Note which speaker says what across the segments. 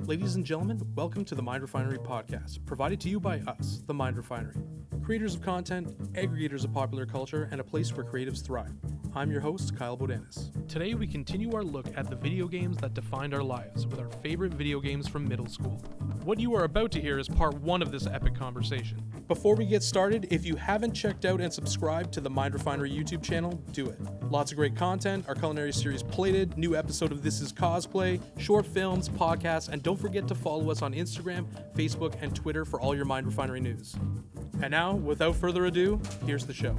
Speaker 1: Ladies and gentlemen, welcome to the Mind Refinery podcast, provided to you by us, the Mind Refinery, creators of content, aggregators of popular culture, and a place where creatives thrive. I'm your host, Kyle Bodanis. Today, we continue our look at the video games that defined our lives with our favorite video games from middle school. What you are about to hear is part one of this epic conversation. Before we get started, if you haven't checked out and subscribed to the Mind Refinery YouTube channel, do it. Lots of great content, our culinary series Plated, new episode of This Is Cosplay, short films, podcasts, and don't forget to follow us on Instagram, Facebook, and Twitter for all your Mind Refinery news. And now, without further ado, here's the show.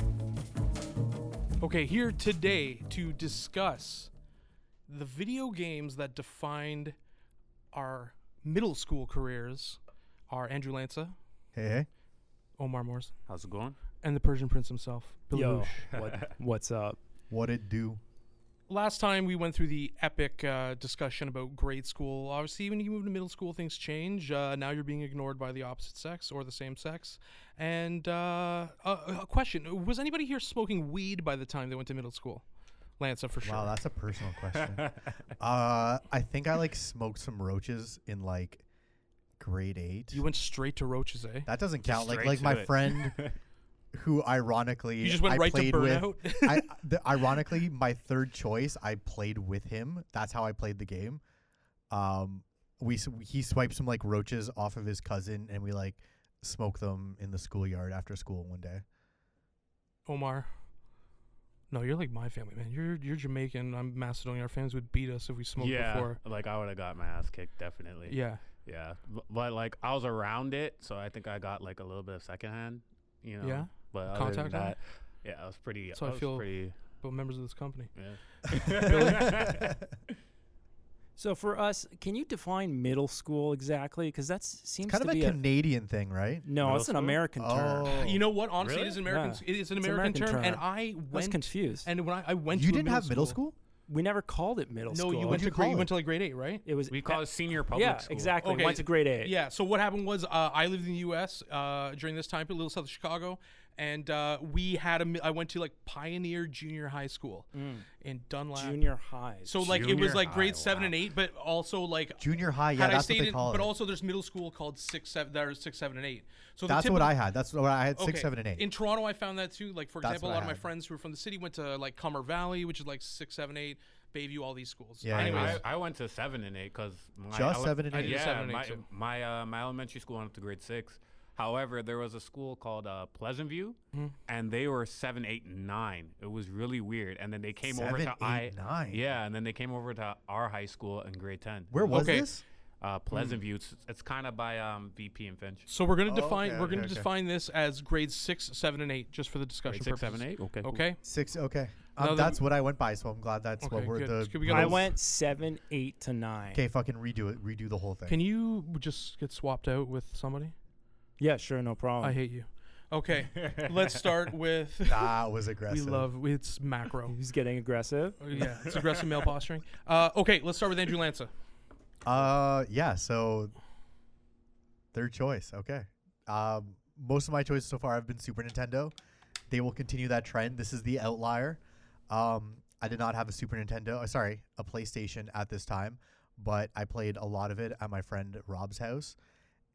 Speaker 1: Okay, here today to discuss the video games that defined our middle school careers are Andrew Lanza,
Speaker 2: Hey, hey.
Speaker 1: Omar Morrison,
Speaker 3: How's it going?
Speaker 1: and the Persian Prince himself, Billy
Speaker 4: Yo,
Speaker 1: Bush.
Speaker 4: what, what's up?
Speaker 2: What it do?
Speaker 1: Last time we went through the epic uh, discussion about grade school. Obviously, when you move to middle school, things change. Uh, now you're being ignored by the opposite sex or the same sex. And uh, a, a question: Was anybody here smoking weed by the time they went to middle school? Lanza, for sure.
Speaker 2: Wow, that's a personal question. uh, I think I like smoked some roaches in like grade eight.
Speaker 1: you went straight to roaches, eh?
Speaker 2: that doesn't count. Like
Speaker 3: straight
Speaker 2: like
Speaker 3: to
Speaker 2: my
Speaker 3: it.
Speaker 2: friend, who ironically
Speaker 1: You just went
Speaker 2: I
Speaker 1: right to
Speaker 2: played with-
Speaker 1: burnout.
Speaker 2: I, uh, the, ironically, my third choice, I played with him. That's how I played the game. Um, we s- he swiped some like roaches off of his cousin, and we like smoked them in the schoolyard after school one day.
Speaker 1: Omar. No, you're like my family, man. You're you're Jamaican. I'm Macedonian. Our families would beat us if we smoked
Speaker 3: yeah,
Speaker 1: before.
Speaker 3: like I would have got my ass kicked definitely.
Speaker 1: Yeah.
Speaker 3: yeah, B- but like I was around it, so I think I got like a little bit of secondhand, you know.
Speaker 1: Yeah?
Speaker 3: but other
Speaker 1: Contact on
Speaker 3: than
Speaker 1: it?
Speaker 3: that, yeah, I was pretty.
Speaker 1: So I
Speaker 3: I, was
Speaker 1: feel-
Speaker 3: pretty.
Speaker 1: But members of this company.
Speaker 3: Yeah.
Speaker 4: So for us, can you define middle school exactly? Because that seems
Speaker 2: It's kind
Speaker 4: to
Speaker 2: of a
Speaker 4: be a,
Speaker 2: Canadian thing, right?
Speaker 4: no,
Speaker 3: Middle
Speaker 4: it's an
Speaker 3: school?
Speaker 4: American term.
Speaker 2: Oh.
Speaker 1: You know what? Honestly,
Speaker 3: Really?
Speaker 1: it is an American.
Speaker 4: Yeah.
Speaker 1: It is an
Speaker 4: It's
Speaker 1: American,
Speaker 4: American
Speaker 1: term, and
Speaker 4: term.
Speaker 1: I
Speaker 4: I was
Speaker 1: went.
Speaker 4: confused.
Speaker 1: and when I, I went,
Speaker 2: you
Speaker 1: to a
Speaker 2: didn't have middle school?
Speaker 4: we never called it middle
Speaker 1: No,
Speaker 4: school.
Speaker 1: you went to
Speaker 2: do you
Speaker 1: grade. You
Speaker 2: call
Speaker 1: went to like grade eight, right?
Speaker 4: It was e
Speaker 3: we
Speaker 1: eh,
Speaker 3: call it senior public
Speaker 4: yeah,
Speaker 3: school.
Speaker 4: exactly. Went to grade eight.
Speaker 1: Yeah. So what happened was uh, I lived in the U.S. Uh, during this time, a little south of Chicago, and uh, we had a. mi- I went to like Pioneer Junior High School in Dunlap.
Speaker 4: Junior high.
Speaker 1: So like it was
Speaker 3: Junior
Speaker 1: like grade
Speaker 3: high,
Speaker 1: seven
Speaker 3: wow.
Speaker 1: and eight, but also like
Speaker 2: Junior high, yeah,
Speaker 1: had I
Speaker 2: that's what
Speaker 1: stayed
Speaker 2: they
Speaker 1: in,
Speaker 2: call
Speaker 1: but
Speaker 2: it.
Speaker 1: also there's middle school called six, seven, that are six, seven, and eight. So the
Speaker 2: That's
Speaker 1: typical-
Speaker 2: what I had. That's what I had. Six,
Speaker 1: okay,
Speaker 2: seven, and eight.
Speaker 1: In Toronto, I found that too. Like for
Speaker 2: That's
Speaker 1: example, a
Speaker 2: what
Speaker 1: lot
Speaker 2: I
Speaker 1: of my
Speaker 2: had.
Speaker 1: friends who were from the city went to like Comer Valley, which is like six, seven, eight, Bayview, all these schools.
Speaker 2: Yeah,
Speaker 3: I,
Speaker 2: Anyways.
Speaker 1: Anyways,
Speaker 3: I, I went to seven and eight because
Speaker 2: Just seven and
Speaker 1: I
Speaker 2: eight.
Speaker 1: did
Speaker 3: uh, yeah,
Speaker 1: seven and eight
Speaker 3: my
Speaker 1: too.
Speaker 3: my, uh, my elementary school went up to grade six. However, there was a school called uh, Pleasant View,
Speaker 1: Hmm.
Speaker 3: and they were seven, eight, and nine. It was really weird. And then they came over
Speaker 2: Seven,
Speaker 3: to
Speaker 2: eight,
Speaker 3: I
Speaker 2: nine.
Speaker 3: yeah, and then they came over to our high school in grade ten.
Speaker 2: Where Hmm. was
Speaker 1: Okay.
Speaker 2: this?
Speaker 3: uh, Pleasant View? It's, it's kind of by um, VP and Finch.
Speaker 1: so we're gonna
Speaker 2: Oh,
Speaker 1: define
Speaker 2: okay,
Speaker 1: we're
Speaker 2: okay,
Speaker 1: gonna
Speaker 2: okay.
Speaker 1: define this as grade six, seven, and eight, just for the discussion
Speaker 3: Grade six,
Speaker 1: purposes.
Speaker 3: seven, eight. Okay, cool.
Speaker 1: Okay.
Speaker 2: Six. Okay,
Speaker 1: No,
Speaker 2: um,
Speaker 1: the-
Speaker 2: that's what I went by. So I'm glad that's
Speaker 1: Okay,
Speaker 2: what we're
Speaker 1: good.
Speaker 2: the.
Speaker 1: Can we go
Speaker 4: I
Speaker 1: to-
Speaker 4: went seven, eight to nine.
Speaker 2: Okay, fucking redo it. Redo the whole thing.
Speaker 1: Can you just get swapped out with somebody?
Speaker 4: Yeah, sure, no problem.
Speaker 1: I hate you. Okay, let's start with.
Speaker 2: that was
Speaker 1: We
Speaker 2: aggressive.
Speaker 1: love it's macro.
Speaker 4: He's getting aggressive.
Speaker 1: Oh, yeah, it's aggressive male posturing. Uh, okay, let's start with Andrew Lanza.
Speaker 2: Uh, yeah. So, third choice. Okay. Um, most of my choices so far have been Super Nintendo. They will continue that trend. This is the outlier. Um, I did not have a Super Nintendo. Uh, sorry, a PlayStation at this time, but I played a lot of it at my friend Rob's house,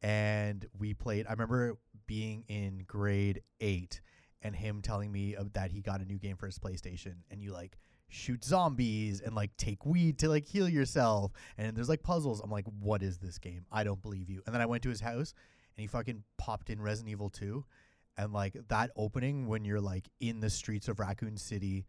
Speaker 2: and we played. I remember being in grade eight, and him telling me of- that he got a new game for his PlayStation, and you like shoot zombies and like take weed to like heal yourself and there's like puzzles. I'm like, what is this game? I don't believe you. And then I went to his house and he fucking popped in Resident Evil 2. And like that opening when you're like in the streets of Raccoon City,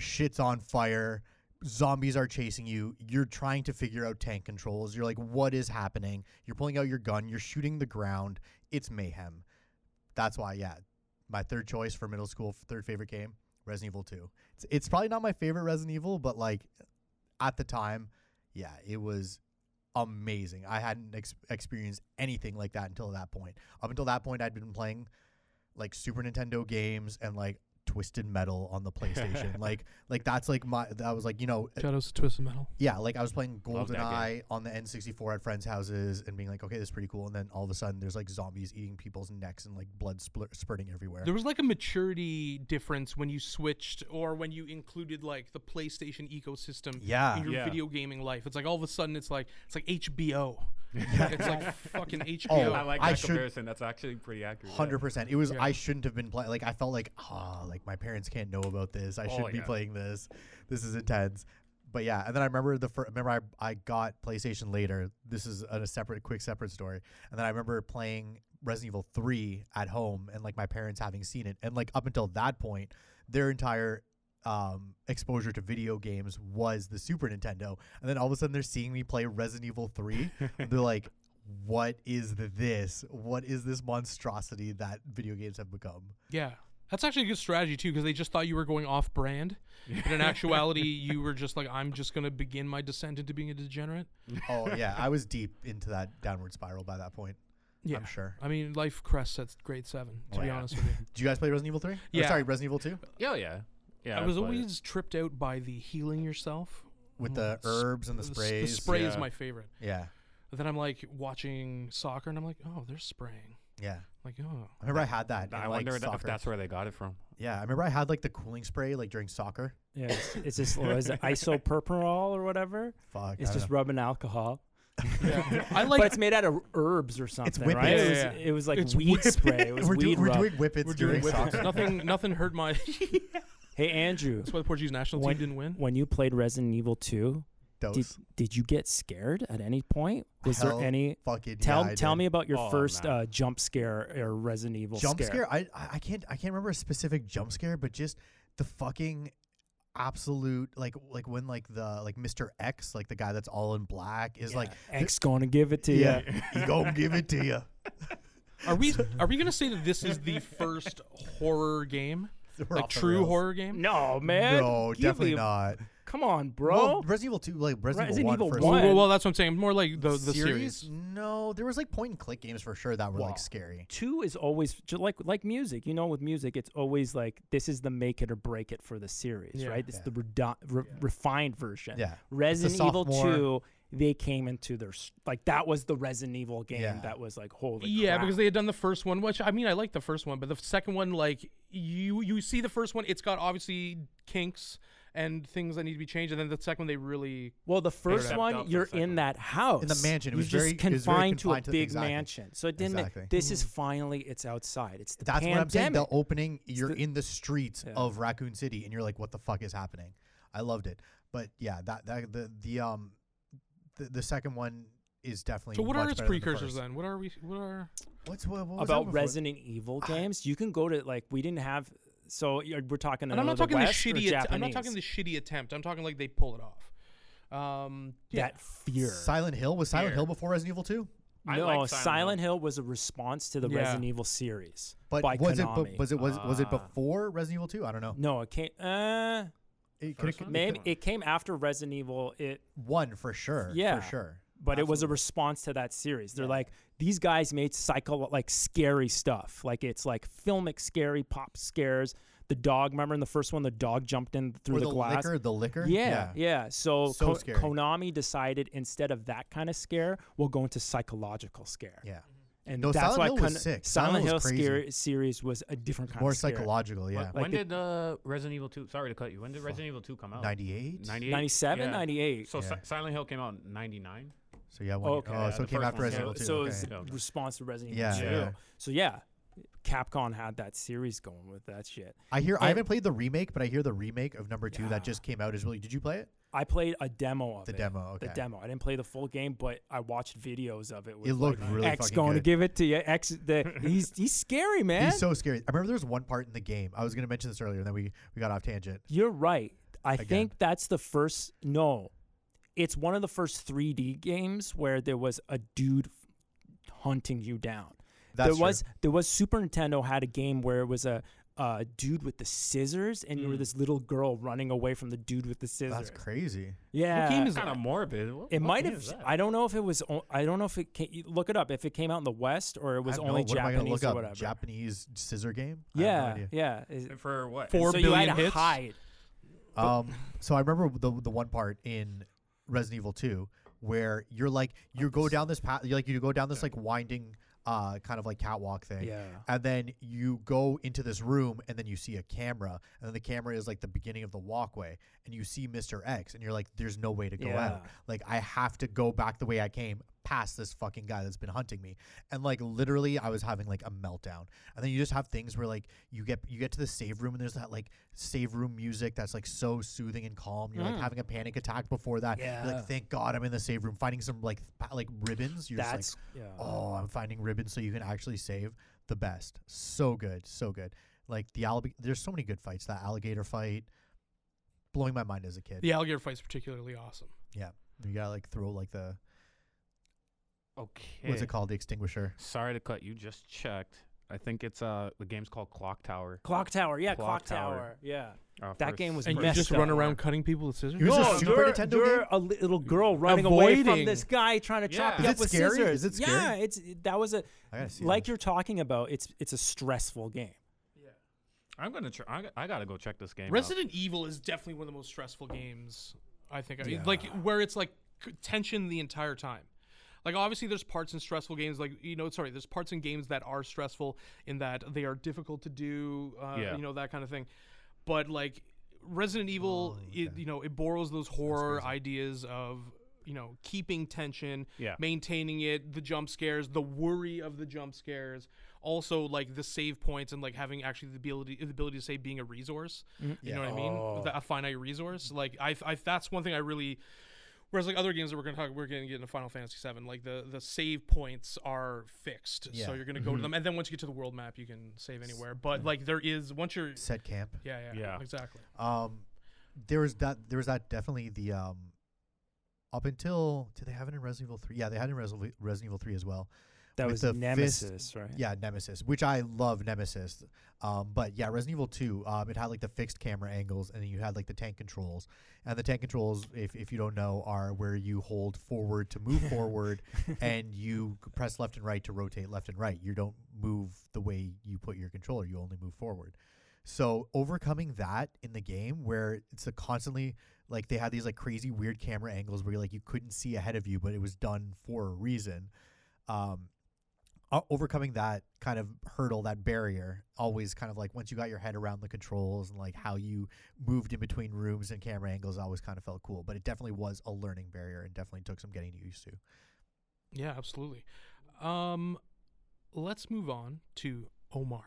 Speaker 2: shit's on fire, zombies are chasing you, you're trying to figure out tank controls. You're like, what is happening? You're pulling out your gun, you're shooting the ground. It's mayhem. That's why, yeah, my third choice for middle school, third favorite game, Resident Evil 2. It's, it's probably not my favorite Resident Evil, but like at the time, yeah, it was amazing. I hadn't ex- experienced anything like that until that point. Up until that point, I'd been playing like Super Nintendo games and like Twisted Metal on the PlayStation. like like that's like my that was like you know
Speaker 1: Shadows of Twisted Metal.
Speaker 2: yeah like I was playing
Speaker 3: Love that game.
Speaker 2: GoldenEye on the N64 at friends' houses and being like okay this is pretty cool and then all of a sudden there's like zombies eating people's necks and like blood splur- spurting everywhere.
Speaker 1: There was like a maturity difference when you switched or when you included like the PlayStation ecosystem
Speaker 2: Yeah.
Speaker 1: in your
Speaker 3: Yeah.
Speaker 1: video gaming life. It's like all of a sudden it's like it's like HBO. it's like fucking HBO.
Speaker 3: I like that
Speaker 2: Oh, I should-
Speaker 3: comparison. That's actually pretty accurate. yeah.
Speaker 2: Hundred percent. It was
Speaker 1: Yeah.
Speaker 2: I shouldn't have been playing. Like I felt like ah, like my parents can't know about this. I shouldn't
Speaker 3: yeah.
Speaker 2: be playing this. This is intense. But yeah, and then I remember the first. Remember I I got PlayStation later. This is a separate, quick separate story. And then I remember playing Resident Evil Three at home, and like my parents having seen it, and like up until that point, their entire um exposure to video games was the Super Nintendo. And then all of a sudden they're seeing me play Resident Evil 3. and they're like, what is this? What is this monstrosity that video games have become?
Speaker 1: yeah. That's actually a good strategy too because they just thought you were going off brand. But in actuality, you were just like I'm just going to begin my descent into being a degenerate.
Speaker 2: Oh yeah, I was deep into that downward spiral by that point.
Speaker 1: Yeah.
Speaker 2: I'm sure.
Speaker 1: I mean, life crests at grade 7, to
Speaker 2: Oh,
Speaker 1: be
Speaker 2: yeah.
Speaker 1: honest with you.
Speaker 2: Do you guys play Resident Evil 3?
Speaker 1: Yeah.
Speaker 2: sorry, Resident Evil 2
Speaker 3: Yeah, yeah. Yeah.
Speaker 1: I was
Speaker 3: played it.
Speaker 1: always tripped out by the healing yourself.
Speaker 2: with the
Speaker 1: Sp-
Speaker 2: herbs and the
Speaker 1: s-
Speaker 2: sprays.
Speaker 1: The spray is
Speaker 3: yeah.
Speaker 1: my favorite.
Speaker 2: Yeah.
Speaker 1: But then I'm like watching soccer and I'm like, oh, they're spraying.
Speaker 2: Yeah.
Speaker 1: Like, oh.
Speaker 2: I remember I had that.
Speaker 3: I
Speaker 2: in, like,
Speaker 3: wonder
Speaker 2: soccer.
Speaker 3: if that's where they got it from.
Speaker 2: Yeah, I remember I had like the cooling spray like during soccer.
Speaker 4: Yeah, it's, it's just or is it isopropyl or whatever?
Speaker 2: Fuck.
Speaker 4: It's
Speaker 2: I
Speaker 4: just
Speaker 2: don't know.
Speaker 4: rubbing alcohol.
Speaker 1: I
Speaker 4: but
Speaker 1: like
Speaker 4: it's made out of herbs or something,
Speaker 2: whippets.
Speaker 4: right?
Speaker 1: Yeah,
Speaker 4: it, was,
Speaker 1: yeah, yeah.
Speaker 4: it was like
Speaker 1: It's
Speaker 4: weed
Speaker 2: whippets.
Speaker 4: spray. It was
Speaker 2: we're, do-
Speaker 4: weed
Speaker 2: we're
Speaker 4: rub.
Speaker 2: doing whippets
Speaker 1: we're
Speaker 2: during
Speaker 1: doing whippets.
Speaker 2: soccer.
Speaker 1: nothing nothing hurt my
Speaker 4: Hey Andrew,
Speaker 1: That's why the Portuguese national
Speaker 4: When-
Speaker 1: team didn't win.
Speaker 4: when you played Resident Evil 2, did,
Speaker 2: Dose.
Speaker 4: did you get scared at any point? Was
Speaker 2: Hell
Speaker 4: there any
Speaker 2: Fucking
Speaker 4: Tell
Speaker 2: yeah, I
Speaker 4: tell
Speaker 2: did.
Speaker 4: me about your
Speaker 3: Oh,
Speaker 4: first
Speaker 3: man.
Speaker 4: uh, jump scare or Resident Evil
Speaker 2: jump scare. I I I can't I can't remember a specific jump scare, but just the fucking absolute like like when like the like Mr. X, like the guy that's all in black, is like
Speaker 4: X gonna give it to
Speaker 2: yeah,
Speaker 4: you.
Speaker 2: he gonna give it to you.
Speaker 1: Are we are we gonna say that this is the first horror game,
Speaker 2: We're
Speaker 1: like
Speaker 2: off the
Speaker 1: true
Speaker 2: rails.
Speaker 1: horror game?
Speaker 4: No man.
Speaker 2: No,
Speaker 4: Give
Speaker 2: definitely
Speaker 4: me-
Speaker 2: not.
Speaker 4: Come on,
Speaker 2: Well,
Speaker 4: bro.
Speaker 2: Resident Evil Two, like Resident,
Speaker 4: Resident
Speaker 2: Evil
Speaker 4: Evil
Speaker 2: One, first
Speaker 1: Well,
Speaker 4: One.
Speaker 1: well, well, that's what I'm saying. More like the the series.
Speaker 2: No, there was like point and click games for sure that were
Speaker 4: Wow.
Speaker 2: like scary.
Speaker 4: Two is always ju- like like music. You know, with music, it's always like this is the make it or break it for the series,
Speaker 1: Yeah.
Speaker 4: right? It's
Speaker 2: Yeah.
Speaker 4: the redo- re- refined version.
Speaker 2: Yeah. It's the
Speaker 4: Resident Evil
Speaker 2: sophomore-
Speaker 4: Two, they came into their s- like that was the Resident Evil game
Speaker 2: Yeah.
Speaker 4: that was like holy.
Speaker 1: yeah,
Speaker 4: crap.
Speaker 1: because they had done the first one, which I mean, I like the first one, but the second one, like you you see the first one, it's got obviously kinks and things that need to be changed, and then the second one they really
Speaker 4: Well, the first
Speaker 3: stepped up
Speaker 4: one,
Speaker 3: for
Speaker 4: you're
Speaker 3: the second
Speaker 4: in that house.
Speaker 2: mansion. It
Speaker 4: You're
Speaker 2: was
Speaker 4: just
Speaker 2: very- it
Speaker 4: confined,
Speaker 2: was very
Speaker 4: to a
Speaker 2: confined to the-
Speaker 4: big
Speaker 2: exactly.
Speaker 4: mansion. So it didn't.
Speaker 2: Exactly. Mm-hmm.
Speaker 4: Make, this is finally it's outside. It's the
Speaker 2: That's what I'm saying.
Speaker 4: pandemic.
Speaker 2: The opening, you're in the streets
Speaker 4: Yeah.
Speaker 2: of Raccoon City, and you're like, "What the fuck is happening?" I loved it, but yeah, that, that the the um the, the second one is definitely.
Speaker 1: So what are
Speaker 2: much
Speaker 1: its
Speaker 2: better than the
Speaker 1: precursors
Speaker 2: first.
Speaker 1: then? What are we? What are?
Speaker 2: What's what, what was that
Speaker 4: about
Speaker 2: before?
Speaker 4: Resident
Speaker 2: Ah.
Speaker 4: Evil games. You can go to like we didn't have. So you're- we're talking.
Speaker 1: And I'm not talking the
Speaker 4: West or
Speaker 1: shitty. att- I'm not
Speaker 4: Japanese?
Speaker 1: talking the shitty attempt. I'm talking like they pull it off. Um, yeah.
Speaker 4: that fear.
Speaker 2: Silent Hill was Silent
Speaker 3: Fear.
Speaker 2: Hill before Resident Evil Two,
Speaker 3: I
Speaker 4: no,
Speaker 3: like Silent Hill.
Speaker 4: Silent, Hill was a response to the
Speaker 1: Yeah.
Speaker 4: Resident Evil series
Speaker 2: but
Speaker 4: by
Speaker 2: was
Speaker 4: Konami.
Speaker 2: it bu- was it was was it
Speaker 3: Ah.
Speaker 2: before Resident Evil Two? I don't know.
Speaker 4: no, it came. Uh,
Speaker 2: It
Speaker 3: First
Speaker 2: coulda-
Speaker 3: one?
Speaker 2: it
Speaker 4: maybe it came after Resident Evil. It
Speaker 2: coulda- one for sure.
Speaker 4: Yeah.
Speaker 2: for sure.
Speaker 4: but it was a response to that series. They're like these guys made psycho like scary stuff. Like it's like filmic scary pop scares. The dog, remember in the first one, the dog jumped in through
Speaker 2: Or
Speaker 4: the,
Speaker 2: the
Speaker 4: glass.
Speaker 2: liquor, the liquor.
Speaker 4: Yeah, yeah. So,
Speaker 2: So
Speaker 4: Ko-
Speaker 2: scary.
Speaker 4: Konami decided instead of that kind of scare, we'll go into psychological scare.
Speaker 2: yeah.
Speaker 4: And
Speaker 2: No,
Speaker 4: that's
Speaker 2: Silent
Speaker 4: why
Speaker 2: Hill was
Speaker 4: Kon-
Speaker 2: sick. Silent
Speaker 4: Silent
Speaker 2: Hill
Speaker 4: Hill
Speaker 2: was crazy.
Speaker 4: scare- series was a different kind
Speaker 2: More
Speaker 4: of scare.
Speaker 2: psychological. Yeah,
Speaker 3: Wh- When
Speaker 4: the-
Speaker 3: did uh, Resident Evil 2? Sorry to cut you. When did Resident Evil 2 come out?
Speaker 2: ninety eight.
Speaker 3: 98?
Speaker 4: 97,
Speaker 3: Yeah.
Speaker 4: 98.
Speaker 3: So Si-
Speaker 2: Yeah.
Speaker 3: Silent Hill came out in 99?
Speaker 2: So yeah, one,
Speaker 4: Okay.
Speaker 2: oh,
Speaker 4: Yeah,
Speaker 2: so
Speaker 3: the
Speaker 2: it came
Speaker 3: first
Speaker 2: after
Speaker 3: one.
Speaker 2: Resident
Speaker 4: so,
Speaker 2: Evil Two.
Speaker 4: so
Speaker 2: okay.
Speaker 4: it's
Speaker 3: okay. Okay.
Speaker 4: response to Resident
Speaker 2: Yeah,
Speaker 4: Evil 2.
Speaker 2: yeah.
Speaker 4: So yeah, Capcom had that series going with that shit.
Speaker 2: I hear I
Speaker 4: And-
Speaker 2: haven't played the remake, but I hear the remake of number two
Speaker 4: Yeah.
Speaker 2: that just came out is really. Did you play it?
Speaker 4: I played a demo of
Speaker 2: The
Speaker 4: it.
Speaker 2: demo,
Speaker 4: The
Speaker 2: okay.
Speaker 4: demo. I didn't play the full game, but I watched videos of it. With
Speaker 2: It looked
Speaker 4: like,
Speaker 2: really
Speaker 4: X
Speaker 2: fucking
Speaker 4: going to
Speaker 2: good.
Speaker 4: give it to you. X, the, he's he's scary, man.
Speaker 2: He's so scary. I remember there was one part in the game. I was going to mention this earlier, and then we, we got off tangent.
Speaker 4: You're right. I
Speaker 2: Again.
Speaker 4: think that's the first. No, it's one of the first 3D games where there was a dude hunting you down.
Speaker 2: That's
Speaker 4: there was
Speaker 2: true.
Speaker 4: there was Super Nintendo had a game where it was a uh, dude with the scissors, and you were
Speaker 1: Mm.
Speaker 4: this little girl running away from the dude with the scissors.
Speaker 2: That's crazy.
Speaker 4: Yeah,
Speaker 3: What game is kind of morbid? What-
Speaker 4: it
Speaker 3: what
Speaker 4: might
Speaker 3: game
Speaker 4: have.
Speaker 3: is that?
Speaker 4: I don't know if it was. o- I don't know if it. Came, look it up. If it came out in the West or it was
Speaker 2: I have no-
Speaker 4: only
Speaker 2: what am I gonna
Speaker 4: Japanese
Speaker 2: look
Speaker 4: or
Speaker 2: up?
Speaker 4: whatever.
Speaker 2: Japanese scissor game. I have no
Speaker 4: yeah,
Speaker 2: idea.
Speaker 4: yeah. Is- and
Speaker 3: for what?
Speaker 1: Four
Speaker 4: so you
Speaker 1: billion
Speaker 4: had to
Speaker 1: hits?
Speaker 4: hide.
Speaker 2: Um, so I remember the the one part in Resident Evil Two where you're like you go down this path, you're like you go down this like winding, uh, kind of like catwalk thing.
Speaker 4: Yeah.
Speaker 2: And then you go into this room, and then you see a camera, and then the camera is like the beginning of the walkway, and you see Mr. X, and you're like, "There's no way to go out.
Speaker 4: Yeah.
Speaker 2: Like, I have to go back the way I came, past this fucking guy that's been hunting me." And like, literally, I was having like a meltdown. And then you just have things where like you get you get to the save room, and there's that like save room music that's like so soothing and calm. You're like having a panic attack before that. You're
Speaker 4: Hmm. Yeah.
Speaker 2: like, "Thank God I'm in the save room." Finding some like pa- like ribbons. You're just like,
Speaker 4: That's yeah.
Speaker 2: oh, I'm finding ribbons so you can actually save the best. So good, so good. Like the alligator, there's so many good fights. That alligator fight, blowing my mind as a kid.
Speaker 1: The alligator fight's particularly awesome.
Speaker 2: You gotta like throw like the
Speaker 3: Okay.
Speaker 2: what's it called, the extinguisher.
Speaker 3: Sorry to cut you. Just checked. I think it's uh the game's called Clock Tower.
Speaker 4: Clock Tower. Yeah,
Speaker 3: Clock
Speaker 4: Clock,
Speaker 3: Tower.
Speaker 4: Tower. Yeah.
Speaker 3: Uh,
Speaker 4: That
Speaker 3: for
Speaker 4: game was
Speaker 3: s-
Speaker 1: And
Speaker 3: for
Speaker 1: you
Speaker 4: messed
Speaker 1: just
Speaker 4: up.
Speaker 1: run around cutting people with scissors.
Speaker 2: It was a
Speaker 4: No,
Speaker 2: Super
Speaker 4: you're,
Speaker 2: Nintendo
Speaker 4: you're
Speaker 2: game?
Speaker 4: a little girl running away from
Speaker 1: Avoiding.
Speaker 4: this guy trying to chop
Speaker 3: Yeah.
Speaker 4: you
Speaker 3: Is
Speaker 4: up
Speaker 2: it
Speaker 4: with
Speaker 2: scary?
Speaker 4: scissors.
Speaker 2: Is it
Speaker 4: Yeah,
Speaker 2: scary?
Speaker 4: it's that was a
Speaker 2: I gotta see.
Speaker 4: like
Speaker 2: this.
Speaker 4: you're talking about. It's it's a stressful game.
Speaker 3: I'm gonna. Tr- I, g- I gotta go check this game. out.
Speaker 1: Resident Evil is definitely one of the most stressful games I think. I Like where it's like c- tension the entire time. Like obviously there's parts in stressful games like you know sorry there's parts in games that are stressful in that they are difficult to do uh,
Speaker 3: Yeah.
Speaker 1: you know that kind of thing. But like Resident Evil it, you know it borrows those horror ideas of you know keeping tension
Speaker 3: Yeah.
Speaker 1: maintaining it, the jump scares, the worry of the jump scares, also like the save points and like having actually the ability the ability to save being a resource. You know what I mean?
Speaker 3: Oh.
Speaker 1: Th- A finite resource. Like I, I that's one thing I really. Whereas like other games that we're gonna talk, we're gonna get into Final Fantasy VII. Like the the save points are fixed,
Speaker 2: Yeah.
Speaker 1: so you're gonna go
Speaker 3: Mm-hmm.
Speaker 1: to them, and then once you get to the world map, you can save anywhere. But like there is once you're
Speaker 2: set camp.
Speaker 1: yeah yeah
Speaker 3: Yeah.
Speaker 1: exactly
Speaker 2: Um, there was that. There was that. Definitely the um, up until did they have it in Resident Evil three? Yeah, they had it in Resident Resident Evil three as well.
Speaker 4: That
Speaker 2: With
Speaker 4: was
Speaker 2: the fist-
Speaker 4: Nemesis, right?
Speaker 2: Yeah, Nemesis, which I love Nemesis. Um, but yeah, Resident Evil 2, um, it had like the fixed camera angles and then you had like the tank controls. And the tank controls, if, if you don't know, are where you hold forward to move forward and you c- press left and right to rotate left and right. You don't move the way you put your controller, you only move forward. So overcoming that in the game where it's a constantly like they had these like crazy weird camera angles where like you couldn't see ahead of you, but it was done for a reason. Um, o- overcoming that kind of hurdle, that barrier, always kind of like once you got your head around the controls and like how you moved in between rooms and camera angles, always kind of felt cool. But it definitely was a learning barrier and definitely took some getting used to.
Speaker 1: yeah absolutely. Um, let's move on to Omar.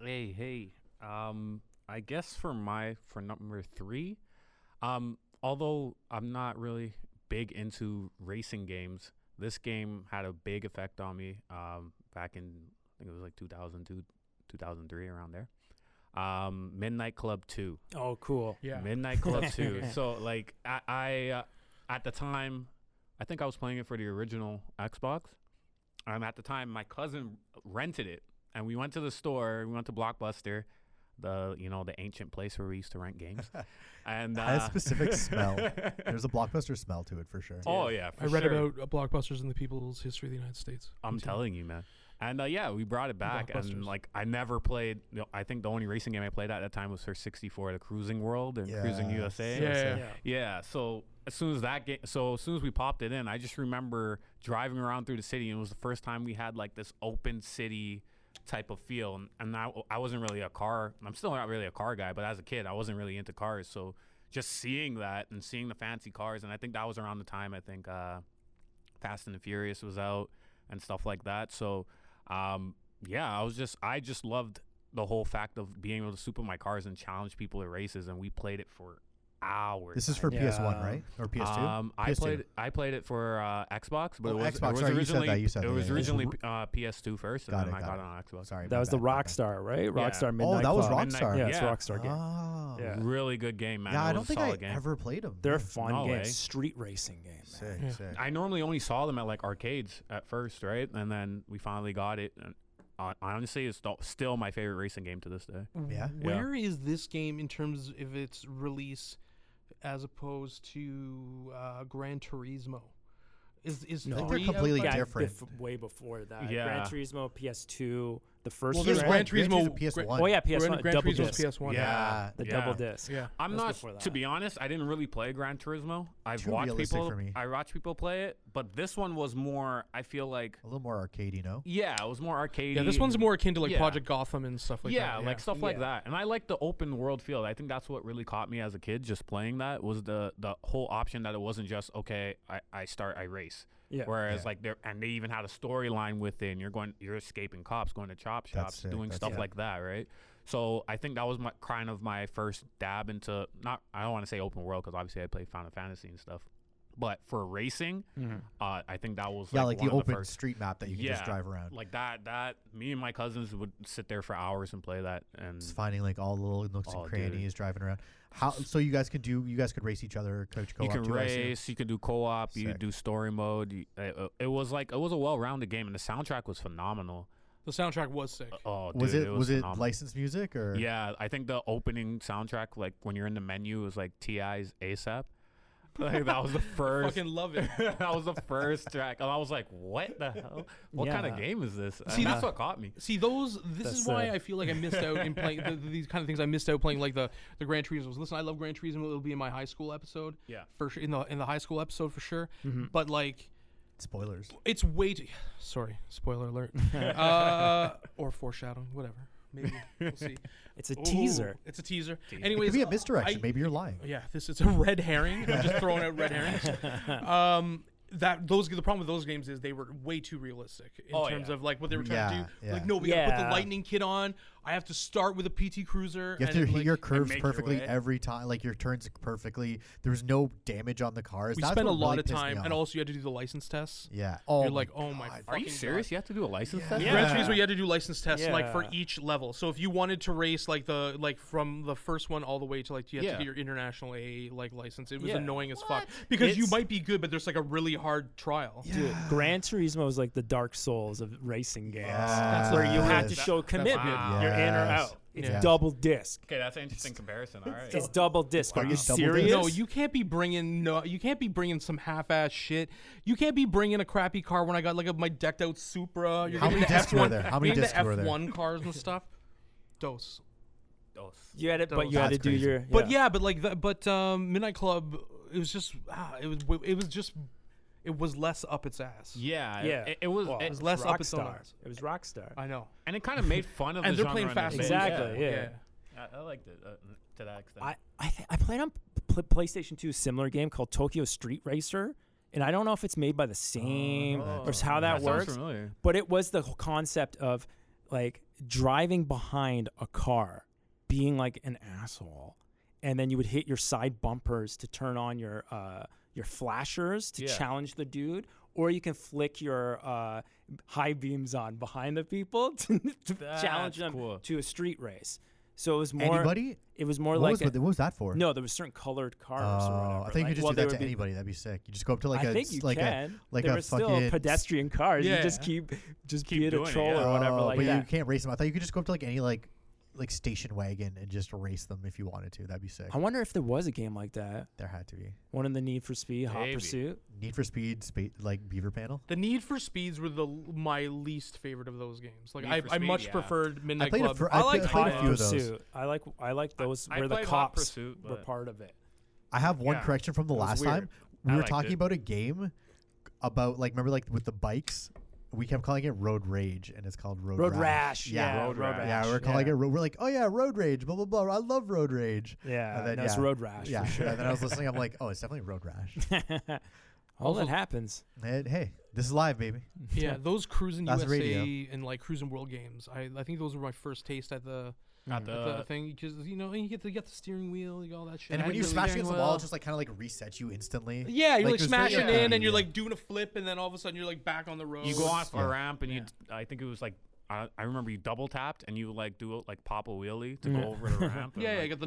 Speaker 3: Hey, hey. Um, I guess for my for number three, um, although I'm not really big into racing games, this game had a big effect on me. Um, back in I think it was like 2002, 2003, around there. Um, Midnight Club Two.
Speaker 4: Oh, cool.
Speaker 1: Yeah.
Speaker 3: Midnight Club 2. So like I, I uh, at the time I think I was playing it for the original Xbox. Um at the time my cousin rented it and we went to the store, we went to Blockbuster, the you know, the ancient place where we used to rent games. and uh,
Speaker 2: Had a specific smell. There's a blockbuster smell to it for sure.
Speaker 3: Oh yeah, for
Speaker 1: I read
Speaker 3: sure.
Speaker 1: about uh, blockbusters in the people's history of the United States.
Speaker 3: I'm
Speaker 1: Continue.
Speaker 3: telling you, man. And uh, yeah, we brought it back, and
Speaker 1: Blockbusters.
Speaker 3: like I never played. You know, I think the only racing game I played at that time was for 64, the Cruising World and Cruising
Speaker 2: Yeah.
Speaker 3: USA.
Speaker 1: Yeah, yeah,
Speaker 4: Yeah.
Speaker 3: Yeah. So as soon as that game, so as soon as we popped it in, I just remember driving around through the city, and it was the first time we had like this open city type of feel. And, and I, I wasn't really a car. I'm still not really a car guy, but as a kid, I wasn't really into cars. So just seeing that and seeing the fancy cars, and I think that was around the time I think uh, Fast and the Furious was out and stuff like that. So um, yeah, I was just I just loved the whole fact of being able to soup up my cars and challenge people at races, and we played it for hours.
Speaker 2: This is for
Speaker 4: Yeah.
Speaker 2: PS1, right? Or PS2?
Speaker 3: Um, I
Speaker 2: PS2.
Speaker 3: played I played it for uh, Xbox, but
Speaker 2: Oh,
Speaker 3: it was,
Speaker 2: Xbox,
Speaker 3: it
Speaker 2: sorry, you
Speaker 3: was
Speaker 2: said
Speaker 3: originally
Speaker 2: that, you said
Speaker 3: it
Speaker 2: that,
Speaker 3: was
Speaker 2: yeah, yeah.
Speaker 3: originally uh, PS2 first, and
Speaker 2: Got
Speaker 3: then
Speaker 2: it,
Speaker 3: I
Speaker 2: got
Speaker 3: got
Speaker 2: it.
Speaker 3: it on Xbox.
Speaker 2: Oh, Sorry.
Speaker 4: That
Speaker 2: my
Speaker 4: was the
Speaker 2: bad, my bad.
Speaker 4: Rockstar, right? Rockstar
Speaker 2: Oh,
Speaker 4: Midnight
Speaker 2: that was
Speaker 4: Club.
Speaker 3: Midnight Club.
Speaker 2: Rockstar.
Speaker 4: Yeah, it's
Speaker 3: Yeah.
Speaker 4: Rockstar game.
Speaker 2: Oh.
Speaker 4: Yeah.
Speaker 3: Really good game, man.
Speaker 2: Yeah,
Speaker 3: It
Speaker 2: I
Speaker 3: was
Speaker 2: don't
Speaker 3: a
Speaker 2: think I
Speaker 3: solid game.
Speaker 2: ever played them.
Speaker 4: They're fun
Speaker 3: No
Speaker 4: games.
Speaker 3: way.
Speaker 4: Street racing game. man.
Speaker 2: sick,
Speaker 1: Yeah.
Speaker 2: sick.
Speaker 3: I normally only saw them at like arcades at first, right? And then we finally got it. And hon- honestly, it's th- still my favorite racing game to this day.
Speaker 2: Yeah.
Speaker 3: Yeah.
Speaker 1: Where is this game in terms of its release as opposed to uh, Gran Turismo? Is is
Speaker 2: I think
Speaker 1: three
Speaker 2: they're
Speaker 1: out
Speaker 2: completely
Speaker 1: by-
Speaker 4: yeah,
Speaker 2: different.
Speaker 4: bef- way before that.
Speaker 3: Yeah.
Speaker 4: Gran Turismo, PS2, the first.
Speaker 1: Well, there's Gran
Speaker 4: Gran-
Speaker 2: Gran Turismo
Speaker 1: Turismo.
Speaker 2: PS1.
Speaker 1: Gran-
Speaker 4: Oh yeah, PS1,
Speaker 1: Gran, Gran
Speaker 4: double
Speaker 1: Turismo's
Speaker 4: disc.
Speaker 1: PS1.
Speaker 2: Yeah.
Speaker 4: The
Speaker 3: Yeah.
Speaker 4: double disc.
Speaker 1: Yeah.
Speaker 3: I'm
Speaker 4: That's
Speaker 3: not
Speaker 4: before
Speaker 3: to
Speaker 4: that.
Speaker 3: be honest. I didn't really play Gran Turismo. I've
Speaker 2: Too
Speaker 3: watched
Speaker 2: realistic
Speaker 3: people.
Speaker 2: for me.
Speaker 3: I watched people play it, but this one was more. I feel like
Speaker 2: A little more arcadey, no?
Speaker 3: yeah, it was more arcade.
Speaker 1: Yeah, this one's more akin to like
Speaker 3: Yeah.
Speaker 1: Project Gotham and stuff like
Speaker 3: yeah,
Speaker 1: that.
Speaker 3: like stuff like
Speaker 4: Yeah.
Speaker 3: that. And I like the open world feel. I think that's what really caught me as a kid. Just playing that was the the whole option that it wasn't just okay. I, I start, I race.
Speaker 4: Yeah.
Speaker 3: Whereas
Speaker 2: Yeah.
Speaker 3: like there, and they even had a storyline with it. And you're going, you're escaping cops, going to chop
Speaker 2: That's
Speaker 3: shops,
Speaker 2: sick,
Speaker 3: doing
Speaker 2: that's
Speaker 3: stuff
Speaker 2: sick.
Speaker 3: like that, right? So I think that was my kind of my first dab into not. I don't want to say open world because obviously I played Final Fantasy and stuff. But for racing, uh, I think that was
Speaker 2: Yeah, like,
Speaker 3: one
Speaker 2: the
Speaker 3: of
Speaker 2: open
Speaker 3: first-
Speaker 2: street map that you can just drive around.
Speaker 3: like that. That me and my cousins would sit there for hours and play that. And
Speaker 2: Just finding like all the little nooks
Speaker 3: Oh,
Speaker 2: and
Speaker 3: dude.
Speaker 2: crannies, driving around. How so? You guys could do. You guys could race each other, coach co-op.
Speaker 3: you can
Speaker 2: too, I assume?
Speaker 3: race, you can do co-op, you
Speaker 2: Sick.
Speaker 3: do story mode. You, it, uh, it was like it was a well-rounded game, and the soundtrack was phenomenal.
Speaker 1: The soundtrack was sick.
Speaker 3: Oh,
Speaker 2: Was
Speaker 3: dude,
Speaker 2: it was it
Speaker 3: phenomenal.
Speaker 2: licensed music or?
Speaker 3: Yeah, I think the opening soundtrack, like when you're in the menu, is like Ti's ASAP. Like that was the first.
Speaker 1: Fucking love it.
Speaker 3: that was the first track, and I was like, "What the hell? What kind of
Speaker 4: Yeah.
Speaker 3: game is this?" And
Speaker 1: See,
Speaker 3: that's
Speaker 1: that-
Speaker 3: what caught me.
Speaker 1: See those. This is
Speaker 4: That's,
Speaker 1: why
Speaker 4: uh,
Speaker 1: I feel like I missed out in playing the, these kind of things. I missed out playing like the the Gran Turismo. Listen, I love Gran Turismo. It'll be in my high school episode.
Speaker 3: Yeah.
Speaker 1: for sure in the in the high school episode for sure. But like,
Speaker 2: Spoilers.
Speaker 1: it's way too. Sorry, spoiler alert. uh, or foreshadowing, whatever. Maybe we'll see.
Speaker 4: It's a
Speaker 1: Ooh,
Speaker 4: teaser.
Speaker 1: It's a teaser.
Speaker 2: It
Speaker 1: Anyways,
Speaker 2: could be a
Speaker 1: uh,
Speaker 2: misdirection.
Speaker 1: I-
Speaker 2: Maybe you're lying.
Speaker 1: Yeah, this is a red herring. I'm just throwing out red herrings. Um, that those the problem with those games is they were way too realistic in
Speaker 3: Oh,
Speaker 1: terms
Speaker 3: yeah.
Speaker 1: of like what they were trying
Speaker 2: Yeah,
Speaker 1: to do.
Speaker 2: yeah.
Speaker 1: Like, no, we gotta put the
Speaker 4: Yeah.
Speaker 1: lightning kit on. I have to start with a PT Cruiser.
Speaker 2: You have to
Speaker 1: and,
Speaker 2: hit
Speaker 1: like,
Speaker 2: your curves
Speaker 3: make your
Speaker 2: perfectly
Speaker 3: way.
Speaker 2: every time. Like your turns perfectly. There's no damage on the cars.
Speaker 1: we
Speaker 2: That's
Speaker 1: spent a
Speaker 2: what
Speaker 1: lot
Speaker 2: really
Speaker 1: of
Speaker 2: pissed me
Speaker 1: time, and
Speaker 2: off.
Speaker 1: also you had to do the license tests.
Speaker 2: Yeah. Oh,
Speaker 1: You're like, oh my.
Speaker 3: Are
Speaker 1: fucking
Speaker 3: you serious?
Speaker 1: God.
Speaker 3: You have to do a license test?
Speaker 1: Gran
Speaker 4: Yeah.
Speaker 1: Turismo, you had to do license tests like for
Speaker 4: Yeah.
Speaker 1: each level. So if you wanted to race like the like from the first one all the way to like you had to
Speaker 3: Yeah.
Speaker 1: get your international A like license. It was
Speaker 3: Yeah.
Speaker 1: annoying as fuck because you
Speaker 4: It's-
Speaker 1: might be good, but there's like a really hard trial.
Speaker 4: Dude, Gran Turismo is like the Dark Souls of racing games.
Speaker 2: That's
Speaker 4: where you had to
Speaker 2: yes.
Speaker 4: show commitment.
Speaker 3: Wow.
Speaker 4: You're in or
Speaker 2: Ah. Yes.
Speaker 4: out. It's
Speaker 2: Yeah.
Speaker 4: double disc.
Speaker 3: Okay, that's an interesting comparison. All right.
Speaker 4: It's double disc. Are
Speaker 2: Fucking
Speaker 4: you
Speaker 2: double disc.
Speaker 4: serious?
Speaker 1: No, you can't be bringing no. You can't be bringing some half-ass shit. You can't be bringing a crappy car when I got like a, my decked out Supra. You're
Speaker 2: How
Speaker 1: getting
Speaker 2: many
Speaker 1: the
Speaker 2: discs
Speaker 1: F1
Speaker 2: were there? How many
Speaker 1: getting
Speaker 2: discs were
Speaker 1: the
Speaker 2: there?
Speaker 1: F1 cars and stuff. Dose.
Speaker 4: You had it, but
Speaker 1: Double-
Speaker 4: you had to
Speaker 2: That's
Speaker 4: do
Speaker 2: crazy.
Speaker 4: your.
Speaker 1: But yeah, but like, the, but um, Midnight Club. It was just. Ah, it was. It was just. It was less up its ass.
Speaker 3: Yeah,
Speaker 4: Yeah.
Speaker 3: It, it was,
Speaker 4: Well,
Speaker 3: it-
Speaker 1: was less up its own
Speaker 4: Rockstar.
Speaker 1: ass.
Speaker 4: It was Rockstar.
Speaker 1: I know.
Speaker 3: and it kind of made fun of.
Speaker 1: And
Speaker 3: the
Speaker 1: they're playing
Speaker 3: genre in
Speaker 1: fast.
Speaker 3: a sense.
Speaker 4: Exactly, yeah.
Speaker 3: I, I liked it uh, to that extent.
Speaker 4: I I, th- I played on pl- PlayStation 2 's similar game called Tokyo Street Racer, and I don't know if it's made by the same or s- how that,
Speaker 3: sounds
Speaker 4: works,
Speaker 3: familiar.
Speaker 4: but it was the whole concept of like driving behind a car, being like an asshole, and then you would hit your side bumpers to turn on your uh, your flashers to
Speaker 3: Yeah.
Speaker 4: challenge the dude. Or you can flick your uh, high beams on behind the people to, to challenge
Speaker 3: That's
Speaker 4: them
Speaker 3: cool.
Speaker 4: to a street race. So it was more.
Speaker 2: Anybody?
Speaker 4: It was more
Speaker 2: What
Speaker 4: like
Speaker 2: was
Speaker 4: a-
Speaker 2: with- what was that for?
Speaker 4: no, there was certain colored cars or
Speaker 2: Oh,
Speaker 4: whatever.
Speaker 2: I think you
Speaker 4: like,
Speaker 2: could just
Speaker 4: well,
Speaker 2: do that
Speaker 4: they
Speaker 2: to
Speaker 4: would be-
Speaker 2: anybody. That'd be sick. You just go up to like
Speaker 4: I
Speaker 2: a
Speaker 4: think
Speaker 2: s-
Speaker 4: you
Speaker 2: like
Speaker 4: can.
Speaker 2: a like
Speaker 4: there
Speaker 2: a
Speaker 4: were still
Speaker 2: fucking
Speaker 4: pedestrian cars.
Speaker 1: Yeah.
Speaker 4: You just keep just
Speaker 3: Keep
Speaker 4: be it a
Speaker 3: doing it,
Speaker 4: troll
Speaker 3: yeah.
Speaker 4: or whatever
Speaker 2: Oh,
Speaker 4: like
Speaker 2: but
Speaker 4: that.
Speaker 2: you can't race them. I thought you could just go up to like any like like station wagon and just race them if you wanted to. That'd be sick.
Speaker 4: I wonder if there was a game like that.
Speaker 2: there had to be
Speaker 4: One in the Need for Speed, Hot
Speaker 3: Maybe.
Speaker 4: Pursuit.
Speaker 2: Need for Speed, spa- like Beaver Panel.
Speaker 1: The Need for Speeds were the my least favorite of those games. Like
Speaker 3: Need
Speaker 1: I,
Speaker 3: for
Speaker 1: I
Speaker 3: Speed,
Speaker 1: much
Speaker 3: yeah.
Speaker 1: preferred Midnight
Speaker 2: played a
Speaker 1: Club.
Speaker 2: fir-
Speaker 1: I
Speaker 2: I
Speaker 1: like
Speaker 2: played- I
Speaker 1: Hot
Speaker 2: played
Speaker 4: Hot
Speaker 2: a few of those.
Speaker 4: Pursuit. I like I like those
Speaker 3: I
Speaker 4: where the
Speaker 3: played Hot
Speaker 4: cops
Speaker 3: Pursuit,
Speaker 4: were
Speaker 3: but-
Speaker 4: part of it.
Speaker 2: I have one
Speaker 3: Yeah.
Speaker 2: correction from the
Speaker 4: was
Speaker 2: last
Speaker 4: weird.
Speaker 2: time. We
Speaker 3: I
Speaker 2: were
Speaker 3: liked
Speaker 2: talking
Speaker 3: it.
Speaker 2: about a game about like remember like with the bikes. We kept calling it Road Rage, and it's called Road,
Speaker 4: Road
Speaker 2: Rash.
Speaker 4: Rash. Yeah,
Speaker 3: Road Rash.
Speaker 2: Yeah, we we're calling it. Road, we're like, oh yeah, Road Rage. Blah blah blah. I love Road Rage.
Speaker 4: Yeah,
Speaker 2: And then,
Speaker 4: no, it's
Speaker 2: yeah.
Speaker 4: Road Rash. for
Speaker 2: yeah.
Speaker 4: sure.
Speaker 2: And then I was listening. I'm like, oh, it's definitely Road Rash.
Speaker 4: All that happens.
Speaker 2: and hey, this is live, baby.
Speaker 1: Yeah, those cruising
Speaker 2: That's
Speaker 1: USA
Speaker 2: radio.
Speaker 1: and like cruising world games. I, I think those were my first taste at the,
Speaker 4: Mm.
Speaker 3: Not
Speaker 1: at the
Speaker 3: the,
Speaker 1: thing because you know and you get the, you get the steering wheel, you got all that shit.
Speaker 2: And
Speaker 1: I
Speaker 2: when you
Speaker 1: really
Speaker 2: smash
Speaker 1: didn't-
Speaker 2: against the wall, it just like kind of like resets you instantly.
Speaker 1: yeah, you're like,
Speaker 2: it was very
Speaker 1: smashing
Speaker 2: arcadey,
Speaker 1: in and you're
Speaker 2: yeah.
Speaker 1: like doing a flip and then all of a sudden you're like back on the road.
Speaker 3: you go off
Speaker 2: Yeah.
Speaker 3: a ramp and you. I think it was like. I, I remember you double tapped and you like do like pop a wheelie to go over the ramp. and,
Speaker 1: Yeah, Oh, yeah, you
Speaker 3: like,
Speaker 1: got the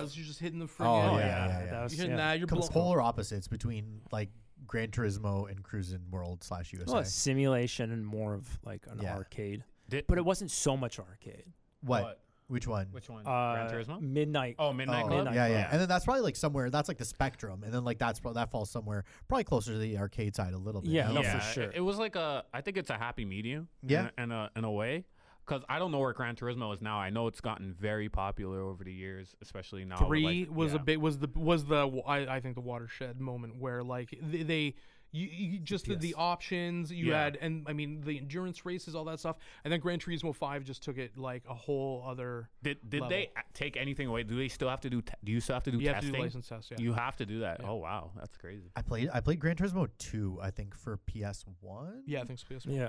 Speaker 1: nos. You're just hitting the front.
Speaker 2: Oh,
Speaker 3: Oh,
Speaker 2: yeah,
Speaker 3: yeah.
Speaker 2: yeah, yeah.
Speaker 4: That was,
Speaker 1: You're hitting
Speaker 4: yeah.
Speaker 1: that. You're
Speaker 2: Comes
Speaker 1: blowing.
Speaker 2: polar opposites between like Gran Turismo and Cruisin' World slash USA.
Speaker 4: Well, it's simulation and more of like an
Speaker 2: Yeah.
Speaker 4: arcade.
Speaker 3: Did,
Speaker 4: but it wasn't so much arcade.
Speaker 2: What? Which one?
Speaker 3: Which one?
Speaker 4: Uh,
Speaker 3: Gran Turismo.
Speaker 4: Midnight.
Speaker 3: Oh, Midnight
Speaker 2: Oh,
Speaker 3: Club.
Speaker 2: Yeah, yeah, And then that's probably like somewhere. That's like the spectrum, and then like that's pro- that falls somewhere probably closer to the arcade side a little bit.
Speaker 4: Yeah,
Speaker 2: no?
Speaker 4: no,
Speaker 3: Yeah,
Speaker 4: for
Speaker 3: It,
Speaker 4: sure.
Speaker 3: it was like a. I think it's a happy medium. in
Speaker 2: Yeah.
Speaker 3: a- In a in a way, because I don't know where Gran Turismo is now. I know it's gotten very popular over the years, especially now. with,
Speaker 1: Three
Speaker 3: like,
Speaker 1: was
Speaker 3: yeah.
Speaker 1: a big was the was the wa- I, I think the watershed moment where like they, they you, you just the, the options you
Speaker 3: Yeah.
Speaker 1: had and I mean the endurance races all that stuff and then Gran Turismo Five just took it like a whole other
Speaker 3: Did did
Speaker 1: level.
Speaker 3: they a- take anything away? Do they still have to do? Te- do you still have to do
Speaker 1: you have
Speaker 3: testing?
Speaker 1: to do license tests yeah
Speaker 3: You have to do that. Oh wow, that's crazy.
Speaker 2: I played I played Gran Turismo two. I think for PS one.
Speaker 1: yeah I think so yes.
Speaker 4: yeah.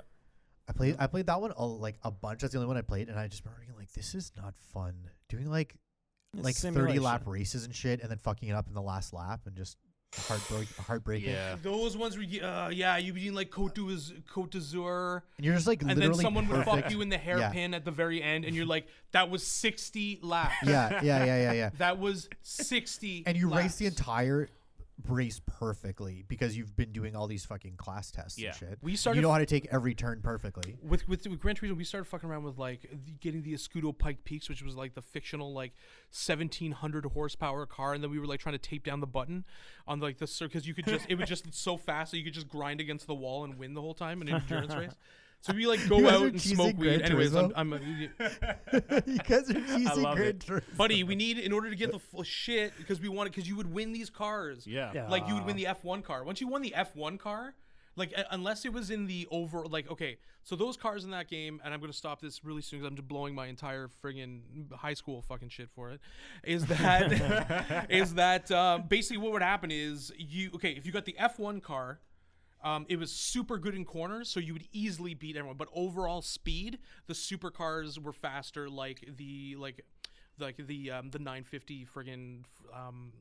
Speaker 2: I played I played that one a, like a bunch. That's the only one I played, and I just remember being like, this is not fun. Doing like
Speaker 4: It's
Speaker 2: like thirty
Speaker 4: simulation.
Speaker 2: lap races and shit, and then fucking it up in the last lap and just heartbreak heartbreaking.
Speaker 3: Yeah.
Speaker 1: those ones were uh, yeah you'd be in like Cote d'Az- Cote d'Azur
Speaker 2: And you're just like
Speaker 1: and then
Speaker 2: literally
Speaker 1: someone
Speaker 2: perfect.
Speaker 1: would fuck you in the hairpin at the very end and you're like that was sixty laps
Speaker 2: yeah, yeah, yeah, yeah, yeah.
Speaker 1: that was sixty
Speaker 2: And you race
Speaker 1: laps.
Speaker 2: the entire race perfectly because you've been doing all these fucking class tests
Speaker 3: Yeah.
Speaker 2: and shit.
Speaker 1: We
Speaker 2: And
Speaker 1: started
Speaker 2: You know how to take every turn perfectly.
Speaker 1: with with, with Gran Turismo, we started fucking around with like the, getting the Escudo Pike Peaks, which was like the fictional like 1700 horsepower car, and then we were like trying to tape down the button on like the because you could just it was just so fast that you could just grind against the wall and win the whole time in an endurance race. So we like go
Speaker 2: You guys
Speaker 1: out
Speaker 2: are
Speaker 1: and smoke
Speaker 2: cheesing
Speaker 1: weed.
Speaker 2: Gran
Speaker 1: Anyways, I'm,
Speaker 2: Turismo?
Speaker 1: I'm a,
Speaker 2: you guys are cheesy
Speaker 3: love
Speaker 2: Gran
Speaker 3: it.
Speaker 2: Turismo.
Speaker 1: buddy. We need in order to get the full shit because we want it because you would win these cars.
Speaker 3: Yeah.
Speaker 4: Yeah.
Speaker 1: Like you would win the F1 car. Once you won the F1 car, like uh, unless it was in the over, like okay, so those cars in that game, and I'm gonna stop this really soon because I'm just blowing my entire friggin' high school fucking shit for it. Is that is that um, basically what would happen is you okay if you got the F1 car. Um, it was super good in corners, so you would easily beat everyone. But overall speed, the supercars were faster, like the like, like the um, the 950 friggin' um,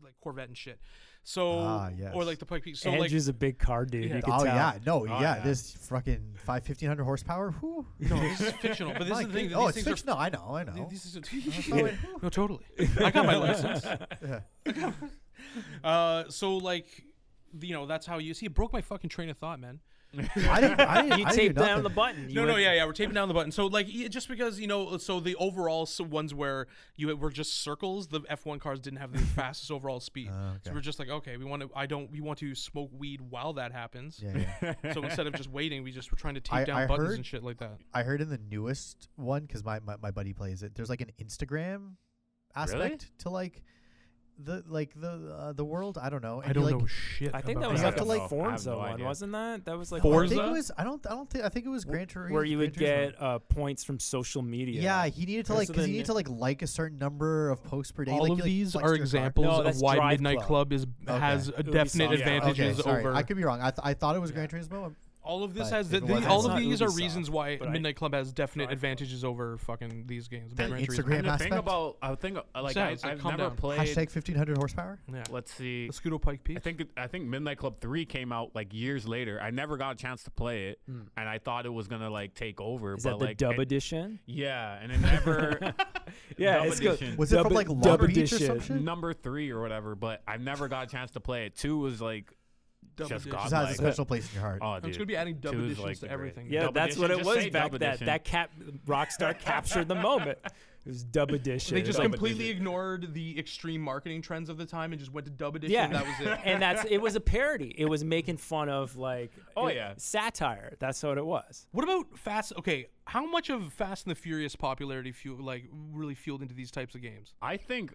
Speaker 1: like Corvette and shit. So
Speaker 2: Ah,
Speaker 1: or
Speaker 2: yes.
Speaker 1: like the Pike Peak. So like
Speaker 4: Andrew's a big car dude.
Speaker 1: Yeah.
Speaker 4: You could
Speaker 2: Oh
Speaker 4: tell.
Speaker 2: yeah, no, yeah,
Speaker 3: yeah.
Speaker 2: This fucking five fifteen hundred horsepower. Whew.
Speaker 1: no, this is fictional, but this
Speaker 2: My
Speaker 1: is the thing. that
Speaker 2: goodness. oh,
Speaker 1: these
Speaker 2: it's
Speaker 1: things
Speaker 2: fiction. No, I know, I know. Oh,
Speaker 1: are. These things are no, totally. I got my license. I got my- uh, so like, you know, that's how you see. It broke my fucking train of thought, man.
Speaker 2: I didn't. I didn't
Speaker 4: You
Speaker 2: I didn't do
Speaker 4: tape down
Speaker 2: nothing.
Speaker 4: the button. You
Speaker 1: No, no,
Speaker 4: would-
Speaker 1: yeah, yeah. We're taping down the button. So like, yeah, just because you know, so the overall so ones where you were just circles, the F1 cars didn't have the fastest overall speed. So
Speaker 2: okay.
Speaker 1: we're just like, okay, we want to. I don't. We want to smoke weed while that happens.
Speaker 2: Yeah, yeah.
Speaker 1: So instead of just waiting, we just were trying to tape
Speaker 2: I-
Speaker 1: down
Speaker 2: I
Speaker 1: buttons
Speaker 2: heard-
Speaker 1: and shit like that.
Speaker 2: I heard in the newest one because my, my my buddy plays it. There's like an Instagram aspect to like the like the uh, the world. I don't know. And you, like,
Speaker 1: shit.
Speaker 4: I think that
Speaker 3: about
Speaker 4: was
Speaker 3: that.
Speaker 4: like
Speaker 3: I
Speaker 4: the
Speaker 3: don't know. I have
Speaker 4: Forza
Speaker 3: no
Speaker 4: one,
Speaker 3: idea.
Speaker 4: wasn't that? That was like
Speaker 2: I think
Speaker 1: Forza?
Speaker 2: it was. I don't. I don't think. I think it was Gran Turismo.
Speaker 4: where you would
Speaker 2: Gran Turismo.
Speaker 4: get uh, points from social media.
Speaker 2: Yeah, he needed to
Speaker 4: Okay,
Speaker 2: like
Speaker 4: so
Speaker 2: because
Speaker 4: then-
Speaker 2: he needed to like like a certain number of posts per day.
Speaker 1: all
Speaker 2: like,
Speaker 1: of
Speaker 2: you, like,
Speaker 1: these
Speaker 2: flexed
Speaker 1: are
Speaker 2: your car.
Speaker 1: examples
Speaker 4: No,
Speaker 1: of
Speaker 4: that's
Speaker 1: why
Speaker 4: Drive
Speaker 1: Midnight
Speaker 4: Club.
Speaker 1: Club, is
Speaker 2: Okay.
Speaker 1: has a
Speaker 4: Ubisoft.
Speaker 1: definite
Speaker 4: Yeah, okay,
Speaker 2: Okay,
Speaker 1: advantages
Speaker 2: sorry.
Speaker 1: over.
Speaker 2: I could be wrong. I, th- I thought it was Gran Turismo. Um,
Speaker 1: all of this
Speaker 2: but
Speaker 1: has the,
Speaker 2: it wasn't.
Speaker 1: all of
Speaker 4: That's not
Speaker 1: these are
Speaker 4: Ubisoft,
Speaker 1: reasons why
Speaker 4: but I-
Speaker 1: Midnight Club has definite
Speaker 4: Drive Club.
Speaker 1: advantages over fucking these games.
Speaker 2: That
Speaker 1: Gran Turismo.
Speaker 2: Instagram
Speaker 3: And the thing
Speaker 2: aspect?
Speaker 3: about I think uh, like
Speaker 1: Yeah,
Speaker 3: I,
Speaker 1: it's like,
Speaker 3: I've
Speaker 1: calm
Speaker 3: never
Speaker 1: down.
Speaker 3: played.
Speaker 2: Hashtag fifteen hundred horsepower.
Speaker 1: Yeah.
Speaker 3: Let's see.
Speaker 1: The Scudo Pike
Speaker 3: I
Speaker 1: Peak.
Speaker 3: think it- I think Midnight Club Three came out like years later. I never got a chance to play it, and I thought it was gonna like take over.
Speaker 4: Hmm. Is
Speaker 3: but
Speaker 4: that the
Speaker 3: like,
Speaker 4: dub
Speaker 3: it-
Speaker 4: edition?
Speaker 3: Yeah, and it never.
Speaker 4: Yeah,
Speaker 3: dub
Speaker 4: it's good.
Speaker 3: edition.
Speaker 2: Was it
Speaker 4: Dub-
Speaker 2: from like
Speaker 4: dub
Speaker 2: Long Beach or
Speaker 4: edition.
Speaker 2: some shit?
Speaker 3: number three or whatever, but I've never got a chance to play it. Two was like,
Speaker 1: Dub
Speaker 3: just
Speaker 1: edition.
Speaker 3: got
Speaker 2: Just has a
Speaker 3: like-
Speaker 2: special place in your heart.
Speaker 3: oh, dude.
Speaker 1: I'm just gonna be adding dub
Speaker 3: Two is,
Speaker 1: editions
Speaker 3: like,
Speaker 1: to
Speaker 3: the
Speaker 1: everything.
Speaker 4: Yeah,
Speaker 3: Dub
Speaker 4: that's what it
Speaker 3: edition. Just
Speaker 4: was
Speaker 3: say
Speaker 4: back
Speaker 3: dub
Speaker 4: that
Speaker 3: edition.
Speaker 4: that cap Rockstar captured the moment. It was dub edition.
Speaker 1: They just
Speaker 3: Dub
Speaker 1: completely
Speaker 3: edition.
Speaker 1: ignored the extreme marketing trends of the time and just went to dub edition.
Speaker 4: yeah,
Speaker 1: and That was it.
Speaker 4: and that's it was a parody. It was making fun of like
Speaker 3: Oh,
Speaker 4: it-
Speaker 3: yeah.
Speaker 4: satire. That's what it was.
Speaker 1: What about Fast? Okay, how much of Fast and the Furious popularity fuel like really fueled into these types of games?
Speaker 3: I think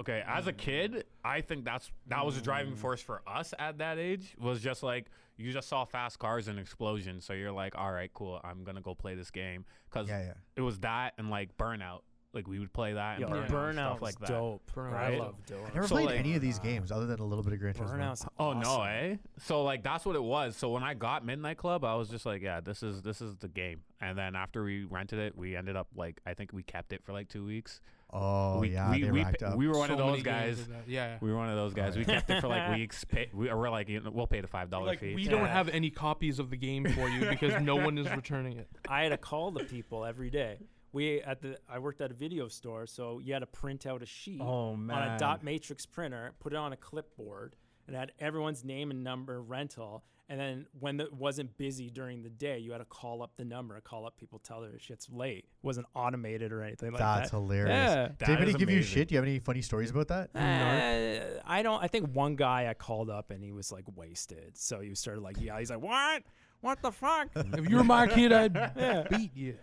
Speaker 3: okay, as a kid, I think that's that was a driving force for us at that age was just like you just saw fast cars and explosions, so you're like, all right, cool, I'm gonna go play this game because
Speaker 2: Yeah, yeah.
Speaker 3: it was that and like Burnout, like we would play that and
Speaker 4: Yo,
Speaker 3: burnout, and stuff
Speaker 4: Burnout's
Speaker 3: like that.
Speaker 4: dope.
Speaker 1: Burnout
Speaker 4: I
Speaker 1: was
Speaker 4: love
Speaker 2: I
Speaker 4: Burnout.
Speaker 2: never
Speaker 3: So,
Speaker 2: played
Speaker 3: like-
Speaker 2: any of these games other than a little bit of Gran Turismo.
Speaker 4: Burnout's
Speaker 3: Oh no,
Speaker 4: awesome.
Speaker 3: eh? So like that's what it was. So when I got Midnight Club, I was just like, yeah, this is this is the game. And then after we rented it, we ended up like I think we kept it for like two weeks.
Speaker 2: Oh
Speaker 3: we,
Speaker 2: yeah,
Speaker 3: we,
Speaker 2: they
Speaker 3: we,
Speaker 2: racked
Speaker 3: pa-
Speaker 2: up.
Speaker 3: we were one
Speaker 1: So
Speaker 3: of
Speaker 1: many
Speaker 3: those
Speaker 1: games
Speaker 3: guys.
Speaker 1: did that. Yeah. yeah.
Speaker 3: We were one of those guys. We kept it for like weeks. Pay, we or we're like, you know, we'll pay the five dollar
Speaker 1: Like
Speaker 3: fee.
Speaker 1: we don't
Speaker 4: Yeah.
Speaker 1: have any copies of the game for you because no one is returning it.
Speaker 4: I had to call the people every day. We at the I worked at a video store, so you had to print out a sheet
Speaker 3: Oh,
Speaker 4: on a
Speaker 3: man.
Speaker 4: dot matrix printer, put it on a clipboard, and it had everyone's name and number rental. And then when it wasn't busy during the day, you had to call up the number, call up people, tell their shit's late. It wasn't automated or anything like
Speaker 2: That's
Speaker 4: that.
Speaker 2: hilarious.
Speaker 4: Yeah.
Speaker 2: Did anybody
Speaker 3: is
Speaker 2: give you
Speaker 3: amazing.
Speaker 2: shit? Do you have any funny stories about that?
Speaker 4: Uh, I don't. I think one guy I called up and he was like wasted. So he started like, yeah, he's like, what? What the fuck?
Speaker 1: If you were my kid, I'd beat you.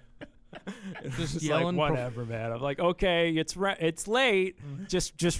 Speaker 4: Just
Speaker 1: yelling
Speaker 4: like,
Speaker 1: prof-
Speaker 4: whatever, man. I'm like, okay, it's re- it's late.
Speaker 3: Mm-hmm.
Speaker 4: Just just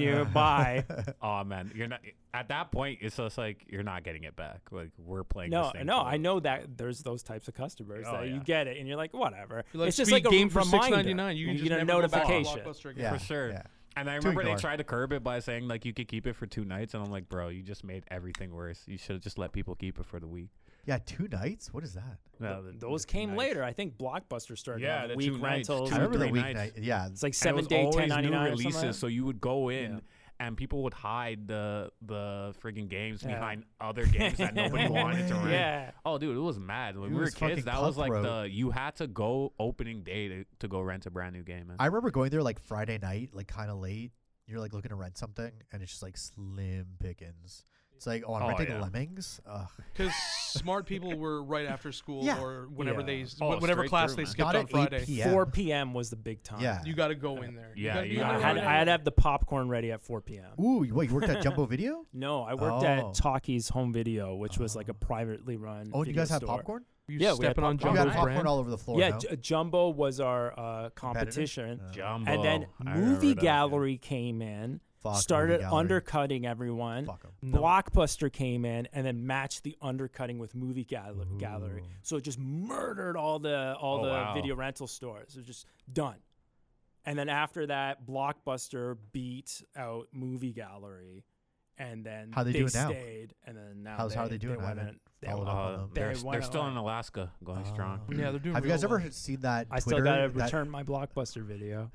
Speaker 4: you. Bye.
Speaker 3: Oh man, you're not at that point. It's just like you're not getting it back. Like we're playing.
Speaker 4: No,
Speaker 3: this thing
Speaker 4: no,
Speaker 3: for-
Speaker 4: I know that there's those types of customers
Speaker 3: Oh,
Speaker 4: that
Speaker 3: yeah.
Speaker 4: you get it and you're like, whatever.
Speaker 1: You're like,
Speaker 4: it's just
Speaker 1: "Sweet,
Speaker 4: like a
Speaker 1: game for
Speaker 4: reminder.
Speaker 1: six ninety nine. You can
Speaker 4: You
Speaker 1: just
Speaker 4: get a
Speaker 1: never go back to
Speaker 4: notification.
Speaker 1: Blockbuster again.
Speaker 2: Yeah.
Speaker 3: for sure.
Speaker 2: yeah.
Speaker 3: And I
Speaker 2: To
Speaker 3: remember they
Speaker 2: ignore.
Speaker 3: tried to curb it by saying like you could keep it for two nights, and I'm like, bro, you just made everything worse. You should have just let people keep it for the week.
Speaker 2: Yeah, two nights? What is that?
Speaker 3: No, the-
Speaker 4: Those
Speaker 3: the two
Speaker 4: came
Speaker 3: nights.
Speaker 4: later. I think Blockbuster started
Speaker 3: Yeah,
Speaker 4: having
Speaker 3: the
Speaker 4: week
Speaker 3: two nights,
Speaker 4: rentals.
Speaker 3: two
Speaker 2: I
Speaker 3: or
Speaker 2: remember the
Speaker 3: three
Speaker 2: weeknight.
Speaker 3: nights.
Speaker 2: Yeah.
Speaker 4: It's like
Speaker 3: And it
Speaker 4: seven
Speaker 3: was
Speaker 4: day
Speaker 3: always
Speaker 4: ten ninety
Speaker 3: new
Speaker 4: nine
Speaker 3: releases,
Speaker 4: releases.
Speaker 3: so you would go in. And people would hide the the friggin' games
Speaker 4: Yeah.
Speaker 3: behind other games that nobody wanted to rent.
Speaker 4: Yeah.
Speaker 3: Oh, dude, it was mad. When
Speaker 2: It
Speaker 3: we were
Speaker 2: was fucking
Speaker 3: kids, that was like
Speaker 2: cutthroat.
Speaker 3: the you had to go opening day to, to go rent a brand new game. Man.
Speaker 2: I remember going there like Friday night, like kind of late. You're like looking to rent something, and it's just like slim pickings. It's like, oh, I'm
Speaker 3: Oh,
Speaker 2: renting
Speaker 3: yeah.
Speaker 2: Lemmings. Ugh.
Speaker 1: Because smart people were right after school
Speaker 2: Yeah.
Speaker 1: or whenever
Speaker 4: Yeah.
Speaker 1: they s-
Speaker 3: Oh,
Speaker 1: whatever
Speaker 3: straight
Speaker 1: class
Speaker 3: through,
Speaker 1: they
Speaker 3: man.
Speaker 1: skipped
Speaker 2: Not
Speaker 1: on
Speaker 2: at 8
Speaker 1: Friday.
Speaker 2: p.m.
Speaker 4: Four p.m. was the big time.
Speaker 2: Yeah.
Speaker 1: You got to go in there.
Speaker 3: Yeah,
Speaker 1: you
Speaker 3: you
Speaker 1: got to go
Speaker 3: gotta
Speaker 4: I
Speaker 1: in
Speaker 4: had,
Speaker 1: there.
Speaker 4: I had to have the popcorn ready at four p.m.
Speaker 2: Ooh, you- wait, you worked at Jumbo Video?
Speaker 4: No, I worked
Speaker 2: Oh.
Speaker 4: at Talkie's Home Video, which was
Speaker 3: Oh.
Speaker 4: like a privately run.
Speaker 2: Oh, and you
Speaker 4: video
Speaker 2: guys have
Speaker 4: store.
Speaker 2: popcorn?
Speaker 1: You
Speaker 4: Yeah, we had
Speaker 1: stepping on
Speaker 2: You
Speaker 4: popcorn.
Speaker 1: Jumbo's
Speaker 2: got popcorn
Speaker 1: brand.
Speaker 2: all over the floor.
Speaker 4: Yeah,
Speaker 2: no?
Speaker 4: J- Jumbo was our uh, competition.
Speaker 3: Jumbo.
Speaker 2: Oh,
Speaker 4: And then
Speaker 3: I remember
Speaker 4: Movie
Speaker 3: that, yeah.
Speaker 4: Gallery came in,
Speaker 2: Fuck Movie
Speaker 4: started
Speaker 2: Gallery.
Speaker 4: undercutting everyone.
Speaker 2: Fuck 'em.
Speaker 4: Blockbuster came in and then matched the undercutting with Movie Gallery. gallery. So it just murdered all the all
Speaker 3: Oh,
Speaker 4: the
Speaker 3: wow.
Speaker 4: video rental stores. It was just done. And then after that, Blockbuster beat out Movie Gallery, and then
Speaker 2: How they
Speaker 4: they
Speaker 2: doing now?
Speaker 4: stayed. And then now
Speaker 2: How's-
Speaker 4: they,
Speaker 2: how are they doing? I
Speaker 4: went
Speaker 2: haven't
Speaker 4: in- they
Speaker 2: followed
Speaker 4: went-
Speaker 2: up. on Oh.
Speaker 3: Uh,
Speaker 2: them.
Speaker 3: they're
Speaker 4: They
Speaker 3: they're
Speaker 4: went
Speaker 3: still
Speaker 4: away.
Speaker 3: in Alaska, going strong.
Speaker 1: Yeah, they're doing
Speaker 2: Um, Have you
Speaker 1: real
Speaker 2: guys ever
Speaker 1: well.
Speaker 2: heard- seen that?
Speaker 4: I still
Speaker 2: Twitter
Speaker 4: gotta
Speaker 2: that-
Speaker 4: return my Blockbuster video.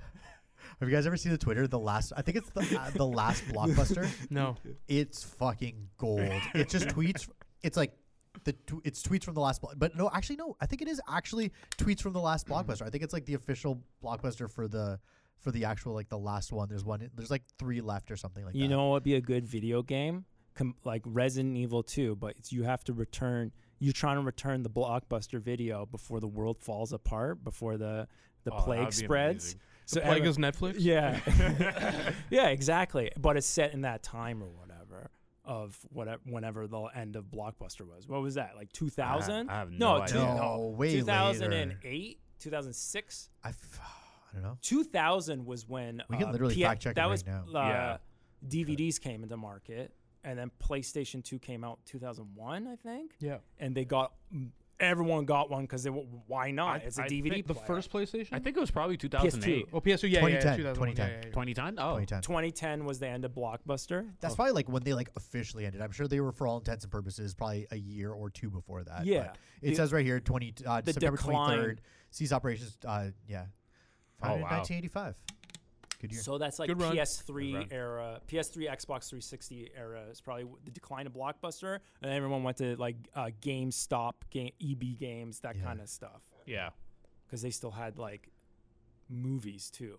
Speaker 2: Have you guys ever seen the Twitter? The last, I think it's the uh, the last blockbuster.
Speaker 1: No.
Speaker 2: It's fucking gold. It just tweets. It's like the tw- it's tweets from the last block, but no, actually no. I think it is actually tweets from the last blockbuster. I think it's like the official blockbuster for the for the actual like the last one. There's one. There's like three left or something like
Speaker 4: You
Speaker 2: that.
Speaker 4: know what would be a good video game? Com- like Resident Evil 2, but it's, you have to return. You're trying to return the blockbuster video before the world falls apart, before the the
Speaker 3: Oh, that would
Speaker 4: plague
Speaker 3: be
Speaker 4: spreads.
Speaker 3: amazing.
Speaker 4: So
Speaker 1: Plague
Speaker 4: every-
Speaker 1: is Netflix?
Speaker 4: yeah, yeah, exactly. But it's set in that time or whatever of whatever whenever the end of blockbuster was. What was that? Like 2000?
Speaker 3: I have no
Speaker 4: two-
Speaker 3: idea.
Speaker 2: No, way
Speaker 4: 2008, 2006.
Speaker 2: I, f- I don't know.
Speaker 4: 2000 was when
Speaker 2: We can
Speaker 4: uh,
Speaker 2: literally
Speaker 4: P-
Speaker 2: fact check it
Speaker 4: that
Speaker 2: right
Speaker 4: was
Speaker 2: now.
Speaker 4: Uh,
Speaker 3: Yeah.
Speaker 4: DVDs came into market, and then PlayStation 2 came out 2001, I think.
Speaker 1: Yeah.
Speaker 4: And they got everyone got one because they w- why
Speaker 3: I-
Speaker 4: not? it's a
Speaker 3: I
Speaker 4: DVD.
Speaker 3: think
Speaker 1: The
Speaker 4: player.
Speaker 1: first PlayStation?
Speaker 3: I think it was probably 2008.
Speaker 1: Oh, PS2. Yeah, yeah, yeah.
Speaker 2: 2010,
Speaker 1: 2001,
Speaker 2: 2010.
Speaker 1: yeah, yeah, yeah.
Speaker 3: 2010? Oh.
Speaker 2: 2010.
Speaker 4: 2010 was the end of Blockbuster.
Speaker 1: Oh,
Speaker 2: That's probably like when they like officially ended. I'm sure they were, for all intents and purposes, probably a year or two before that. but
Speaker 4: Yeah.
Speaker 2: it
Speaker 4: The-
Speaker 2: says right here, 20 uh,
Speaker 4: the
Speaker 2: September
Speaker 4: decline.
Speaker 2: 23rd, ceased operations. Uh, yeah,
Speaker 3: Oh,
Speaker 2: founded in
Speaker 3: wow.
Speaker 2: 1985. Good year.
Speaker 4: So that's like
Speaker 1: Good run.
Speaker 4: PS3
Speaker 3: Good run.
Speaker 4: era, PS3, Xbox 360 era. It's probably w- the decline of Blockbuster, and everyone went to like uh, GameStop, game, EB Games, that
Speaker 2: Yeah.
Speaker 4: kind of stuff.
Speaker 3: Yeah.
Speaker 4: because they still had like movies too.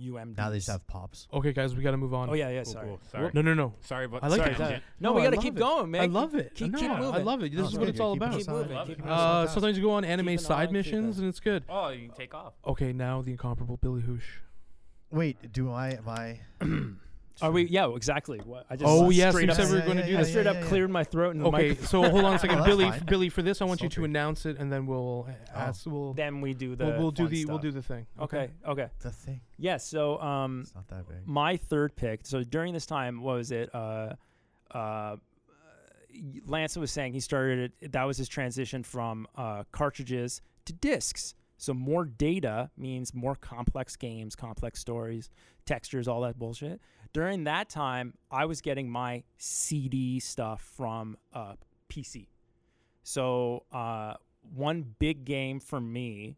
Speaker 4: UMDs.
Speaker 2: now they just have pops.
Speaker 1: Okay, guys, we got to move on.
Speaker 4: Oh yeah, yeah.
Speaker 3: Cool,
Speaker 4: sorry.
Speaker 3: cool. Sorry.
Speaker 1: No, no, no.
Speaker 3: Sorry, but
Speaker 1: I like
Speaker 3: sorry,
Speaker 1: it.
Speaker 3: Jim.
Speaker 4: No, we
Speaker 1: I
Speaker 4: gotta
Speaker 1: love
Speaker 4: keep
Speaker 1: it.
Speaker 4: going, man.
Speaker 1: I
Speaker 4: Keep-
Speaker 1: love it.
Speaker 4: keep-
Speaker 1: no,
Speaker 4: keep
Speaker 1: I
Speaker 4: moving.
Speaker 1: love it. This
Speaker 2: No,
Speaker 1: is
Speaker 2: it's
Speaker 1: what
Speaker 2: good.
Speaker 1: it's
Speaker 2: You
Speaker 1: all
Speaker 2: Oh, keep
Speaker 1: about.
Speaker 4: keep
Speaker 2: Keep
Speaker 4: moving.
Speaker 2: on.
Speaker 4: Keep moving.
Speaker 1: Uh, sometimes you go on anime
Speaker 4: Keep it
Speaker 1: side
Speaker 4: on, keep it
Speaker 1: missions
Speaker 4: on.
Speaker 1: and it's good.
Speaker 3: Oh, you can take off.
Speaker 1: Okay, now the incomparable Billy Hoosh.
Speaker 2: Wait, do I? Am I?
Speaker 4: Are we? Yeah, exactly. What I just
Speaker 1: Oh
Speaker 4: straight
Speaker 1: yes,
Speaker 4: up,
Speaker 1: we said we were
Speaker 2: Yeah,
Speaker 1: going to
Speaker 2: yeah,
Speaker 1: do
Speaker 2: yeah,
Speaker 4: I
Speaker 1: this.
Speaker 4: straight
Speaker 2: yeah,
Speaker 4: up
Speaker 2: yeah.
Speaker 4: cleared my throat in the
Speaker 1: Okay,
Speaker 4: microphone.
Speaker 1: so hold on a second,
Speaker 2: Well, that's
Speaker 1: Billy.
Speaker 2: fine.
Speaker 1: Billy, for this, I want you to
Speaker 2: Sultry.
Speaker 1: announce it, and then we'll uh,
Speaker 2: Oh.
Speaker 1: ask. We'll,
Speaker 4: Then we do the.
Speaker 1: we'll we'll do
Speaker 4: fun
Speaker 1: the we'll
Speaker 4: stuff.
Speaker 1: do the thing.
Speaker 4: Okay. Okay.
Speaker 2: The thing.
Speaker 4: Yeah. So um,
Speaker 2: It's not that big.
Speaker 4: my third pick. So during this time, what was it? Uh, uh, Lance was saying he started it. That was his transition from uh, cartridges to discs. So more data means more complex games, complex stories, textures, all that bullshit. During that time, I was getting my CD stuff from uh, PC. So uh, one big game for me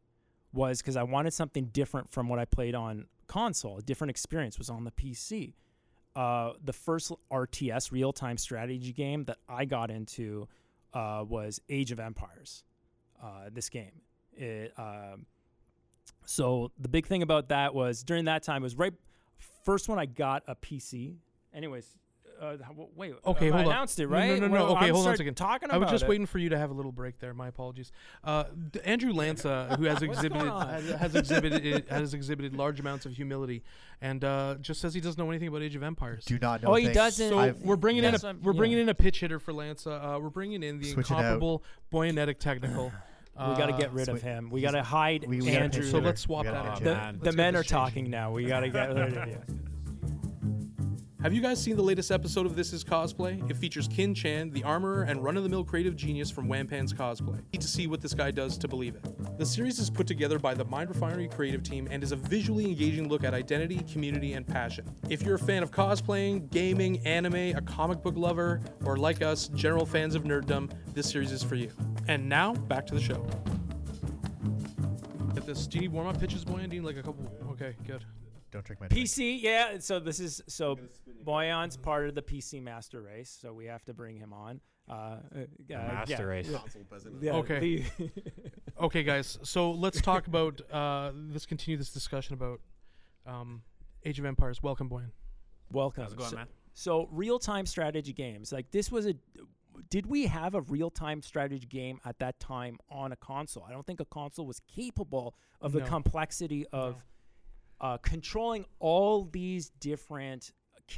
Speaker 4: was because I wanted something different from what I played on console. A different experience was on the PC. Uh, the first RTS real time strategy game that I got into uh, was Age of Empires. Uh, this game. It, um, so the big thing about that was during that time it was right first when I got a PC. Anyways, uh, uh, how- w- wait.
Speaker 1: Okay,
Speaker 4: uh, I
Speaker 1: hold on.
Speaker 4: announced
Speaker 1: No,
Speaker 4: it
Speaker 1: no,
Speaker 4: right.
Speaker 1: no, no,
Speaker 4: Well,
Speaker 1: okay,
Speaker 4: I'm
Speaker 1: hold on a
Speaker 4: start
Speaker 1: second.
Speaker 4: Talking about
Speaker 1: I was just
Speaker 4: it.
Speaker 1: waiting for you to have a little break there. My apologies. Uh, d- Andrew Lanza, who has
Speaker 4: What's going
Speaker 1: exhibited
Speaker 4: on?
Speaker 1: has, has exhibited has exhibited large amounts of humility, and uh, just says he doesn't know anything about Age of Empires.
Speaker 2: Do not know.
Speaker 4: Oh, he
Speaker 2: things.
Speaker 4: doesn't-
Speaker 1: So
Speaker 2: I've-
Speaker 1: we're bringing
Speaker 4: That's
Speaker 1: in
Speaker 4: what
Speaker 1: a
Speaker 4: I'm-
Speaker 1: we're
Speaker 4: yeah.
Speaker 1: bringing in a pitch hitter for Lanza. Uh, we're bringing in the
Speaker 2: Switch it out.
Speaker 1: incomparable Boyanetic technical.
Speaker 4: We got to
Speaker 1: Uh,
Speaker 4: get rid of
Speaker 2: Sweet.
Speaker 4: him. We got to hide
Speaker 2: we- we gotta
Speaker 4: Andrew.
Speaker 2: pitch
Speaker 1: So
Speaker 2: hitter.
Speaker 1: let's swap
Speaker 2: We
Speaker 1: that
Speaker 2: gotta
Speaker 1: out.
Speaker 2: pitch
Speaker 4: the,
Speaker 2: hitter.
Speaker 3: man.
Speaker 4: the
Speaker 1: Let's get
Speaker 4: men are
Speaker 1: this changed.
Speaker 4: talking now. We got to get rid of you.
Speaker 1: Have you guys seen the latest episode of This Is Cosplay? It features Kin Chan, the armorer and run of the mill creative genius from Wampan's Cosplay. Need to see what this guy does to believe it. The series is put together by the Mind Refinery creative team and is a visually engaging look at identity, community, and passion. If you're a fan of cosplaying, gaming, anime, a comic book lover, or like us, general fans of nerddom, this series is for you. And now, back to the show. Get this. Do you need warm up pitches, Boyan? Do you need like a couple? Okay, good.
Speaker 2: Don't drink my drink.
Speaker 4: PC, yeah. So this is so Boyan's part of the PC master race. So we have to bring him on. Uh, uh, yeah.
Speaker 3: Master race.
Speaker 4: Yeah,
Speaker 1: Okay.
Speaker 4: the-
Speaker 1: Okay, guys. So let's talk about uh, let's continue this discussion about um, Age of Empires. Welcome, Boyan.
Speaker 4: welcome.
Speaker 3: How's it going,
Speaker 4: So-
Speaker 3: man?
Speaker 4: So real time strategy games. Like this was a did we have a real time strategy game at that time on a console? I don't think a console was capable of the
Speaker 1: No.
Speaker 4: complexity of uh, controlling all these different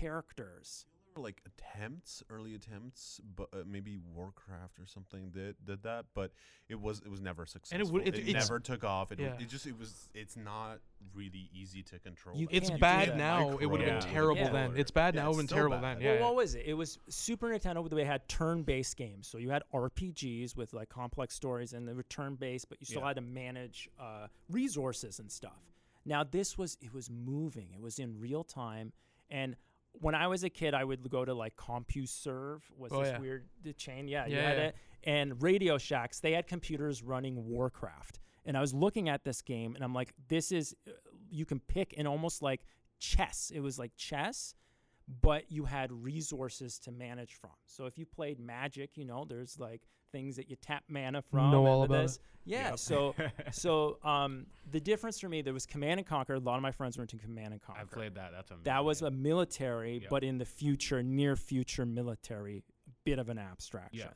Speaker 4: characters.
Speaker 5: were, like attempts, early attempts, but uh, maybe Warcraft or something that did that, but it was it was never successful.
Speaker 1: would- it- it's-
Speaker 5: never took off. It, w-
Speaker 1: Yeah.
Speaker 5: it just it was it's not really easy to control.
Speaker 4: You
Speaker 5: that.
Speaker 1: It's
Speaker 4: can't do
Speaker 1: bad
Speaker 4: that.
Speaker 1: now. It would have
Speaker 3: Yeah.
Speaker 1: been terrible
Speaker 4: Yeah.
Speaker 1: then. It's bad
Speaker 5: Yeah,
Speaker 1: now. It would have
Speaker 5: it's
Speaker 1: been
Speaker 5: so
Speaker 1: terrible
Speaker 5: bad.
Speaker 1: then. Yeah.
Speaker 4: Well, what
Speaker 1: yeah.
Speaker 4: was it? It was Super Nintendo. They had turn-based games, so you had RPGs with like complex stories, and they were turn-based, but you still had to manage uh, resources and stuff. Now this was it was moving. It was in real time, and when I was a kid, I would go to like CompuServe was
Speaker 1: Oh,
Speaker 4: this
Speaker 1: yeah.
Speaker 4: weird the chain. Yeah, you
Speaker 1: Yeah,
Speaker 4: had
Speaker 1: yeah.
Speaker 4: it. And Radio Shacks, they had computers running Warcraft, and I was looking at this game, and I'm like, this is uh, you can pick and almost like chess. It was like chess, but you had resources to manage from. So if you played Magic, you know, there's like things that you tap mana from.
Speaker 1: Know
Speaker 4: and
Speaker 1: all
Speaker 4: the
Speaker 1: about it.
Speaker 4: this. Yeah. So, so um, the difference for me there was Command and Conquer. A lot of my friends were into Command and Conquer.
Speaker 3: I've played that. That's amazing.
Speaker 4: That was a military,
Speaker 3: Yep.
Speaker 4: but in the future, near future military, bit of an abstraction.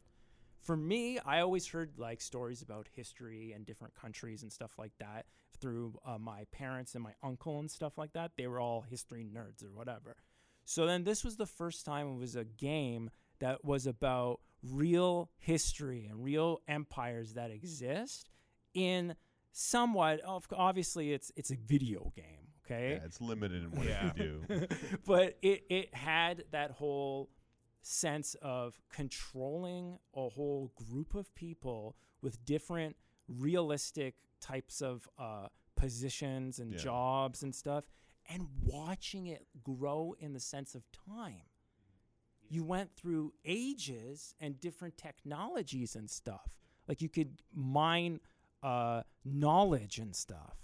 Speaker 4: For me, I always heard like stories about history and different countries and stuff like that through uh, my parents and my uncle and stuff like that. They were all history nerds or whatever. So then this was the first time it was a game that was about real history and real empires that exist in somewhat of obviously it's it's a video game, okay?
Speaker 5: yeah, it's limited in what it can do.
Speaker 4: but it, it had that whole sense of controlling a whole group of people with different realistic types of uh, positions and
Speaker 5: Yeah.
Speaker 4: jobs and stuff and watching it grow in the sense of time you went through ages and different technologies and stuff like you could mine uh, knowledge and stuff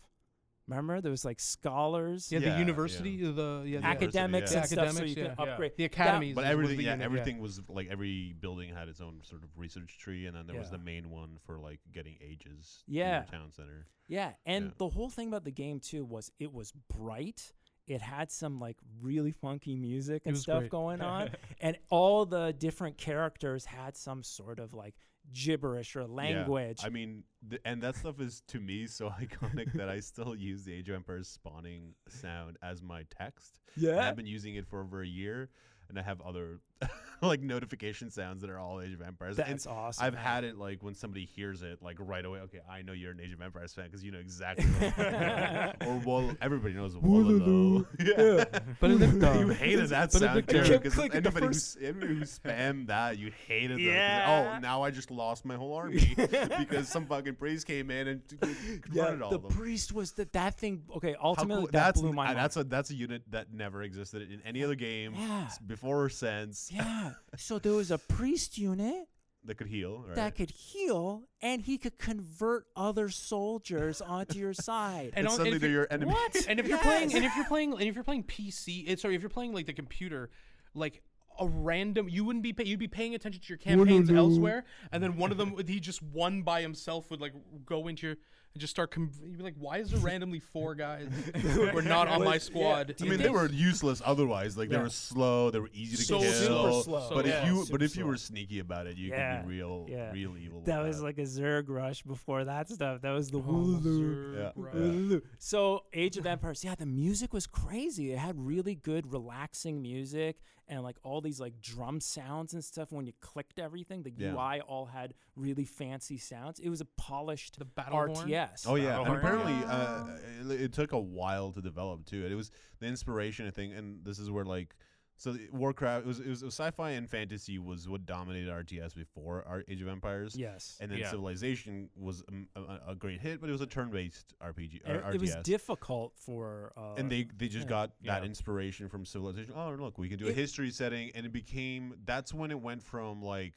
Speaker 4: remember there was like scholars
Speaker 1: Yeah,
Speaker 5: Yeah,
Speaker 1: the
Speaker 5: yeah.
Speaker 1: university, the yeah, the-
Speaker 5: Acad-
Speaker 4: academics
Speaker 5: yeah.
Speaker 4: and stuff,
Speaker 1: Academics,
Speaker 4: so you
Speaker 1: yeah.
Speaker 4: can
Speaker 3: Yeah.
Speaker 4: upgrade
Speaker 1: the
Speaker 4: That-
Speaker 1: academies.
Speaker 5: but
Speaker 1: was
Speaker 5: everything,
Speaker 1: the
Speaker 5: yeah,
Speaker 1: unit,
Speaker 5: everything was like every building had its own sort of research tree, and then there was
Speaker 4: Yeah.
Speaker 5: the main one for like getting ages. in
Speaker 4: Yeah.
Speaker 5: your town center.
Speaker 4: yeah, and
Speaker 5: Yeah.
Speaker 4: the whole thing about the game too was it was bright. It had some like really funky music and
Speaker 1: was
Speaker 4: stuff
Speaker 1: great.
Speaker 4: going on, and all the different characters had some sort of like gibberish or
Speaker 5: Yeah,
Speaker 4: language.
Speaker 5: I mean, th- and that stuff is to me so iconic that I still use the Age of Empires spawning sound as my text. And
Speaker 4: Yeah.
Speaker 5: I've been using it for over a year, and I have other like notification sounds that are all Age of Empires. And
Speaker 4: That's awesome.
Speaker 5: I've had it like when somebody hears it, like right away. Okay, I know you're an Age of Empires fan because you know exactly. What I'm talking about." or Wall, everybody knows Wallalo. yeah.
Speaker 1: But it looked
Speaker 4: Um,
Speaker 5: you
Speaker 1: dumb.
Speaker 5: hated that
Speaker 1: But it
Speaker 5: sound
Speaker 1: looked
Speaker 5: too
Speaker 1: dumb.
Speaker 5: because
Speaker 4: Click the
Speaker 5: anybody, who
Speaker 4: first-
Speaker 5: s- anybody who spammed that, you hated that. 'cause,
Speaker 4: Yeah.
Speaker 5: Oh, now I just lost my whole army because some fucking priest came in and t- converted all
Speaker 4: the
Speaker 5: of them.
Speaker 4: priest was that that thing. Okay,
Speaker 5: How
Speaker 4: ultimately that
Speaker 5: cool- that's
Speaker 4: blew my
Speaker 5: uh,
Speaker 4: mind.
Speaker 5: that's a that's a unit that never existed in any other game
Speaker 4: Yeah.
Speaker 5: s- before or since
Speaker 4: yeah. So there was a priest unit
Speaker 5: that could heal. Right?
Speaker 4: that could heal, and he could convert other soldiers onto your side.
Speaker 1: And
Speaker 5: And
Speaker 1: on-
Speaker 5: suddenly
Speaker 1: if
Speaker 5: they're
Speaker 1: you-
Speaker 5: your enemy.
Speaker 1: And if you're playing, and if you're playing, and if you're playing PC, eh, sorry, if you're playing like the computer, like a random, you wouldn't be pay, you'd be paying attention to your campaigns elsewhere, and then one of them he just won by himself would like go into your and just start. Conv- you'd be like, why is there randomly four guys who are not on my squad?
Speaker 5: I mean, they were useless otherwise. Like they
Speaker 4: Yeah.
Speaker 5: were slow. They were easy to
Speaker 1: So
Speaker 5: kill.
Speaker 1: super
Speaker 6: slow.
Speaker 5: But
Speaker 1: Yeah.
Speaker 5: if you
Speaker 6: Super
Speaker 5: but if you
Speaker 6: slow.
Speaker 5: were sneaky about it, you
Speaker 4: Yeah.
Speaker 5: could be real
Speaker 4: Yeah.
Speaker 5: real evil.
Speaker 4: That
Speaker 5: with
Speaker 4: was
Speaker 5: that.
Speaker 4: like a Zerg rush before that stuff. That was the
Speaker 1: Oh,
Speaker 4: Wooloo.
Speaker 1: sir,
Speaker 5: Yeah.
Speaker 1: right.
Speaker 5: Yeah.
Speaker 4: So Age of Empires, yeah, the music was crazy. It had really good, relaxing music and like all these like drum sounds and stuff. When you clicked everything, the
Speaker 5: Yeah.
Speaker 4: UI all had really fancy sounds. It was a polished
Speaker 1: The battle horn?
Speaker 4: RTS.
Speaker 5: Oh yeah,
Speaker 3: Battle
Speaker 5: and
Speaker 3: Horn,
Speaker 5: apparently uh, it, it took a while to develop too. It was the inspiration, I think, and this is where like so the Warcraft it was it was sci-fi and fantasy was what dominated RTS before our Age of Empires.
Speaker 4: Yes.
Speaker 5: And then
Speaker 3: Yeah.
Speaker 5: Civilization was um, a- a, a great hit, but it was a turn-based RPG.
Speaker 4: And
Speaker 5: Or
Speaker 4: it,
Speaker 5: RTS.
Speaker 4: was difficult for uh,
Speaker 5: and they they just
Speaker 4: yeah.
Speaker 5: got that
Speaker 3: Yeah.
Speaker 5: inspiration from civilization oh look we can do a
Speaker 4: It-
Speaker 5: history setting and it became that's when it went from like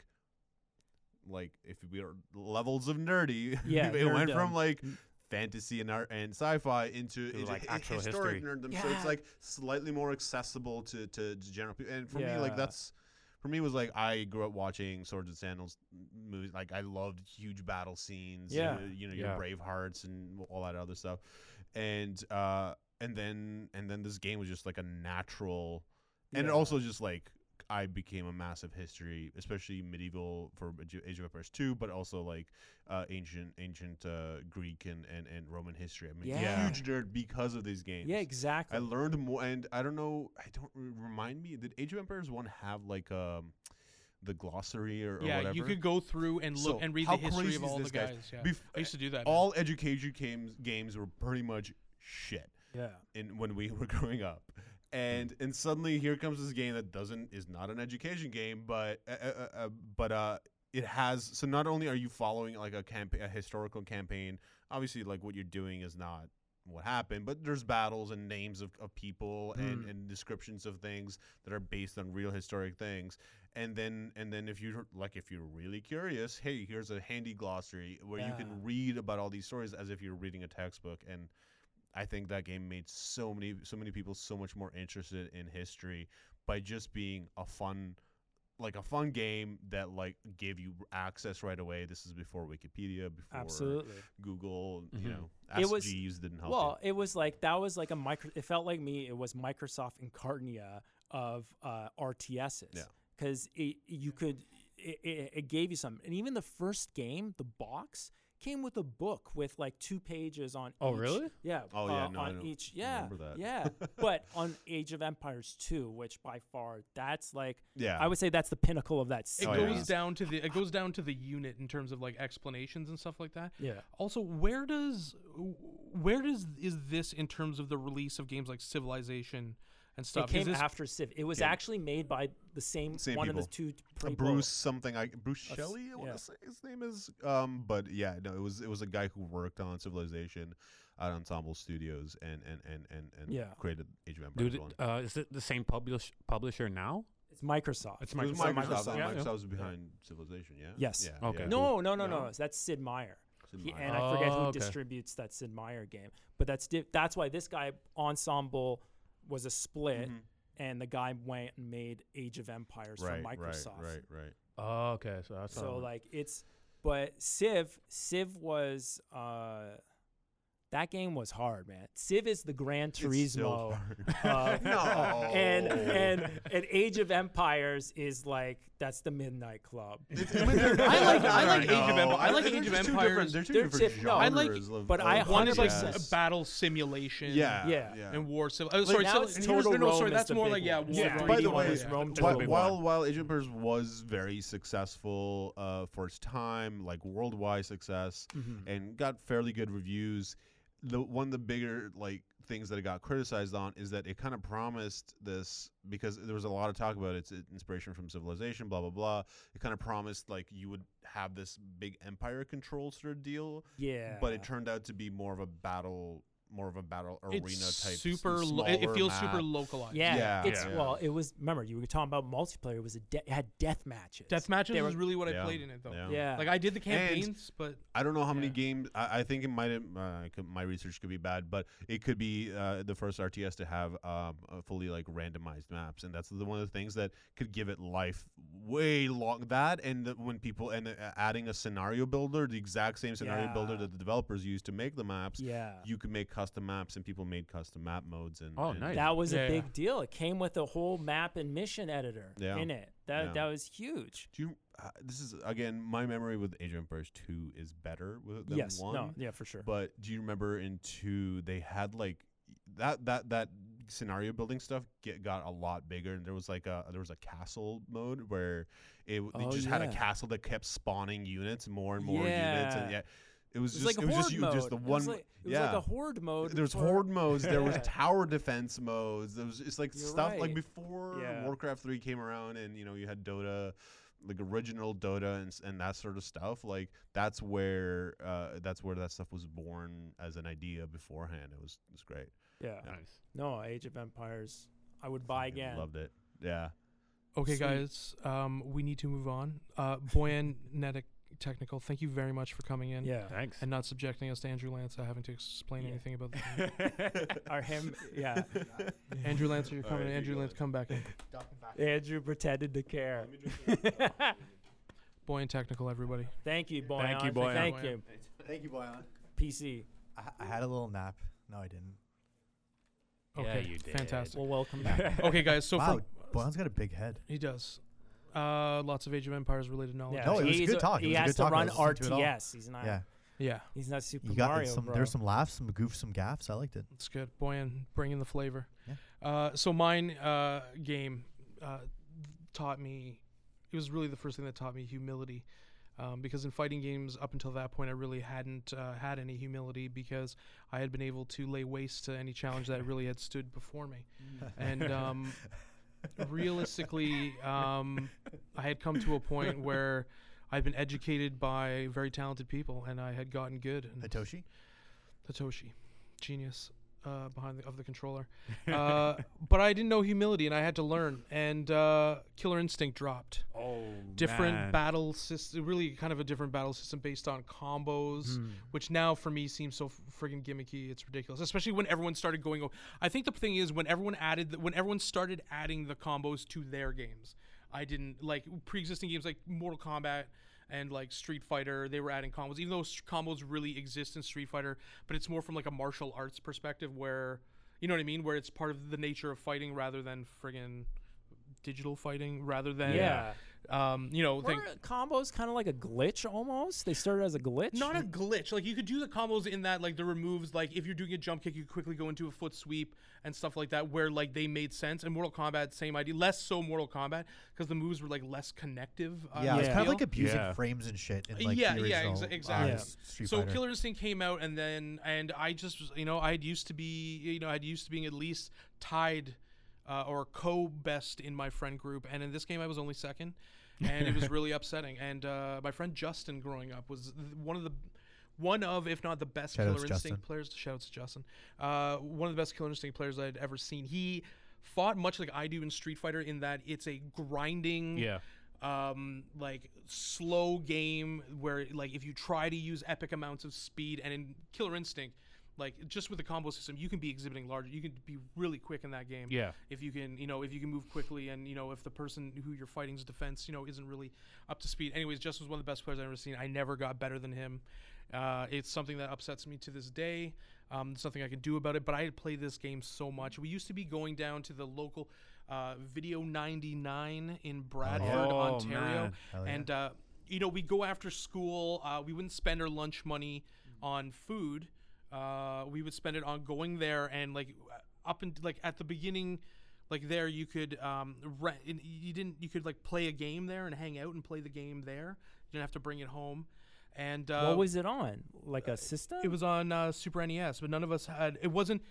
Speaker 5: like if we are levels of nerdy
Speaker 4: Yeah,
Speaker 5: it went from
Speaker 4: nerddom.
Speaker 5: like fantasy and art and sci-fi into
Speaker 3: To,
Speaker 5: into
Speaker 3: like,
Speaker 5: hi-
Speaker 3: actual
Speaker 5: historic
Speaker 3: history.
Speaker 5: nerddom so it's
Speaker 4: Yeah.
Speaker 5: like slightly more accessible to to general people and for me
Speaker 4: Yeah.
Speaker 5: like that's for me it was like I grew up watching Swords and Sandals movies like I loved huge battle scenes
Speaker 4: Yeah.
Speaker 5: uh, you know
Speaker 3: Yeah.
Speaker 5: your brave hearts and all that other stuff and uh and then and then this game was just like a natural and it
Speaker 4: Yeah.
Speaker 5: also just like I became a massive history, especially medieval for Age- Age of Empires two, but also like uh, ancient ancient uh, Greek and, and, and Roman history. I mean,
Speaker 4: Yeah.
Speaker 5: huge nerd because of these games.
Speaker 4: yeah exactly
Speaker 5: I learned more, and I don't know. I don't re- remind me. Did Age of Empires one have like um, the glossary or, or
Speaker 1: Yeah,
Speaker 5: whatever?
Speaker 1: you could go through and look
Speaker 5: So,
Speaker 1: and read
Speaker 5: how
Speaker 1: the history
Speaker 5: crazy
Speaker 1: of
Speaker 5: is
Speaker 1: all the
Speaker 5: this,
Speaker 1: guys.
Speaker 5: guys?
Speaker 1: Yeah.
Speaker 5: Bef-
Speaker 1: I used to do that. man.
Speaker 5: all education games games were pretty much shit
Speaker 4: yeah
Speaker 5: in when we were growing up. And and suddenly here comes this game that doesn't is not an education game, but uh, uh, uh, but uh, it has so not only are you following like a campaign, a historical campaign, obviously like what you're doing is not what happened, but there's battles and names of, of people and, and descriptions of things that are based on real historic things. And then and then if you're like if you're really curious, hey, here's a handy glossary where you
Speaker 4: Yeah.
Speaker 5: can read about all these stories as if you're reading a textbook and I think that game made so many so many people so much more interested in history by just being a fun like a fun game that like gave you access right away. This is before Wikipedia, before
Speaker 4: absolutely
Speaker 5: Google, you
Speaker 3: Mhm.
Speaker 5: know,
Speaker 4: It was-
Speaker 5: AskGeeves didn't help.
Speaker 4: Well, it was like that was like a micro. It felt like me. It was Microsoft Incarnia of uh, RTSs.
Speaker 5: Yeah.
Speaker 4: Because it you could it, it, it gave you some, and even the first game, the box came with a book with like two pages on.
Speaker 3: Oh,
Speaker 4: each-
Speaker 3: really?
Speaker 4: Yeah.
Speaker 5: Oh, yeah,
Speaker 4: uh,
Speaker 5: no, I
Speaker 4: on
Speaker 5: don't
Speaker 4: each. Yeah.
Speaker 5: remember that.
Speaker 4: Yeah. but on Age of Empires 2, which by far that's like
Speaker 5: yeah,
Speaker 4: I would say that's the pinnacle of that
Speaker 1: it
Speaker 5: Oh,
Speaker 4: series.
Speaker 5: yeah.
Speaker 1: goes down to the it goes down to the unit in terms of like explanations and stuff like that.
Speaker 4: Yeah.
Speaker 1: Also, where does where does is this in terms of the release of games like Civilization and stuff?
Speaker 4: It
Speaker 1: is
Speaker 4: came
Speaker 1: this
Speaker 4: after Civ. It was actually made by the same,
Speaker 5: Same
Speaker 4: one of the two
Speaker 5: people. Uh,
Speaker 4: people.
Speaker 5: Bruce something I Bruce
Speaker 4: s-
Speaker 5: Shelley. I want
Speaker 4: yeah.
Speaker 5: to say his name is. Um, but yeah, no, it was it was a guy who worked on Civilization, at Ensemble Studios, and and and and, and
Speaker 4: Yeah.
Speaker 5: created Age of Empires
Speaker 3: Dude,
Speaker 5: one.
Speaker 3: uh, is it the same publish- publisher now?
Speaker 4: It's Microsoft.
Speaker 3: It's
Speaker 5: It was
Speaker 3: Microsoft.
Speaker 5: Microsoft. Microsoft,
Speaker 3: Yeah, yeah.
Speaker 5: was behind Civilization. Yeah.
Speaker 4: Yes.
Speaker 5: Yeah,
Speaker 3: Okay.
Speaker 5: yeah.
Speaker 4: No, no, no, no,
Speaker 5: E? No?
Speaker 4: That's Sid Meier.
Speaker 5: Sid
Speaker 4: He-
Speaker 5: Meier.
Speaker 4: and I forget who
Speaker 3: Oh, okay.
Speaker 4: distributes that Sid Meier game. But that's di- that's why this guy ensemble was a split,
Speaker 5: Mm-hmm.
Speaker 4: and the guy went and made Age of Empires
Speaker 5: Right,
Speaker 4: for Microsoft.
Speaker 5: Right. Uh-huh. Right. Right.
Speaker 3: Oh, okay. So that's
Speaker 4: So like it's, but Civ Civ was uh, that game was hard, man. Civ is the Gran
Speaker 5: It's still
Speaker 4: Turismo.
Speaker 5: hard.
Speaker 4: of-
Speaker 5: No.
Speaker 4: And and and Age of Empires is like that's the Midnight Club.
Speaker 1: I like- I like
Speaker 5: No,
Speaker 1: Age of Empires. I like
Speaker 5: they're
Speaker 1: Age of
Speaker 5: just two
Speaker 1: Empires.
Speaker 5: different- They're two
Speaker 4: They're
Speaker 5: different
Speaker 4: just-
Speaker 5: genres.
Speaker 4: no, I
Speaker 1: like-
Speaker 5: of-
Speaker 4: but
Speaker 5: of-
Speaker 4: I
Speaker 1: one is like
Speaker 5: yeah.
Speaker 1: s- a battle simulation.
Speaker 5: Yeah.
Speaker 4: Yeah.
Speaker 1: And war civil. Oh, sorry,
Speaker 4: now
Speaker 1: civil,
Speaker 4: it's
Speaker 1: here's-
Speaker 4: Total
Speaker 1: no, no,
Speaker 4: Rome
Speaker 1: sorry.
Speaker 4: is
Speaker 1: That's
Speaker 4: the
Speaker 1: more
Speaker 4: big
Speaker 1: like yeah.
Speaker 4: one.
Speaker 1: War
Speaker 4: Yeah.
Speaker 1: Rome.
Speaker 5: By the
Speaker 4: Rome
Speaker 5: way,
Speaker 4: is Rome
Speaker 5: whi-
Speaker 4: Total
Speaker 3: Big
Speaker 5: while while Age of Empires was very successful uh, for its time, like worldwide success,
Speaker 1: Mm-hmm.
Speaker 5: and got fairly good reviews, the one of the bigger like things that it got criticized on is that it kind of promised this because there was a lot of talk about its inspiration from civilization, blah blah blah. It kind of promised like you would have this big empire control sort of deal,
Speaker 4: yeah,
Speaker 5: but it turned out to be more of a battle more of a battle arena
Speaker 1: It's
Speaker 5: type. s-
Speaker 1: super. Lo- it- it
Speaker 5: smaller
Speaker 1: feels
Speaker 5: map.
Speaker 1: super localized.
Speaker 4: Yeah,
Speaker 5: Yeah.
Speaker 4: it's
Speaker 5: Yeah.
Speaker 4: well, it was. Remember, you were talking about multiplayer. It was a de- it had death matches.
Speaker 1: Death matches
Speaker 4: They were-
Speaker 1: is really what I
Speaker 5: Yeah.
Speaker 1: played in it though.
Speaker 5: Yeah.
Speaker 4: Yeah,
Speaker 1: Like I did the campaigns, but
Speaker 5: I don't know how many
Speaker 1: Yeah.
Speaker 5: games. I, I think it might. have- Uh, could, my research could be bad, but it could be uh, the first RTS to have um, uh, fully like randomized maps, and that's the one of the things that could give it life way long. That and the, when people and uh, adding a scenario builder, the exact same scenario builder
Speaker 4: Yeah.
Speaker 5: that the developers use to make the maps.
Speaker 4: yeah.
Speaker 5: You could make custom maps, and people made custom map modes. And
Speaker 3: Oh,
Speaker 5: and-
Speaker 3: nice.
Speaker 4: That was
Speaker 1: Yeah,
Speaker 4: a
Speaker 1: yeah.
Speaker 4: big deal. It came with a whole map and mission editor
Speaker 5: Yeah.
Speaker 4: in it. That
Speaker 5: Yeah.
Speaker 4: that was huge.
Speaker 5: Do you? Uh, this is again my memory with Age of Empires Two is better with than
Speaker 4: yes.
Speaker 5: one.
Speaker 4: No. Yeah, for sure.
Speaker 5: But do you remember in two they had like that that that scenario building stuff get got a lot bigger and there was like a there was a castle mode where it w- they
Speaker 4: Oh,
Speaker 5: just had a
Speaker 4: yeah.
Speaker 5: castle that kept spawning units more and more units and
Speaker 4: Yeah.
Speaker 5: yeah it was,
Speaker 4: it was like
Speaker 5: just
Speaker 4: a
Speaker 5: it was
Speaker 4: horde
Speaker 5: just you
Speaker 4: mode.
Speaker 5: just the
Speaker 4: it
Speaker 5: one
Speaker 4: was like, it was
Speaker 5: yeah
Speaker 4: like a horde mode.
Speaker 5: there was
Speaker 4: for-
Speaker 5: horde modes there was
Speaker 4: Yeah.
Speaker 5: tower defense modes there was it's like
Speaker 4: You're
Speaker 5: stuff like
Speaker 4: right.
Speaker 5: before
Speaker 4: Yeah.
Speaker 5: Warcraft 3 came around and you know you had Dota like original Dota and, s- and that sort of stuff like that's where uh, that's where that stuff was born as an idea beforehand it was it's great
Speaker 4: Yeah.
Speaker 3: Nice.
Speaker 4: No, Age of Empires. I would buy
Speaker 5: Fucking
Speaker 4: again.
Speaker 5: loved it yeah
Speaker 1: okay,
Speaker 4: Sweet.
Speaker 1: guys, um, we need to move on. Uh, Boyan Netic Technical, thank you very much for coming in
Speaker 4: Yeah.
Speaker 3: Thanks.
Speaker 1: and not subjecting us to Andrew Lance uh, having to explain
Speaker 4: Yeah.
Speaker 1: anything about the
Speaker 4: Or him. Yeah.
Speaker 1: Andrew Lance, you're
Speaker 5: All
Speaker 1: coming.
Speaker 5: right,
Speaker 1: in.
Speaker 5: you
Speaker 1: Andrew
Speaker 5: go
Speaker 1: Lance,
Speaker 5: ahead.
Speaker 1: come back in.
Speaker 4: Andrew pretended to care.
Speaker 1: Boyan Technical, everybody.
Speaker 4: Thank you, boy.
Speaker 3: Thank you, Boyan.
Speaker 4: Thank you,
Speaker 2: Thank you, Boyan.
Speaker 4: PC.
Speaker 2: I, I had a little nap. No, I didn't.
Speaker 3: Yeah,
Speaker 1: Okay,
Speaker 3: you did.
Speaker 1: fantastic.
Speaker 4: Well, welcome back.
Speaker 1: okay, guys, so
Speaker 2: wow,
Speaker 1: from,
Speaker 2: Boyan's got a big head.
Speaker 1: he does. Uh, lots of Age of Empires related knowledge.
Speaker 4: Yeah,
Speaker 2: No, it was
Speaker 4: he's
Speaker 2: good talk. It
Speaker 4: He
Speaker 2: was a
Speaker 4: has
Speaker 2: good
Speaker 4: to
Speaker 2: talk. I
Speaker 4: run
Speaker 2: listened to it all.
Speaker 4: RTS. He's not.
Speaker 2: Yeah,
Speaker 1: yeah,
Speaker 4: He's not Super
Speaker 2: you got
Speaker 4: Mario.
Speaker 2: some.
Speaker 4: bro.
Speaker 2: There's some laughs, some goofs, some gaffs. I liked it.
Speaker 1: it's good. Boyan, bringing the flavor.
Speaker 2: Yeah.
Speaker 1: Uh, so mine uh, game uh, taught me. It was really the first thing that taught me humility, um, because in fighting games up until that point, I really hadn't uh, had any humility because I had been able to lay waste to any challenge that really had stood before me, and um, realistically, um, I had come to a point where. I'd been educated by very talented people, and I had gotten good. And
Speaker 2: Hitoshi.
Speaker 1: Hitoshi, genius uh, behind the, of the controller. Uh, but I didn't know humility, and I had to learn. And uh, Killer Instinct dropped.
Speaker 3: oh,
Speaker 1: Different
Speaker 3: man.
Speaker 1: battle system, really kind of a different battle system based on combos, which now for me seems so friggin' gimmicky. It's ridiculous, especially when everyone started going. o- I think the thing is when everyone added, the, when everyone started adding the combos to their games. I didn't like pre-existing games like Mortal Kombat and like Street Fighter. They were adding combos, even though s- combos really exist in Street Fighter, but it's more from like a martial arts perspective, where you know what I mean, where it's part of the nature of fighting rather than friggin' digital fighting, rather than
Speaker 4: Yeah.
Speaker 1: um, you know,
Speaker 4: Were
Speaker 1: think
Speaker 4: combos kind of like a glitch almost? They started as a glitch.
Speaker 1: not a glitch. Like you could do the combos in that, like the removes. Like if you're doing a jump kick, you quickly go into a foot sweep and stuff like that, where like they made sense. And Mortal Kombat, same idea. Less so Mortal Kombat because the moves were like less connective. I
Speaker 2: Yeah,
Speaker 1: would
Speaker 2: it's kind of
Speaker 1: feel.
Speaker 2: like abusing
Speaker 3: Yeah.
Speaker 2: frames and shit. In, like,
Speaker 1: Yeah,
Speaker 2: the
Speaker 1: yeah, exa-
Speaker 2: original, uh,
Speaker 1: exactly.
Speaker 4: Yeah.
Speaker 2: Street
Speaker 1: so
Speaker 2: Fighter.
Speaker 1: Killer Instinct came out, and then and I just was- you know I'd used to be you know I'd used to being at least tied uh, or co-best in my friend group, and in this game I was only second, and it was really upsetting. And uh, my friend Justin, growing up, was th- one of the one of if not the best
Speaker 2: Shout outs
Speaker 1: Killer Instinct
Speaker 2: Justin.
Speaker 1: players. Shouts to Justin, uh, one of the best Killer Instinct players I'd ever seen. He fought much like I do in Street Fighter in that it's a grinding
Speaker 3: Yeah.
Speaker 1: um, like slow game where like if you try to use epic amounts of speed and in Killer Instinct, like just with the combo system, you can be exhibiting large. You can be really quick in that game.
Speaker 3: Yeah.
Speaker 1: If you can, you know, if you can move quickly, and you know, if the person who you're fighting's defense, you know, isn't really up to speed. Anyways, Justin was one of the best players I've ever seen. I never got better than him. Uh, it's something that upsets me to this day. Um, there's nothing I can do about it. But I had played this game so much. We used to be going down to the local uh, Video 99 in Bradford,
Speaker 3: Oh,
Speaker 1: Ontario,
Speaker 3: man.
Speaker 2: Hell yeah.
Speaker 1: and uh, you know, we go after school. Uh, we wouldn't spend our lunch money on food. Uh, we would spend it on going there and like up and like at the beginning, like there you could um, rent. And you didn't. You could like play a game there and hang out and play the game there. You didn't have to bring it home. And uh,
Speaker 4: What was it on? Like a system?
Speaker 1: it was on uh, Super NES, but none of us had. It wasn't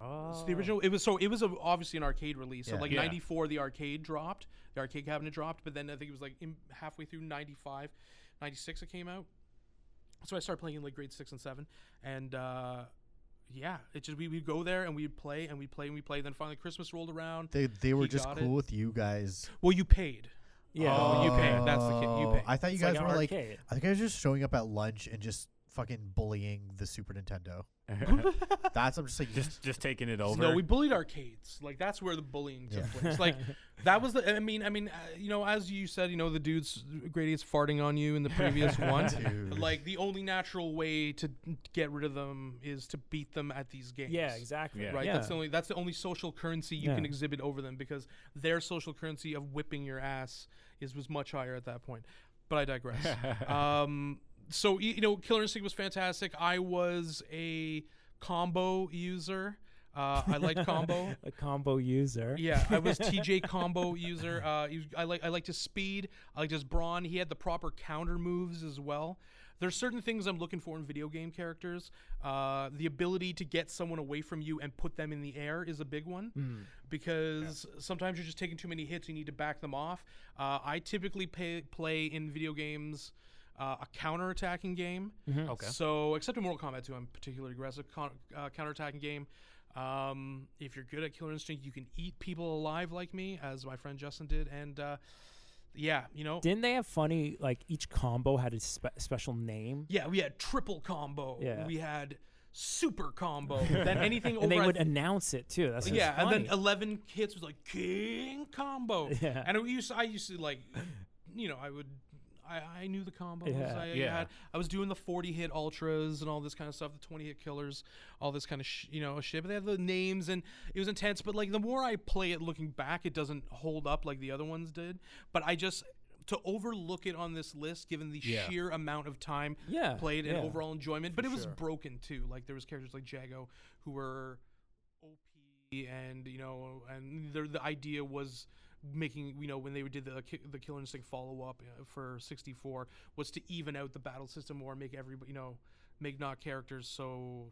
Speaker 3: Oh.
Speaker 1: so the original. It was so it was a, obviously an arcade release. So
Speaker 2: Yeah.
Speaker 1: like
Speaker 3: Yeah.
Speaker 1: '94, the arcade dropped, the arcade cabinet dropped, but then I think it was like in halfway through '95, '96 it came out. So I started playing in like grade six and seven, and uh, yeah, it just we would go there and we'd play and we'd play and we play. Then finally Christmas rolled around.
Speaker 2: They they were
Speaker 1: He
Speaker 2: just
Speaker 1: got
Speaker 2: cool
Speaker 1: it.
Speaker 2: with you guys.
Speaker 1: Well, you paid.
Speaker 4: Yeah.
Speaker 1: Oh, you pay. That's the kid. You
Speaker 2: Oh,
Speaker 1: pay.
Speaker 2: I thought you
Speaker 4: It's
Speaker 2: guys
Speaker 4: like an
Speaker 2: were like
Speaker 4: arcade.
Speaker 2: I think I was just showing up at lunch and just fucking bullying the Super Nintendo. That's I'm just like
Speaker 3: just just taking it over.
Speaker 1: No, we bullied arcades. Like that's where the bullying took
Speaker 2: Yeah.
Speaker 1: place. Like that was the. I mean, I mean, uh, you know, as you said, you know, the dudes Grady is farting on you in the previous one.
Speaker 2: Dude.
Speaker 1: Like the only natural way to get rid of them is to beat them at these games.
Speaker 4: yeah, exactly.
Speaker 3: Yeah.
Speaker 1: Right.
Speaker 4: Yeah.
Speaker 1: That's the only. That's the only social currency you
Speaker 4: Yeah.
Speaker 1: can exhibit over them because their social currency of whipping your ass is was much higher at that point. But I digress. um. So y- you know, Killer Instinct was fantastic. I was a combo user. Uh, I liked combo.
Speaker 4: a combo user.
Speaker 1: Yeah, I was TJ combo user. Uh, he was- I like I liked his speed. I liked his brawn. He had the proper counter moves as well. There's certain things I'm looking for in video game characters. Uh, the ability to get someone away from you and put them in the air is a big one, because sometimes you're just taking too many hits. You need to back them off. Uh, I typically pay, play in video games. Uh, a counter-attacking game.
Speaker 4: Mm-hmm.
Speaker 3: Okay.
Speaker 1: So, except in Mortal Kombat 2, I'm particularly aggressive. Con- uh, counter-attacking game. Um, if you're good at Killer Instinct, you can eat people alive like me, as my friend Justin did. And uh, yeah, you know,
Speaker 4: Didn't they have funny like each combo had a spe- special name?
Speaker 1: yeah, we had triple combo.
Speaker 4: Yeah.
Speaker 1: We had super combo. then anything over.
Speaker 4: And they
Speaker 1: I
Speaker 4: would
Speaker 1: th-
Speaker 4: announce it too. That's
Speaker 1: yeah,
Speaker 4: funny.
Speaker 1: and then 11 hits was like King Combo.
Speaker 4: Yeah.
Speaker 1: And I used, I used to like, you know, I would. I, I knew the combos.
Speaker 4: Yeah.
Speaker 1: I,
Speaker 3: Yeah.
Speaker 1: had, I was doing the 40 hit ultras and all this kind of stuff, the 20 hit killers, all this kind of sh- you know shit. But they had the names and it was intense. But like the more I play it, looking back, it doesn't hold up like the other ones did. But I just to overlook it on this list, given the
Speaker 3: Yeah.
Speaker 1: sheer amount of time
Speaker 4: Yeah,
Speaker 1: played and
Speaker 4: Uh, yeah.
Speaker 1: overall enjoyment. But it was
Speaker 4: sure.
Speaker 1: broken too. Like there was characters like Jago who were OP and you know and their the idea was making you know when they did the Ki- the Killer Instinct follow up uh, for 64 was to even out the battle system or make everybody you know make not characters so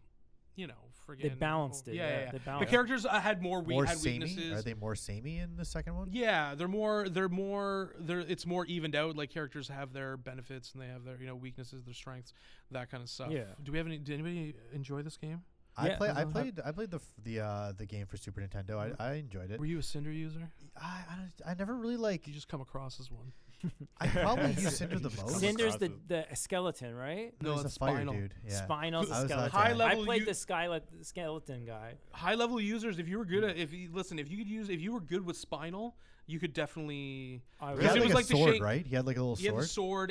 Speaker 1: you know friggin'
Speaker 4: balanced it,
Speaker 1: Yeah,
Speaker 4: yeah,
Speaker 1: yeah,
Speaker 4: they
Speaker 1: yeah.
Speaker 4: balanced
Speaker 1: the
Speaker 4: it.
Speaker 1: characters uh, had more we
Speaker 2: more
Speaker 1: had
Speaker 2: samey. Are
Speaker 1: weaknesses.
Speaker 2: they more samey in the second one?
Speaker 1: Yeah, they're more they're more they're it's more evened out. Like characters have their benefits and they have their you know weaknesses, their strengths, that kind of stuff.
Speaker 4: Yeah.
Speaker 1: Do we have any? Did anybody enjoy this game?
Speaker 2: I
Speaker 4: Yeah.
Speaker 2: play. I
Speaker 1: Mhm.
Speaker 2: played. I played the f- the uh, the game for Super Nintendo. I, I enjoyed it.
Speaker 1: Were you a Cinder user?
Speaker 2: I, I don't- I never really like.
Speaker 1: You just come across as one.
Speaker 2: I probably use Cinder the most.
Speaker 4: Cinder's the,
Speaker 3: Across
Speaker 4: the skeleton, right?
Speaker 2: No,
Speaker 1: No,
Speaker 2: he's
Speaker 1: it's
Speaker 2: a fire
Speaker 1: spinal.
Speaker 2: dude. Yeah.
Speaker 4: Spinal's
Speaker 2: I was
Speaker 4: the
Speaker 2: like
Speaker 4: skeleton.
Speaker 2: that. High
Speaker 1: level
Speaker 4: I played
Speaker 1: you-
Speaker 4: the skylet- skeleton guy.
Speaker 1: High level users, if you were good at if you listen, if you could use if you were good with spinal, you could definitely.
Speaker 4: I
Speaker 2: He had
Speaker 1: Because
Speaker 2: like
Speaker 1: it
Speaker 2: a
Speaker 1: was like the
Speaker 2: sword,
Speaker 1: Shang-
Speaker 2: right? He had like a little
Speaker 1: He had the
Speaker 2: sword.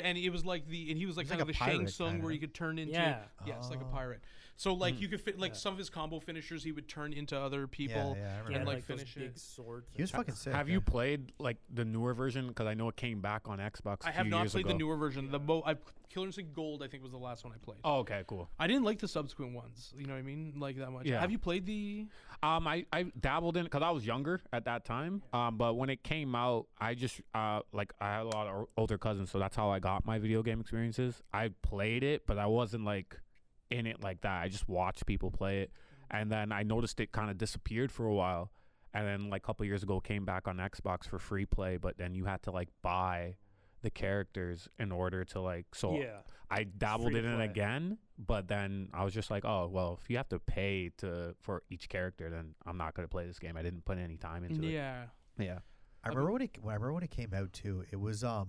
Speaker 1: sword, and it was like the and he was like
Speaker 2: He's
Speaker 1: kind of
Speaker 2: like a
Speaker 1: the Shang
Speaker 2: pirate,
Speaker 1: Tsung,
Speaker 2: kinda.
Speaker 1: where you could turn into
Speaker 4: Yeah. Mm.
Speaker 1: yes, like a
Speaker 2: Oh.
Speaker 1: pirate. So like you could fit like some of his combo finishers, he would turn into other people
Speaker 2: yeah, I remember.
Speaker 4: He had
Speaker 1: and like,
Speaker 4: like, those
Speaker 1: finish it.
Speaker 4: big sword.
Speaker 2: He was
Speaker 4: things.
Speaker 2: fucking sick.
Speaker 3: Have
Speaker 2: yeah.
Speaker 3: you played like the newer version? Because I know it came back on Xbox. I
Speaker 1: I have not played the newer
Speaker 3: newer.
Speaker 1: version. The mo- I, Killer Instinct Gold, I think, was the last one I played.
Speaker 3: Oh, okay, cool.
Speaker 1: I didn't like the subsequent ones. You know what I mean? Like that much.
Speaker 3: Yeah.
Speaker 1: Have you played the?
Speaker 3: Um, I, I dabbled in because I was younger at that time. Um, but when it came out, I just uh like I had a lot of o- older cousins, so that's how I got my video game experiences. I played it, but I wasn't like in it like that. I just watched people play it, and then I noticed it kind of disappeared for a while, and then like a couple years ago, it came back on Xbox for free play. But then you had to like buy the characters in order to like so
Speaker 4: Yeah.
Speaker 3: I dabbled
Speaker 4: free
Speaker 3: in
Speaker 4: to
Speaker 3: it
Speaker 4: play.
Speaker 3: again, but then I was just like, oh well, if you have to pay to for each character, then I'm not gonna play this game. I didn't put any time into
Speaker 1: Yeah.
Speaker 3: it. Yeah,
Speaker 2: I remember when it. when- I remember when it came out too. It was um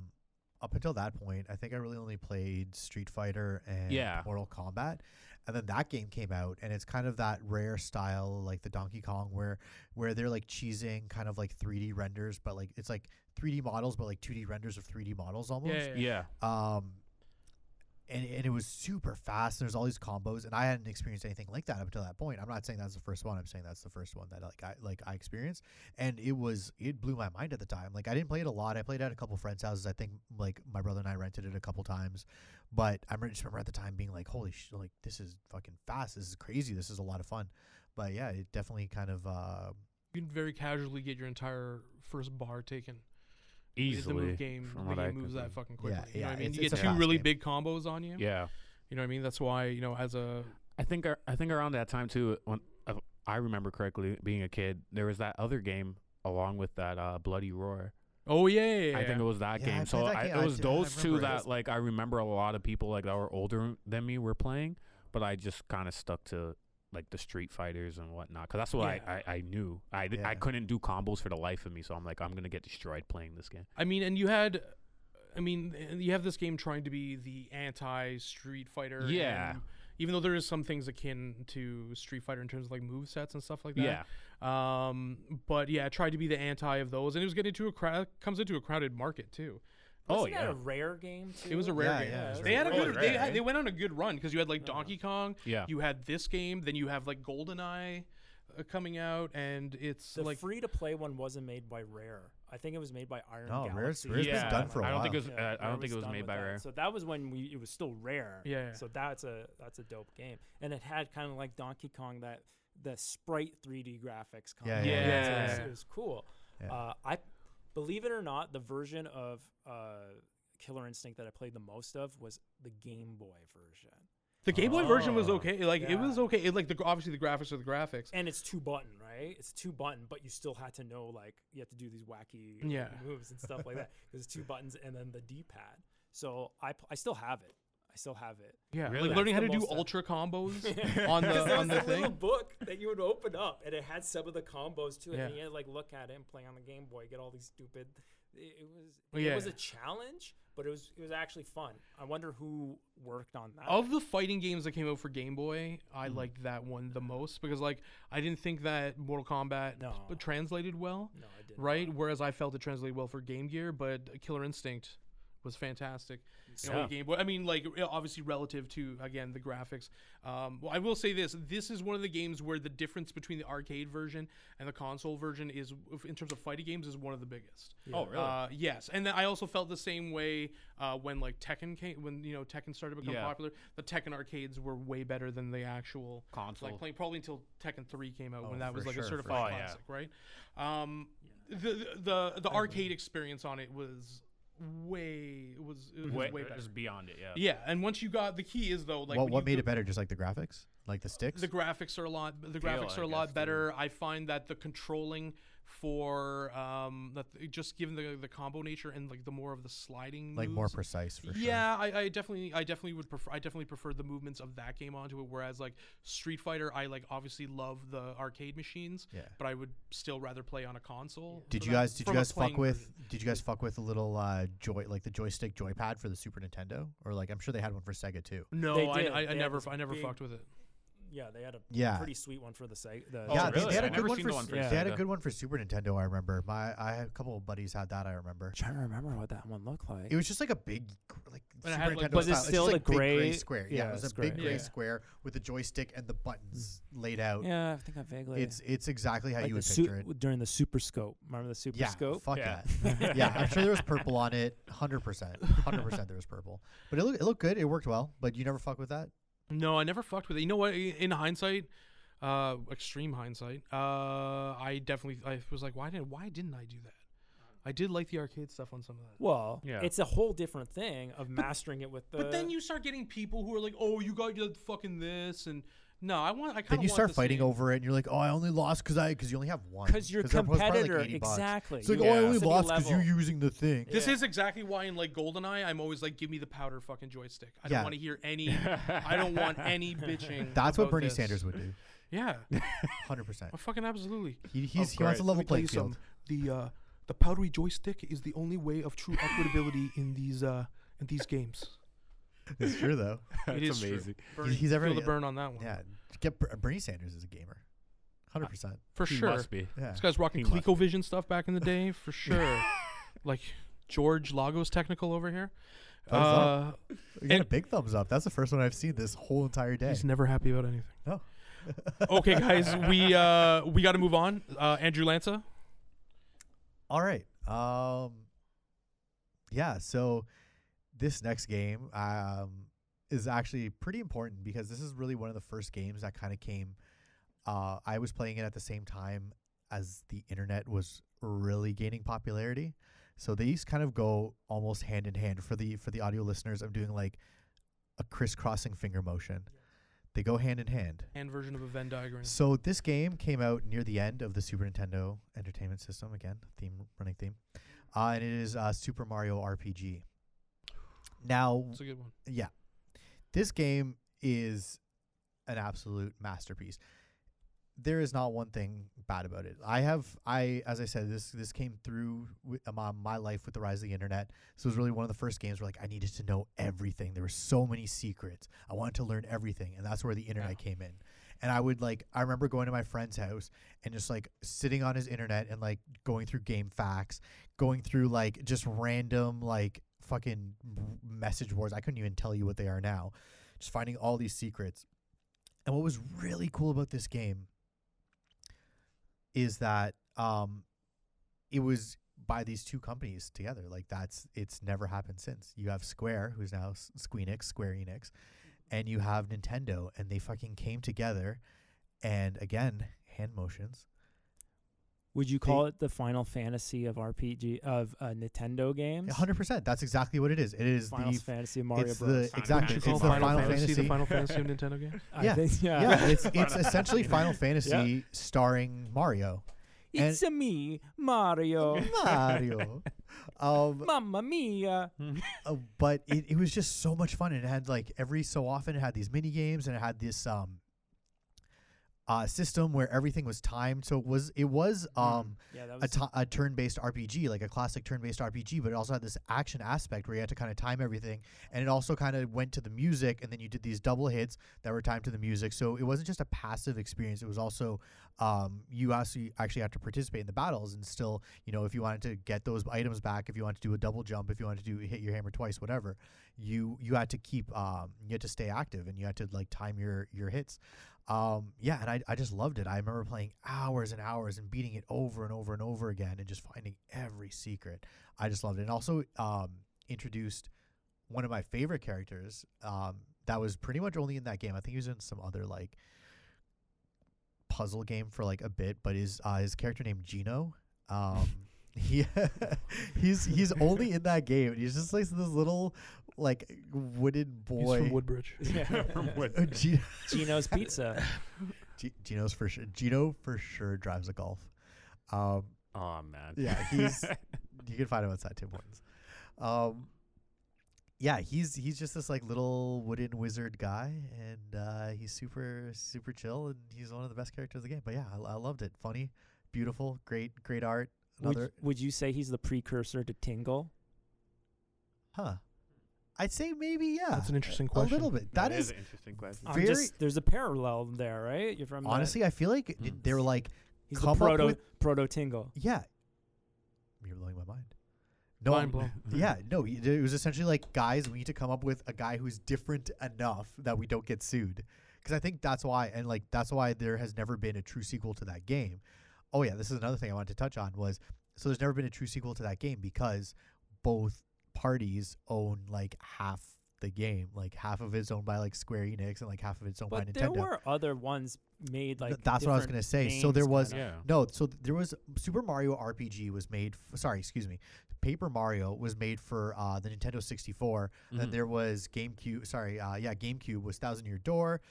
Speaker 2: up until that point. I think I really only played Street Fighter and
Speaker 3: Yeah.
Speaker 2: Mortal Kombat, and then that game came out, and it's kind of that rare style like the Donkey Kong, where where they're like cheesing kind of like 3D renders, but like it's like 3D models, but like 2D renders of 3D models almost.
Speaker 1: Yeah.
Speaker 3: yeah,
Speaker 2: um and, and it was super fast and there's all these combos and i hadn't experienced anything like that up until that point i'm not saying that's the first one i'm saying that's the first one that like i like i experienced and it was it blew my mind at the time like i didn't play it a lot i played it at a couple friends houses i think like my brother and i rented it a couple times but i remember- just remember at the time being like holy shit like this is fucking fast this is crazy this is a lot of fun but yeah it definitely kind of uh
Speaker 1: You can very casually get your entire first bar taken.
Speaker 3: easily.
Speaker 1: The move game
Speaker 3: from
Speaker 1: the
Speaker 3: what I
Speaker 1: game
Speaker 3: can
Speaker 1: moves that
Speaker 3: see.
Speaker 1: fucking quickly. you
Speaker 2: yeah,
Speaker 1: know what I mean?
Speaker 2: it's-
Speaker 1: You get
Speaker 2: it's a
Speaker 1: two
Speaker 2: fast
Speaker 1: really
Speaker 2: game.
Speaker 1: big combos on you.
Speaker 3: Yeah,
Speaker 1: You know what I mean? That's why you know as a
Speaker 3: I think ar- I think around that time too, when if I remember correctly, being a kid, there was that other game along with that uh, Bloody Roar.
Speaker 1: oh yeah, yeah, yeah,
Speaker 3: I think
Speaker 1: yeah.
Speaker 3: it was that
Speaker 2: Yeah, I
Speaker 3: game. So
Speaker 2: played that
Speaker 3: I,
Speaker 2: game.
Speaker 3: it
Speaker 2: I
Speaker 3: was
Speaker 2: d- I
Speaker 3: those two
Speaker 2: remember it.
Speaker 3: that like I remember a lot of people like that were older than me were playing, but I just kind of stuck to like the Street Fighters and whatnot. Because that's what
Speaker 4: Yeah.
Speaker 3: I, I, I knew. I, di-
Speaker 2: Yeah.
Speaker 3: I couldn't do combos for the life of me. So I'm like, I'm going to get destroyed playing this game.
Speaker 1: I mean, and you had, I mean, and you have this game trying to be the anti Street Fighter.
Speaker 3: Yeah.
Speaker 1: and even though there is some things akin to Street Fighter in terms of like move sets and stuff like that.
Speaker 3: Yeah.
Speaker 1: Um, but yeah, it tried to be the anti of those, and it was getting into a crowd comes into a crowded market too.
Speaker 3: Oh,
Speaker 4: Wasn't that
Speaker 3: yeah.
Speaker 4: a rare game. Too?
Speaker 1: It was a rare
Speaker 2: Yeah,
Speaker 1: game.
Speaker 2: yeah, it was
Speaker 1: they had a
Speaker 5: rare.
Speaker 1: good.
Speaker 5: Oh,
Speaker 1: they,
Speaker 5: rare, eh?
Speaker 1: had, they went on a good run because you had like Donkey Kong.
Speaker 3: Yeah.
Speaker 1: You had this game, then you have like GoldenEye uh, coming out, and it's
Speaker 4: The
Speaker 1: like
Speaker 4: free to play one wasn't made by Rare. I think it was made by Iron
Speaker 2: No, Rare's-
Speaker 4: Galaxy.
Speaker 2: Rare's been
Speaker 3: yeah.
Speaker 2: done for a
Speaker 3: I don't think it
Speaker 2: while.
Speaker 3: was, uh, I
Speaker 4: Rare
Speaker 3: don't think it was
Speaker 4: done
Speaker 3: made
Speaker 4: with
Speaker 3: by
Speaker 4: that.
Speaker 3: Rare.
Speaker 4: So that was when we it was still Rare.
Speaker 1: Yeah.
Speaker 4: So that's a that's a dope game, and it had kind of like Donkey Kong that the sprite 3D graphics.
Speaker 2: Yeah,
Speaker 4: combo.
Speaker 2: yeah,
Speaker 4: So it's-
Speaker 1: yeah.
Speaker 4: It, was, cool.
Speaker 2: Yeah.
Speaker 4: Uh, I believe it or not, the version of uh, Killer Instinct that I played the most of was the Game Boy version,
Speaker 1: the Game Boy version was
Speaker 3: Oh.
Speaker 1: okay. Like it was
Speaker 4: Yeah.
Speaker 1: okay. It, like the obviously the graphics are the graphics.
Speaker 4: and it's two button, right? It's two button, but you still had to know like you have to do these wacky like,
Speaker 1: Yeah.
Speaker 4: moves and stuff like that because it's two buttons and then the D pad. So I pl- I still have it. I still have it.
Speaker 1: Yeah,
Speaker 3: Really?
Speaker 1: like learning how
Speaker 4: That's
Speaker 1: to
Speaker 4: the
Speaker 1: do
Speaker 4: most, uh,
Speaker 1: ultra combos on
Speaker 4: Because
Speaker 1: the
Speaker 4: there
Speaker 1: on
Speaker 4: was
Speaker 1: the
Speaker 4: a little
Speaker 1: thing.
Speaker 4: book that you would open up, and it had some of the combos too,
Speaker 1: Yeah.
Speaker 4: and you had to like look at it and play on the Game Boy, get all these stupid. It, it was
Speaker 1: Yeah.
Speaker 4: it was a challenge, but it was it was actually fun. I wonder who worked on that.
Speaker 1: Of the fighting games that came out for Game Boy, I liked that one the most because like I didn't think that Mortal Kombat
Speaker 4: No.
Speaker 1: p- translated well,
Speaker 4: no, I didn't.
Speaker 1: right? Whereas I felt it translated well for Game Gear, but Killer Instinct was fantastic. You know,
Speaker 3: Yeah.
Speaker 1: Game Boy. I mean, like re- obviously relative to again the graphics. Um, well, I will say this: this is one of the games where the difference between the arcade version and the console version is, in terms of fighting games, is one of the biggest.
Speaker 3: Oh, really?
Speaker 1: Uh, yes, and then I also felt the same way uh, when like Tekken came, when you know Tekken started to become
Speaker 3: Yeah.
Speaker 1: popular. The Tekken arcades were way better than the actual
Speaker 3: Console.
Speaker 1: Like playing probably until Tekken Three came out when that
Speaker 2: Oh, for
Speaker 1: was like
Speaker 2: sure,
Speaker 1: a
Speaker 2: for
Speaker 1: certified
Speaker 3: sure. Oh, yeah.
Speaker 1: classic, right? Um, the the the, the arcade experience on it was way it was it was way,
Speaker 3: Way,
Speaker 1: better.
Speaker 3: Just beyond it. Yeah.
Speaker 1: Yeah, and once you got the key is though like
Speaker 2: what
Speaker 1: when
Speaker 2: what
Speaker 1: you-
Speaker 2: made
Speaker 1: the-
Speaker 2: it better? Just like the graphics, like the sticks.
Speaker 1: the graphics are a lot. The
Speaker 3: Feel,
Speaker 1: graphics
Speaker 3: I
Speaker 1: are a lot
Speaker 3: guess,
Speaker 1: better. I find that the controlling for um that th- just given the the combo nature and like the more of the sliding
Speaker 2: like more
Speaker 1: moves,
Speaker 2: precise for sure.
Speaker 1: yeah, I, I definitely, I definitely would prefer, I definitely prefer the movements of that game onto it. Whereas like Street Fighter, I like obviously love the arcade machines,
Speaker 2: Yeah.
Speaker 1: but I would still rather play on a console.
Speaker 2: Did
Speaker 1: for
Speaker 2: you
Speaker 1: that,
Speaker 2: guys did you
Speaker 1: from a
Speaker 2: guys fuck
Speaker 1: playing
Speaker 2: with
Speaker 1: version.
Speaker 2: did you guys fuck with the little uh, joy like the joystick joypad for the Super Nintendo or like I'm sure they had one for Sega too.
Speaker 1: No,
Speaker 4: They
Speaker 1: I,
Speaker 4: did.
Speaker 1: I,
Speaker 4: They
Speaker 1: I
Speaker 4: had
Speaker 1: never,
Speaker 4: this
Speaker 1: I never
Speaker 4: big-
Speaker 1: fucked with it.
Speaker 4: yeah, they had a
Speaker 2: Yeah.
Speaker 4: pretty sweet one for the site. The,
Speaker 3: Oh,
Speaker 2: yeah,
Speaker 3: really?
Speaker 2: they, they had a
Speaker 3: I
Speaker 2: good
Speaker 3: never
Speaker 2: one
Speaker 3: seen
Speaker 2: for
Speaker 3: the one
Speaker 2: S-
Speaker 3: for
Speaker 2: they had a
Speaker 3: Sega.
Speaker 2: good one for Super Nintendo. I remember my I had a couple of buddies had that. I remember.
Speaker 4: trying to remember what that one looked like.
Speaker 2: It was just like a big gr- like
Speaker 1: But it
Speaker 2: Super
Speaker 1: had, like,
Speaker 2: Nintendo.
Speaker 1: Was it
Speaker 2: style. It's just,
Speaker 4: still the
Speaker 2: like, big
Speaker 4: gray-
Speaker 2: square? Yeah,
Speaker 4: Yeah,
Speaker 2: it was a
Speaker 4: it's gray.
Speaker 2: big gray
Speaker 1: Yeah.
Speaker 2: square with the joystick and the buttons laid out.
Speaker 4: yeah, I think I vaguely.
Speaker 2: Oh, It's it's exactly how
Speaker 4: like
Speaker 2: you
Speaker 4: the
Speaker 2: would
Speaker 4: su-
Speaker 2: picture it.
Speaker 4: during the Super Scope. Remember the Super
Speaker 2: Yeah,
Speaker 4: Scope?
Speaker 2: fuck
Speaker 3: Yeah.
Speaker 2: that. yeah, I'm sure there was purple on it. Hundred percent, hundred percent, there was purple. But it looked it looked good. It worked well. But you never fuck with that.
Speaker 1: No, I never fucked with it. You know what? In hindsight, uh, extreme hindsight, uh, I definitely, I was like, why didn't, why didn't I do that? I did like the arcade stuff on some of that.
Speaker 4: Well,
Speaker 3: Yeah.
Speaker 4: it's a whole different thing of mastering it with the.
Speaker 1: But then you start getting people who are like, oh, you got your fucking this, and no, I want, I kind of
Speaker 2: Then you start fighting over it, and you're like, "Oh, I only lost because I because you only have one."
Speaker 4: because your
Speaker 2: they're probably like
Speaker 4: competitor
Speaker 2: 80 bucks.
Speaker 4: exactly.
Speaker 2: It's like,
Speaker 4: You-
Speaker 2: "Oh, I
Speaker 3: Yeah.
Speaker 2: only
Speaker 4: it's gonna
Speaker 2: lost
Speaker 4: be
Speaker 2: because you're
Speaker 4: level.
Speaker 2: using the thing."
Speaker 1: This
Speaker 4: Yeah.
Speaker 1: is exactly why in like GoldenEye, I'm always like, give me the powder fucking joystick. I
Speaker 2: Yeah.
Speaker 1: don't want to hear any. I don't want any bitching.
Speaker 2: That's what
Speaker 1: about
Speaker 2: Bernie
Speaker 1: this.
Speaker 2: Sanders would do.
Speaker 1: Yeah,
Speaker 2: Hundred percent.
Speaker 1: oh, fucking absolutely.
Speaker 2: He he's,
Speaker 5: Of
Speaker 2: he wants a
Speaker 5: course.
Speaker 2: level
Speaker 1: Let me
Speaker 2: playing
Speaker 1: tell you
Speaker 2: field.
Speaker 1: something. The uh, the powdery joystick is the only way of true equitability in these uh in these games.
Speaker 2: It's true though.
Speaker 3: That's
Speaker 1: it is true.
Speaker 3: amazing.
Speaker 1: Bernie,
Speaker 2: He's ever-
Speaker 1: feel the burn on that one.
Speaker 2: Yeah, get Ber- Bernie Sanders is a gamer. Hundred percent.
Speaker 1: for
Speaker 3: He
Speaker 1: sure.
Speaker 3: must be.
Speaker 2: Yeah.
Speaker 1: This guy's rocking
Speaker 3: He must be.
Speaker 1: ColecoVision stuff back in the day, for sure. like George Lagos technical over here.
Speaker 2: Thumbs
Speaker 1: Uh,
Speaker 2: up. You got a
Speaker 1: and-
Speaker 2: big thumbs up. That's the first one I've seen this whole entire day.
Speaker 1: he's never happy about anything.
Speaker 2: No.
Speaker 1: okay, guys, we uh we got to move on. Uh, Andrew Lanza.
Speaker 2: All right. Um Yeah, so this next game um is actually pretty important because this is really one of the first games that kind of came uh I was playing it at the same time as the internet was really gaining popularity. So these kind of go almost hand in hand for the for the audio listeners. I'm doing like a crisscrossing finger motion. They go hand in hand.
Speaker 1: Hand version of a Venn diagram.
Speaker 2: So this game came out near the end of the Super Nintendo Entertainment System again, theme running theme, uh, and it is uh, Super Mario RPG. Now,
Speaker 1: That's a good one.
Speaker 2: yeah, this game is an absolute masterpiece. There is not one thing bad about it. I have I as I said this this came through wi- um, uh, my life with the rise of the internet. So it was really one of the first games where like I needed to know everything. There were so many secrets. I wanted to learn everything, and that's where the internet came in. And I would like I remember going to my friend's house and just like sitting on his internet and like going through game facts, going through like just random like fucking m- message boards. I couldn't even tell you what they are now. Just finding all these secrets. And what was really cool about this game is that um, it was by these two companies together. Like that's it's never happened since. You have Square, who's now S- Squeenix, Square Enix, and you have Nintendo, and they fucking came together. And again, hand motions.
Speaker 4: Would you call it the Final Fantasy of RPG of uh, Nintendo games?
Speaker 2: Hundred percent. That's exactly what it is. It is
Speaker 4: Final
Speaker 2: the
Speaker 4: Fantasy of Mario
Speaker 2: it's
Speaker 4: Bros.
Speaker 2: the exactly
Speaker 3: Fantasy.
Speaker 2: it's
Speaker 1: Call
Speaker 2: the Final, Fantasy.
Speaker 1: the Final Fantasy of Nintendo game.
Speaker 4: I
Speaker 2: yeah.
Speaker 4: think- yeah.
Speaker 2: yeah, uh, it's it's
Speaker 3: Final
Speaker 2: essentially
Speaker 3: Fantasy.
Speaker 2: Final Fantasy starring Mario. and-
Speaker 4: It's a me, Mario.
Speaker 2: Mario. um,
Speaker 4: Mamma mia.
Speaker 2: uh, but it, it was just so much fun. And it had like every so often it had these mini games and it had this um uh system where everything was timed. So it was it was um
Speaker 4: Yeah, that
Speaker 2: a
Speaker 4: was
Speaker 2: ti- a turn-based RPG, like a classic turn-based RPG, but it also had this action aspect where you had to kind of time everything, and it also kind of went to the music, and then you did these double hits that were timed to the music. So it wasn't just a passive experience; it was also um, you actually actually had to participate in the battles, and still, you know, if you wanted to get those items back, if you wanted to do a double jump, if you wanted to do hit your hammer twice, whatever, you you had to keep um, you had to stay active, and you had to like time your your hits um, yeah, and I, I just loved it. I remember playing hours and hours and beating it over and over and over again and just finding every secret. I just loved it. And also um, introduced one of my favorite characters um, that was pretty much only in that game. I think he was in some other like puzzle game for like a bit, but his uh, his character named Gino. Um, he he's he's only in that game. He's just like this little like wooded
Speaker 1: He's
Speaker 2: boy.
Speaker 1: from Woodbridge.
Speaker 4: yeah.
Speaker 3: From what-
Speaker 2: Uh, Gino-
Speaker 4: Gino's Pizza.
Speaker 2: G- Gino's for sure. Gino for sure drives a golf. Um,
Speaker 3: oh man.
Speaker 2: yeah, he's. you can find him outside Tim Hortons. Um, yeah, he's he's just this like little wooden wizard guy, and uh, he's super super chill, and he's one of the best characters of the game. But yeah, I, I loved it. Funny, beautiful, great great art.
Speaker 4: would,
Speaker 2: Another
Speaker 4: would you say he's the precursor to Tingle?
Speaker 2: huh? I'd say maybe yeah.
Speaker 1: That's an interesting
Speaker 2: a
Speaker 1: question.
Speaker 2: little bit. That is
Speaker 3: an interesting question.
Speaker 4: I'm
Speaker 2: Very-
Speaker 4: just- there's a parallel there, right? You're from that-
Speaker 2: honestly, I feel like
Speaker 3: Mm.
Speaker 2: they were like
Speaker 4: he's
Speaker 2: come
Speaker 4: the
Speaker 2: up
Speaker 4: proto
Speaker 2: with- Oh,
Speaker 4: proto Tingle.
Speaker 2: yeah. You're blowing my mind. No,
Speaker 1: Mind
Speaker 2: I'm-
Speaker 1: blown.
Speaker 4: Mm-hmm.
Speaker 2: yeah, no, y- it was essentially like, guys, we need to come up with a guy who's different enough that we don't get sued. Because I think that's why, and like that's why there has never been a true sequel to that game. Oh yeah, this is another thing I wanted to touch on was so there's never been a true sequel to that game because both parties own like half the game, like half of it's owned by like Square Enix and like half of it's owned by
Speaker 4: But
Speaker 2: Nintendo.
Speaker 4: there were other ones made like
Speaker 2: that's what I was
Speaker 4: different
Speaker 2: gonna say. So there
Speaker 4: names,
Speaker 2: was-
Speaker 4: kinda.
Speaker 3: Yeah.
Speaker 2: No, so th- there was Super Mario RPG was made. F- sorry, excuse me. Paper Mario was made for uh, the Nintendo 64. and
Speaker 4: Mm-hmm.
Speaker 2: Then
Speaker 3: Mhm.
Speaker 2: there was GameCube. Sorry, uh, yeah, GameCube was Thousand Year Door.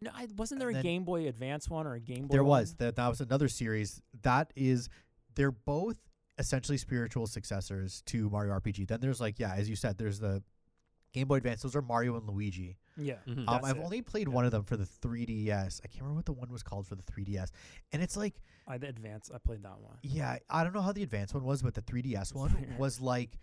Speaker 4: No, I, wasn't there
Speaker 2: And
Speaker 4: a
Speaker 2: then-
Speaker 4: Game Boy Advance one or a Game Boy?
Speaker 2: There
Speaker 4: one?
Speaker 2: was that. That was another series. That is, they're both essentially spiritual successors to Mario RPG. Then there's like, yeah, as you said, there's the Game Boy Advance. Those are Mario and Luigi.
Speaker 4: Yeah.
Speaker 3: Mhm.
Speaker 2: Um,
Speaker 4: That's
Speaker 2: I've
Speaker 4: it.
Speaker 2: only played one of them for the 3DS. I can't remember what the one was called for the 3DS. And it's like
Speaker 4: I the Advance. I played that one.
Speaker 2: Yeah, I don't know how the advanced one was, but the 3DS one
Speaker 4: weird.
Speaker 2: was like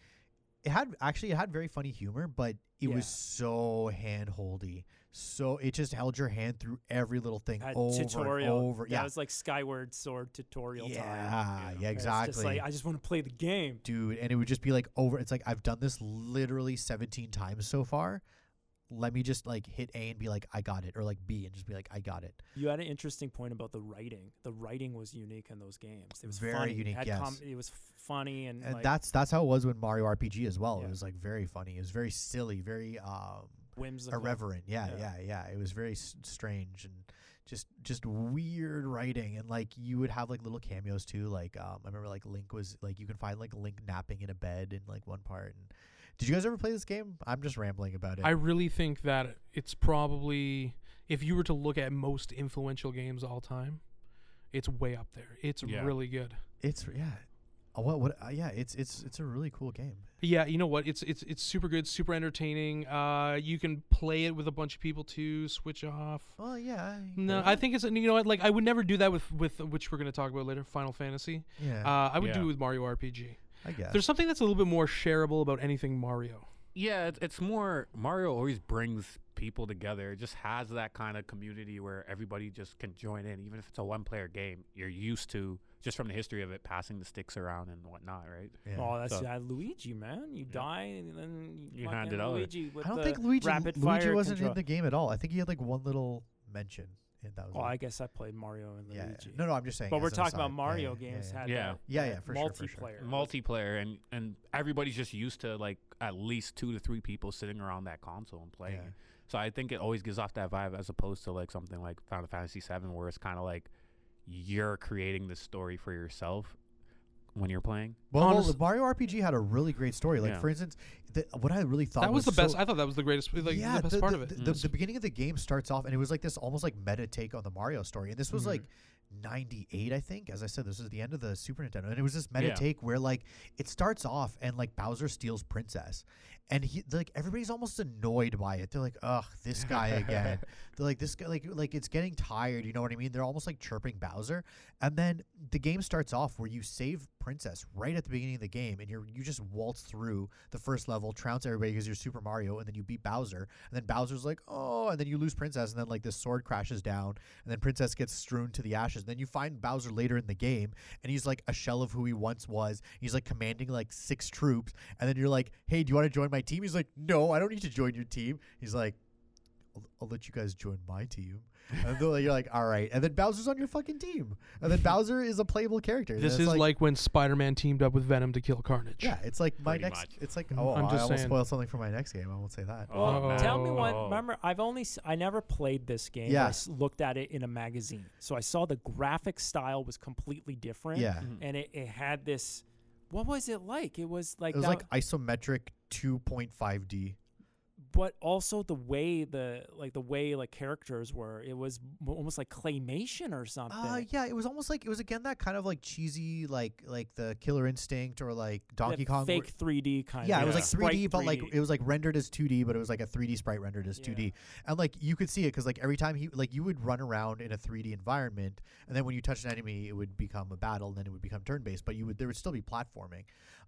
Speaker 2: it had actually it had very funny humor, but it
Speaker 4: Yeah.
Speaker 2: was so hand holdy. So it just held your hand through every little thing
Speaker 4: Had
Speaker 2: over
Speaker 4: tutorial.
Speaker 2: and over.
Speaker 4: That
Speaker 2: yeah.
Speaker 4: was like Skyward Sword tutorial
Speaker 2: yeah,
Speaker 4: time.
Speaker 2: yeah,
Speaker 3: you know.
Speaker 4: It's
Speaker 2: exactly.
Speaker 4: Just like I just want to play the game.
Speaker 2: Dude, and it would just be like over it's like I've done this literally 17 times so far. Let me just like hit A and be like I got it or like B and just be like I got it.
Speaker 4: You had an interesting point about the writing. The writing was unique in those games. It was
Speaker 2: Very
Speaker 4: funny.
Speaker 2: unique,
Speaker 4: It, had
Speaker 2: yes.
Speaker 4: it was funny and,
Speaker 2: and
Speaker 4: like
Speaker 2: that's that's how it was with Mario RPG as well. It
Speaker 4: Yeah.
Speaker 2: was like very funny. It was very silly, very um
Speaker 4: whimsical.
Speaker 2: irreverent. Yeah, yeah,
Speaker 4: Yeah.
Speaker 2: yeah, It was very s- strange and just just weird writing. And like you would have like little cameos too. Like um, I remember like Link was like you can find like Link napping in a bed in like one part. And did you guys ever play this game? I'm just rambling about it.
Speaker 1: I really think that it's probably if you were to look at most influential games all time, it's way up there. It's
Speaker 3: Yeah.
Speaker 1: really good.
Speaker 2: it's yeah. Uh, what? What? Uh, yeah, it's it's it's a really cool game.
Speaker 1: Yeah, you know what? It's it's it's super good, super entertaining. Uh, you can play it with a bunch of people too. Switch off.
Speaker 2: Well, yeah. you
Speaker 1: No,
Speaker 2: could.
Speaker 1: I think it's you know what? Like I would never do that with with which we're gonna talk about later. Final Fantasy.
Speaker 2: yeah,
Speaker 1: Uh, I would do
Speaker 3: Yeah.
Speaker 1: it with Mario RPG.
Speaker 2: I guess.
Speaker 1: There's something that's a little bit more shareable about anything Mario.
Speaker 3: Yeah, it's, it's more Mario always brings people together. It just has that kind of community where everybody just can join in, even if it's a one-player game. You're used to just from the history of it, passing the sticks around and whatnot, right?
Speaker 2: yeah.
Speaker 4: Oh, that's
Speaker 3: So-
Speaker 4: uh, Luigi, man. You die and then you,
Speaker 3: You hand
Speaker 4: fucking
Speaker 3: it over.
Speaker 4: Luigi with
Speaker 2: I don't
Speaker 4: the
Speaker 2: think Luigi
Speaker 4: rapid
Speaker 2: Luigi
Speaker 4: fire
Speaker 2: wasn't
Speaker 4: control.
Speaker 2: in the game at all. I think he had like one little mention. And that was
Speaker 4: Well,
Speaker 2: it.
Speaker 4: Oh, I guess I played Mario and
Speaker 2: yeah.
Speaker 4: Luigi.
Speaker 2: No, no, I'm just saying.
Speaker 4: but we're
Speaker 2: as an
Speaker 4: talking about
Speaker 2: aside. Yeah,
Speaker 4: Mario
Speaker 2: yeah,
Speaker 4: games
Speaker 2: yeah,
Speaker 4: had
Speaker 3: Yeah.
Speaker 4: that,
Speaker 2: Yeah, yeah,
Speaker 4: that
Speaker 2: for sure, for
Speaker 4: multiplayer.
Speaker 2: sure.
Speaker 3: Multiplayer and and everybody's just used to like at least two to three people sitting around that console and playing.
Speaker 2: Yeah.
Speaker 3: it. So I think it always gives off that vibe as opposed to like something like Final Fantasy VII, where it's kind of like you're creating the story for yourself when you're playing.
Speaker 2: Well, well,
Speaker 1: Honest-
Speaker 2: the Mario RPG had a really great story. Like
Speaker 3: Yeah.
Speaker 2: for instance, the, what I really thought
Speaker 1: That was the
Speaker 2: so-
Speaker 1: best. I thought that was the greatest. Like the best part of it. Mm.
Speaker 2: The, the- the beginning of the game starts off, and it was like this almost like meta take on the Mario story. And this
Speaker 1: Mm-hmm.
Speaker 2: was like 98, I think. As I said, this is the end of the Super Nintendo. And it was this meta
Speaker 3: Yeah.
Speaker 2: take where like it starts off, and like Bowser steals Princess. And he like everybody's almost annoyed by it. They're like, "Ugh, this guy again." They're like, "This guy like like it's getting tired." You know what I mean? They're almost like chirping Bowser. And then the game starts off where you save Princess right at the beginning of the game, and you are you just waltz through the first level, trounce everybody because you're Super Mario, and then you beat Bowser, and then Bowser's like, oh, and then you lose Princess, and then like this sword crashes down, and then Princess gets strewn to the ashes. then you find Bowser later in the game, and he's like a shell of who he once was. He's like commanding like six troops, and then you're like, hey, do you want to join my team? He's like, no, I don't need to join your team. He's like. I'll, I'll let you guys join my team. And then you're like, all right. And then Bowser's on your fucking team. And then Bowser is a playable character.
Speaker 1: This
Speaker 2: And
Speaker 1: is
Speaker 2: it's
Speaker 1: like, when Spider-Man teamed up with Venom to kill Carnage.
Speaker 2: yeah, it's like my
Speaker 3: Pretty
Speaker 2: next.
Speaker 3: much.
Speaker 2: It's like,
Speaker 1: Mm,
Speaker 2: oh, i
Speaker 1: I'm just
Speaker 2: almost
Speaker 1: saying.
Speaker 2: spoiled something for my next game. I won't say that.
Speaker 4: Well,
Speaker 1: Oh,
Speaker 4: tell me one.
Speaker 3: Oh.
Speaker 4: Remember, I've only s- I never played this game.
Speaker 2: Yeah.
Speaker 4: I s- looked at it in a magazine, so I saw the graphic style was completely different.
Speaker 2: Yeah.
Speaker 3: Mm-hmm.
Speaker 4: and it, it had this. What was it like? It was like
Speaker 2: It was
Speaker 4: that-
Speaker 1: uh,
Speaker 2: like isometric 2.5D.
Speaker 4: but also the way the like the way like characters were. It was m- almost like claymation or something.
Speaker 2: Uh, yeah, it was almost like it was again that kind of like cheesy, like like the Killer Instinct or like Donkey
Speaker 4: That
Speaker 2: Kong. where-
Speaker 4: fake 3D kind.
Speaker 2: yeah,
Speaker 4: of
Speaker 2: it was like
Speaker 4: sprite
Speaker 2: 3D, but like
Speaker 4: 3D.
Speaker 2: it was like rendered as 2D, but it was like a 3D sprite rendered as 2D, and like you could see it because like every time he like you would run around in a 3D environment, and then when you touched an enemy, it would become a battle, and then it would become turn based, but you would there would still be platforming,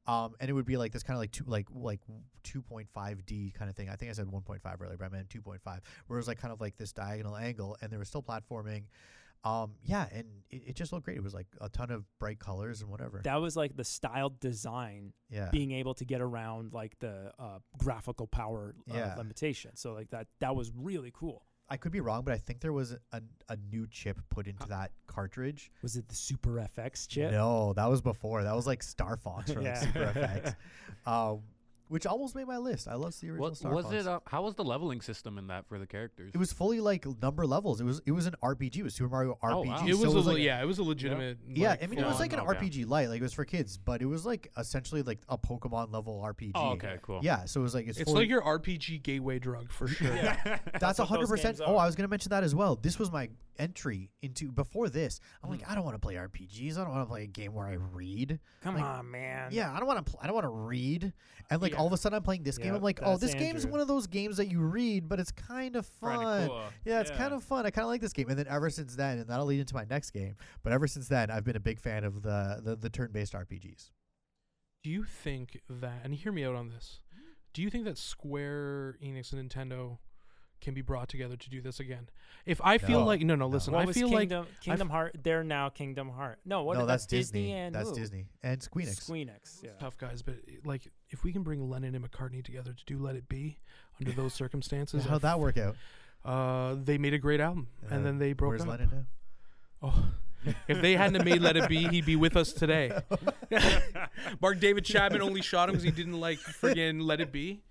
Speaker 2: um, and it would be like this kind of like two like like 2.5D kind of thing. I think I said 1.5 earlier, but I meant 2.5, where it was like kind of like this diagonal angle, and there was still platforming. Um, yeah, and it, it just looked great. It was like a ton of bright colors and whatever.
Speaker 4: that was like the style design
Speaker 2: yeah,
Speaker 4: being able to get around like the uh, graphical power uh,
Speaker 2: Yeah.
Speaker 4: limitation. So like that that was really cool.
Speaker 2: I could be wrong, but I think there was a, a new chip put into that cartridge.
Speaker 4: Was it the Super FX chip?
Speaker 2: No, that was before. That was like Star Fox from
Speaker 4: Yeah.
Speaker 2: Super FX, um, which almost made my list. I love the original
Speaker 3: What
Speaker 2: Star
Speaker 3: was
Speaker 2: Fox.
Speaker 3: it? Uh, how was the leveling system in that for the characters?
Speaker 2: it was fully like number levels. It was it was an RPG. It was Super Mario RPG.
Speaker 3: Oh, wow.
Speaker 1: It
Speaker 2: so
Speaker 1: was a le-
Speaker 2: like,
Speaker 1: yeah, it was a legitimate.
Speaker 2: Yeah,
Speaker 1: like,
Speaker 2: I mean it was
Speaker 1: full-on-
Speaker 2: like an
Speaker 3: okay.
Speaker 2: RPG light, like it was for kids, but it was like essentially like a Pokemon level RPG.
Speaker 3: Oh, okay, cool.
Speaker 2: Yeah, so it was like it's,
Speaker 1: It's
Speaker 2: fully,
Speaker 1: like your RPG gateway drug for sure.
Speaker 2: That's a
Speaker 4: what
Speaker 2: hundred
Speaker 4: those
Speaker 2: percent.
Speaker 4: games
Speaker 2: Oh,
Speaker 4: are.
Speaker 2: I was gonna mention that as well. This was my entry into before this. I'm like, I don't want to play RPGs. I don't want to play a game where I read.
Speaker 4: Come
Speaker 2: Like,
Speaker 4: on, man.
Speaker 2: Yeah, I don't want to. Pl- I don't want to read. And like all of a sudden, I'm playing this game.
Speaker 4: Yeah,
Speaker 2: I'm like, oh,
Speaker 4: that's
Speaker 2: this game's
Speaker 4: Andrew.
Speaker 2: one of those games that you read, but it's kind of
Speaker 3: Kinda
Speaker 2: fun.
Speaker 3: cool.
Speaker 2: Yeah, it's
Speaker 3: Yeah.
Speaker 2: kind of fun. I kind of like this game. And then ever since then, and that'll lead into my next game. But ever since then, I've been a big fan of the the, the turn-based RPGs.
Speaker 1: Do you think that, and hear me out on this, do you think that Square Enix and Nintendo can be brought together to do this again? If I feel
Speaker 2: No.
Speaker 1: like, no, no, listen,
Speaker 4: What
Speaker 1: I
Speaker 4: was
Speaker 1: feel like
Speaker 4: Kingdom, Kingdom Heart? They're now Kingdom Heart. No, what?
Speaker 2: no,
Speaker 4: that's, Disney. and
Speaker 2: that's
Speaker 4: who?
Speaker 2: Disney and Squeenix.
Speaker 4: Squeenix. Yeah.
Speaker 1: tough guys, but like if we can bring Lennon and McCartney together to do Let It Be under those circumstances, I
Speaker 2: How'd that work out?
Speaker 1: Uh, they made a great album,
Speaker 2: Uh,
Speaker 1: and then they broke
Speaker 2: Where's
Speaker 1: up.
Speaker 2: Lennon now?
Speaker 1: Oh. if they hadn't have made Let It Be, he'd be with us today. Mark David Chapman only shot him because he didn't like friggin' Let It Be.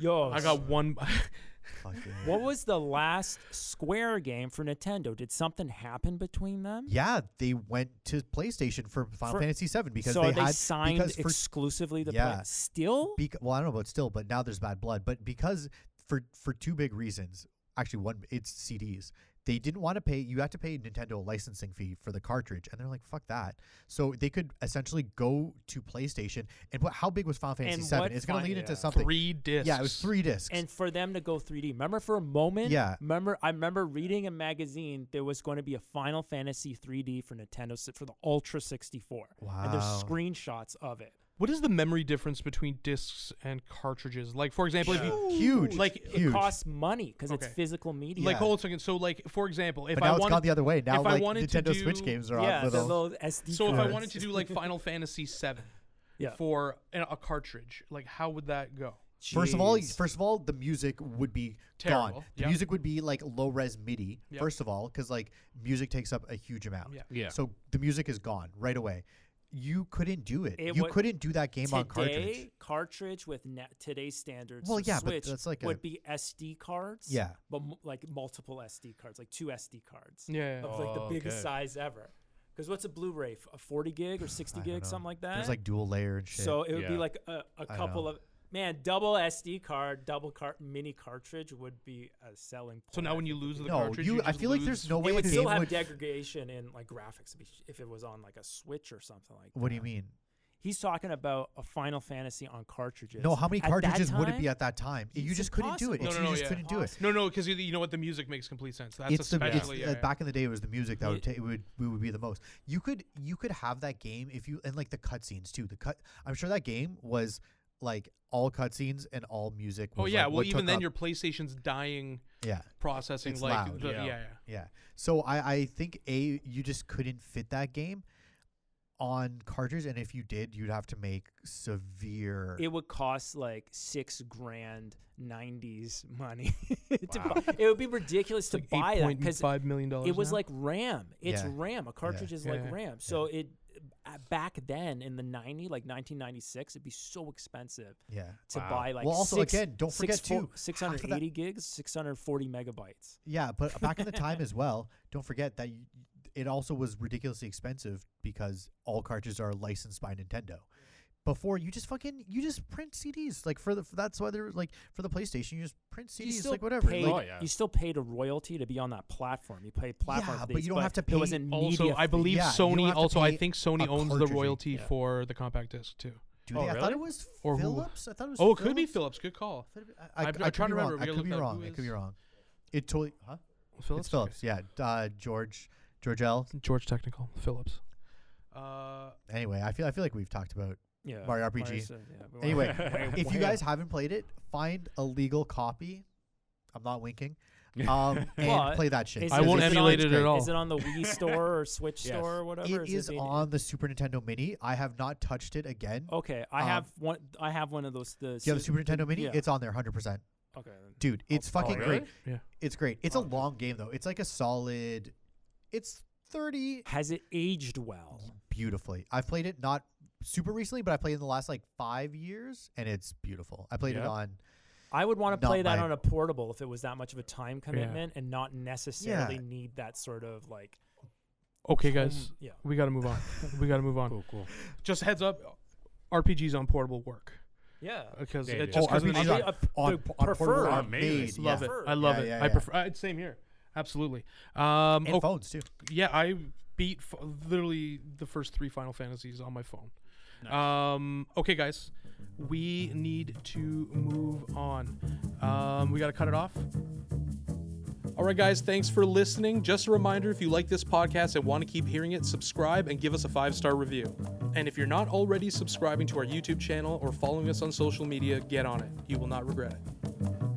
Speaker 2: Oh,
Speaker 4: Yo,
Speaker 1: I got one.
Speaker 2: Fucking-
Speaker 4: What was the last Square game for Nintendo? Did something happen between them?
Speaker 2: Yeah, they went to PlayStation for Final
Speaker 4: For-
Speaker 2: Fantasy Seven because
Speaker 4: so
Speaker 2: they,
Speaker 4: are they
Speaker 2: had
Speaker 4: signed
Speaker 2: because for
Speaker 4: exclusively to
Speaker 2: yeah.
Speaker 4: play still.
Speaker 2: bec- well, I don't know about still, but now there's bad blood. But because for for two big reasons, actually one, it's CDs. They didn't want to pay. You had to pay Nintendo a licensing fee for the cartridge, and they're like, "Fuck that!" So they could essentially go to PlayStation. And what? How big was Final Fantasy
Speaker 4: And
Speaker 2: Seven?
Speaker 4: what
Speaker 2: It's going to
Speaker 4: fin-
Speaker 2: lead into
Speaker 4: yeah.
Speaker 2: something.
Speaker 1: Three discs.
Speaker 2: yeah, it was three discs.
Speaker 4: and for them to go 3D. Remember for a moment?
Speaker 2: Yeah.
Speaker 4: Remember, I remember reading a magazine there was going to be a Final Fantasy 3D for Nintendo si- for the Ultra 64. And there's
Speaker 2: Wow.
Speaker 4: screenshots of it.
Speaker 1: What is the memory difference between discs and cartridges? Like, for example, if you
Speaker 2: huge,
Speaker 1: Like, it
Speaker 2: huge.
Speaker 4: It costs money because
Speaker 1: Okay.
Speaker 4: it's physical media.
Speaker 1: like
Speaker 2: Yeah.
Speaker 1: hold on a second. So, like for example, if
Speaker 2: but now
Speaker 1: I
Speaker 2: it's
Speaker 1: wanted
Speaker 2: gone the other way. Now
Speaker 1: if I
Speaker 2: like
Speaker 1: wanted to
Speaker 2: Nintendo Switch
Speaker 1: do-
Speaker 2: games are
Speaker 4: yeah,
Speaker 2: on little.
Speaker 4: the little SD
Speaker 1: so if I
Speaker 4: cards.
Speaker 1: wanted to do like Final Fantasy Seven
Speaker 4: Yeah.
Speaker 1: for an, a cartridge, like how would that go?
Speaker 2: First of all,
Speaker 4: Jeez.
Speaker 2: first of all, the music would be
Speaker 1: Terrible,
Speaker 2: gone. The
Speaker 1: yeah.
Speaker 2: music would be like low res MIDI.
Speaker 1: Yeah.
Speaker 2: First of all, because like music takes up a huge amount.
Speaker 1: Yeah.
Speaker 3: Yeah.
Speaker 2: So the music is gone right away. You couldn't do it.
Speaker 4: It
Speaker 2: you
Speaker 4: wa-
Speaker 2: couldn't do that game
Speaker 4: today,
Speaker 2: on cartridge.
Speaker 4: cartridge with na- today's standards.
Speaker 2: Well,
Speaker 4: for
Speaker 2: yeah, but
Speaker 4: Switch
Speaker 2: that's like a-
Speaker 4: would be SD cards.
Speaker 2: Yeah.
Speaker 4: but m- like multiple SD cards, like two SD cards.
Speaker 1: Yeah.
Speaker 4: of like the
Speaker 3: Oh,
Speaker 4: biggest
Speaker 3: okay.
Speaker 4: size ever. Because what's a Blu-ray? F- A 40 gig or 60
Speaker 2: I don't
Speaker 4: gig,
Speaker 2: know.
Speaker 4: something like that.
Speaker 2: There's like dual layer and shit.
Speaker 4: so it would be
Speaker 3: Yeah.
Speaker 4: like a, a
Speaker 2: I
Speaker 4: couple
Speaker 2: know.
Speaker 4: of man double SD card, double cart mini cartridge would be a selling. point.
Speaker 1: So now
Speaker 4: I
Speaker 1: when
Speaker 4: think.
Speaker 1: you lose the
Speaker 2: no,
Speaker 1: cartridge,
Speaker 2: you. I
Speaker 1: just
Speaker 2: feel like there's
Speaker 1: lose-
Speaker 2: no way
Speaker 4: it would
Speaker 2: a
Speaker 4: still
Speaker 2: game
Speaker 4: have
Speaker 2: would.
Speaker 4: degradation in like graphics if it- if it was on like a Switch or something like.
Speaker 2: what
Speaker 4: that.
Speaker 2: do you mean?
Speaker 4: He's talking about a Final Fantasy on cartridges.
Speaker 2: No, how many
Speaker 4: At that
Speaker 2: cartridges would it be
Speaker 4: time-
Speaker 2: at that time? You
Speaker 4: It's
Speaker 2: just couldn't do it.
Speaker 4: impossible.
Speaker 1: No,
Speaker 2: It's-
Speaker 1: no, no,
Speaker 2: you just
Speaker 1: yeah.
Speaker 2: couldn't do it.
Speaker 1: No, no, because you know what? The music makes complete sense. That's
Speaker 2: it's the, it's,
Speaker 1: especially
Speaker 2: uh,
Speaker 1: yeah, yeah.
Speaker 2: back in the day it was the music that would
Speaker 4: Yeah.
Speaker 2: take it would it would be the most. You could you could have that game if you and like the cutscenes too. The cut I'm sure that game was like all cutscenes and all music.
Speaker 1: Oh
Speaker 2: was,
Speaker 1: yeah,
Speaker 2: like,
Speaker 1: well
Speaker 2: what
Speaker 1: even
Speaker 2: took
Speaker 1: then
Speaker 2: up-
Speaker 1: your PlayStation's dying
Speaker 2: yeah
Speaker 1: processing
Speaker 2: It's
Speaker 1: like
Speaker 2: loud.
Speaker 1: The, yeah.
Speaker 3: Yeah.
Speaker 1: yeah,
Speaker 2: yeah. So I I think a you just couldn't fit that game on cartridge, and if you did, you'd have to make severe.
Speaker 4: It would cost like six grand '90s money. to
Speaker 3: Wow.
Speaker 4: buy. It would be ridiculous to buy that because
Speaker 1: $8.5 million
Speaker 4: it was
Speaker 1: now.
Speaker 4: like RAM. It's
Speaker 2: Yeah.
Speaker 4: RAM. A cartridge is
Speaker 1: Yeah,
Speaker 4: like
Speaker 1: yeah,
Speaker 4: RAM. So it uh, back then in the '90s, like 1996, it'd be so expensive
Speaker 2: yeah.
Speaker 4: to
Speaker 3: Wow.
Speaker 4: buy like.
Speaker 2: Well, also,
Speaker 4: six,
Speaker 2: again, don't forget, too, half of that-
Speaker 4: 680 gigs, 640 megabytes.
Speaker 2: Yeah, but back in the time as well, don't forget that y it also was ridiculously expensive because all cartridges are licensed by Nintendo. Before you just fucking you just print CDs like for the for, that's why there was like for the PlayStation you just print
Speaker 4: you
Speaker 2: CDs
Speaker 4: still
Speaker 2: like whatever
Speaker 4: Paid,
Speaker 2: like,
Speaker 3: Oh, yeah.
Speaker 4: You still paid a royalty to be on that platform. You paid platform
Speaker 2: Yeah, but
Speaker 4: fees,
Speaker 2: you don't have to
Speaker 4: It
Speaker 2: pay
Speaker 4: wasn't
Speaker 1: also
Speaker 4: media
Speaker 1: I
Speaker 4: fee.
Speaker 1: believe
Speaker 2: Yeah, you don't
Speaker 1: Sony
Speaker 2: have to
Speaker 1: also I
Speaker 2: pay
Speaker 1: think Sony
Speaker 2: a
Speaker 1: owns the
Speaker 2: cartridge fee.
Speaker 1: royalty
Speaker 4: Yeah.
Speaker 1: for the compact disc too.
Speaker 2: do
Speaker 3: Oh,
Speaker 2: they? I thought it
Speaker 3: really?
Speaker 2: was
Speaker 1: Or who?
Speaker 2: Philips. I thought it was
Speaker 1: Oh, it could be Philips.
Speaker 2: Philips.
Speaker 1: Good call.
Speaker 2: I, I,
Speaker 1: I'm-
Speaker 2: I,
Speaker 1: I'm
Speaker 2: could
Speaker 1: trying
Speaker 2: be
Speaker 1: to remember.
Speaker 2: Wrong.
Speaker 1: We
Speaker 2: I
Speaker 1: gotta
Speaker 2: could
Speaker 1: look
Speaker 2: be
Speaker 1: that up.
Speaker 2: wrong.
Speaker 1: Who
Speaker 2: It could be
Speaker 1: is-
Speaker 2: wrong. It totally. Huh?
Speaker 1: Philips.
Speaker 2: It's Phillips. Yeah. Uh, George. Georgel.
Speaker 1: Okay. George Technical. Philips. Uh,
Speaker 2: Anyway, I feel I feel like we've talked about
Speaker 4: Yeah,
Speaker 2: Mario RPG.
Speaker 4: so- yeah, we were-
Speaker 2: Anyway,
Speaker 3: Wow.
Speaker 2: if you guys haven't played it, find a legal copy. I'm not winking. Um, and
Speaker 4: Well,
Speaker 2: play that shit.
Speaker 4: is
Speaker 1: I
Speaker 2: because
Speaker 1: won't
Speaker 2: it's-
Speaker 1: emulate
Speaker 2: it's
Speaker 1: it at
Speaker 2: great.
Speaker 1: all.
Speaker 4: Is it on the Wii store or Switch
Speaker 3: Yes.
Speaker 4: store or whatever?
Speaker 2: It is
Speaker 4: being-
Speaker 2: on the Super Nintendo Mini. I have not touched it again.
Speaker 4: Okay, I
Speaker 2: um,
Speaker 4: have one. I have one of those.
Speaker 2: Do
Speaker 4: The
Speaker 2: you have the
Speaker 4: su-
Speaker 2: Super Nintendo Mini?
Speaker 4: yeah.
Speaker 2: It's on there 100%.
Speaker 4: Okay. then.
Speaker 2: Dude, it's
Speaker 4: oh,
Speaker 2: fucking
Speaker 3: really?
Speaker 2: great.
Speaker 1: Yeah.
Speaker 2: It's great. It's a long game, though. It's like a solid. It's 30
Speaker 4: Has it aged well?
Speaker 2: beautifully. I've played it not super recently, but I played it in the last like five years, and it's beautiful. I played it
Speaker 3: Yeah.
Speaker 2: on.
Speaker 4: I would want to
Speaker 2: Not
Speaker 4: play that
Speaker 2: my-
Speaker 4: on a portable if it was that much of a time commitment and not necessarily
Speaker 2: Yeah.
Speaker 4: need that sort of like.
Speaker 1: okay,
Speaker 4: home-
Speaker 1: guys,
Speaker 4: yeah.
Speaker 1: we gotta move on. We gotta move on.
Speaker 3: cool, cool.
Speaker 1: Just heads up, RPGs on portable work
Speaker 4: Yeah.
Speaker 1: because
Speaker 3: They
Speaker 1: it
Speaker 3: do.
Speaker 1: just
Speaker 2: oh,
Speaker 1: 'cause of the
Speaker 2: RPGs
Speaker 1: nature-
Speaker 2: on,
Speaker 4: nature-
Speaker 2: on,
Speaker 4: I
Speaker 2: on
Speaker 4: pre-
Speaker 2: portable
Speaker 4: prefer-
Speaker 2: are
Speaker 3: Amazing.
Speaker 2: made.
Speaker 1: love
Speaker 2: yeah.
Speaker 1: it. I love
Speaker 2: Yeah,
Speaker 1: it.
Speaker 2: yeah,
Speaker 1: I
Speaker 2: yeah.
Speaker 1: prefer. I, same here. Absolutely. Um,
Speaker 2: And
Speaker 1: oh,
Speaker 2: phones too.
Speaker 1: yeah, I beat f- literally the first three Final Fantasies on my phone. Um, okay, guys, we need to move on. Um, we got to cut it off. All right, guys, thanks for listening. Just a reminder if you like this podcast and want to keep hearing it, subscribe and give us a five star review. And if you're not already subscribing to our YouTube channel or following us on social media, get on it. You will not regret it.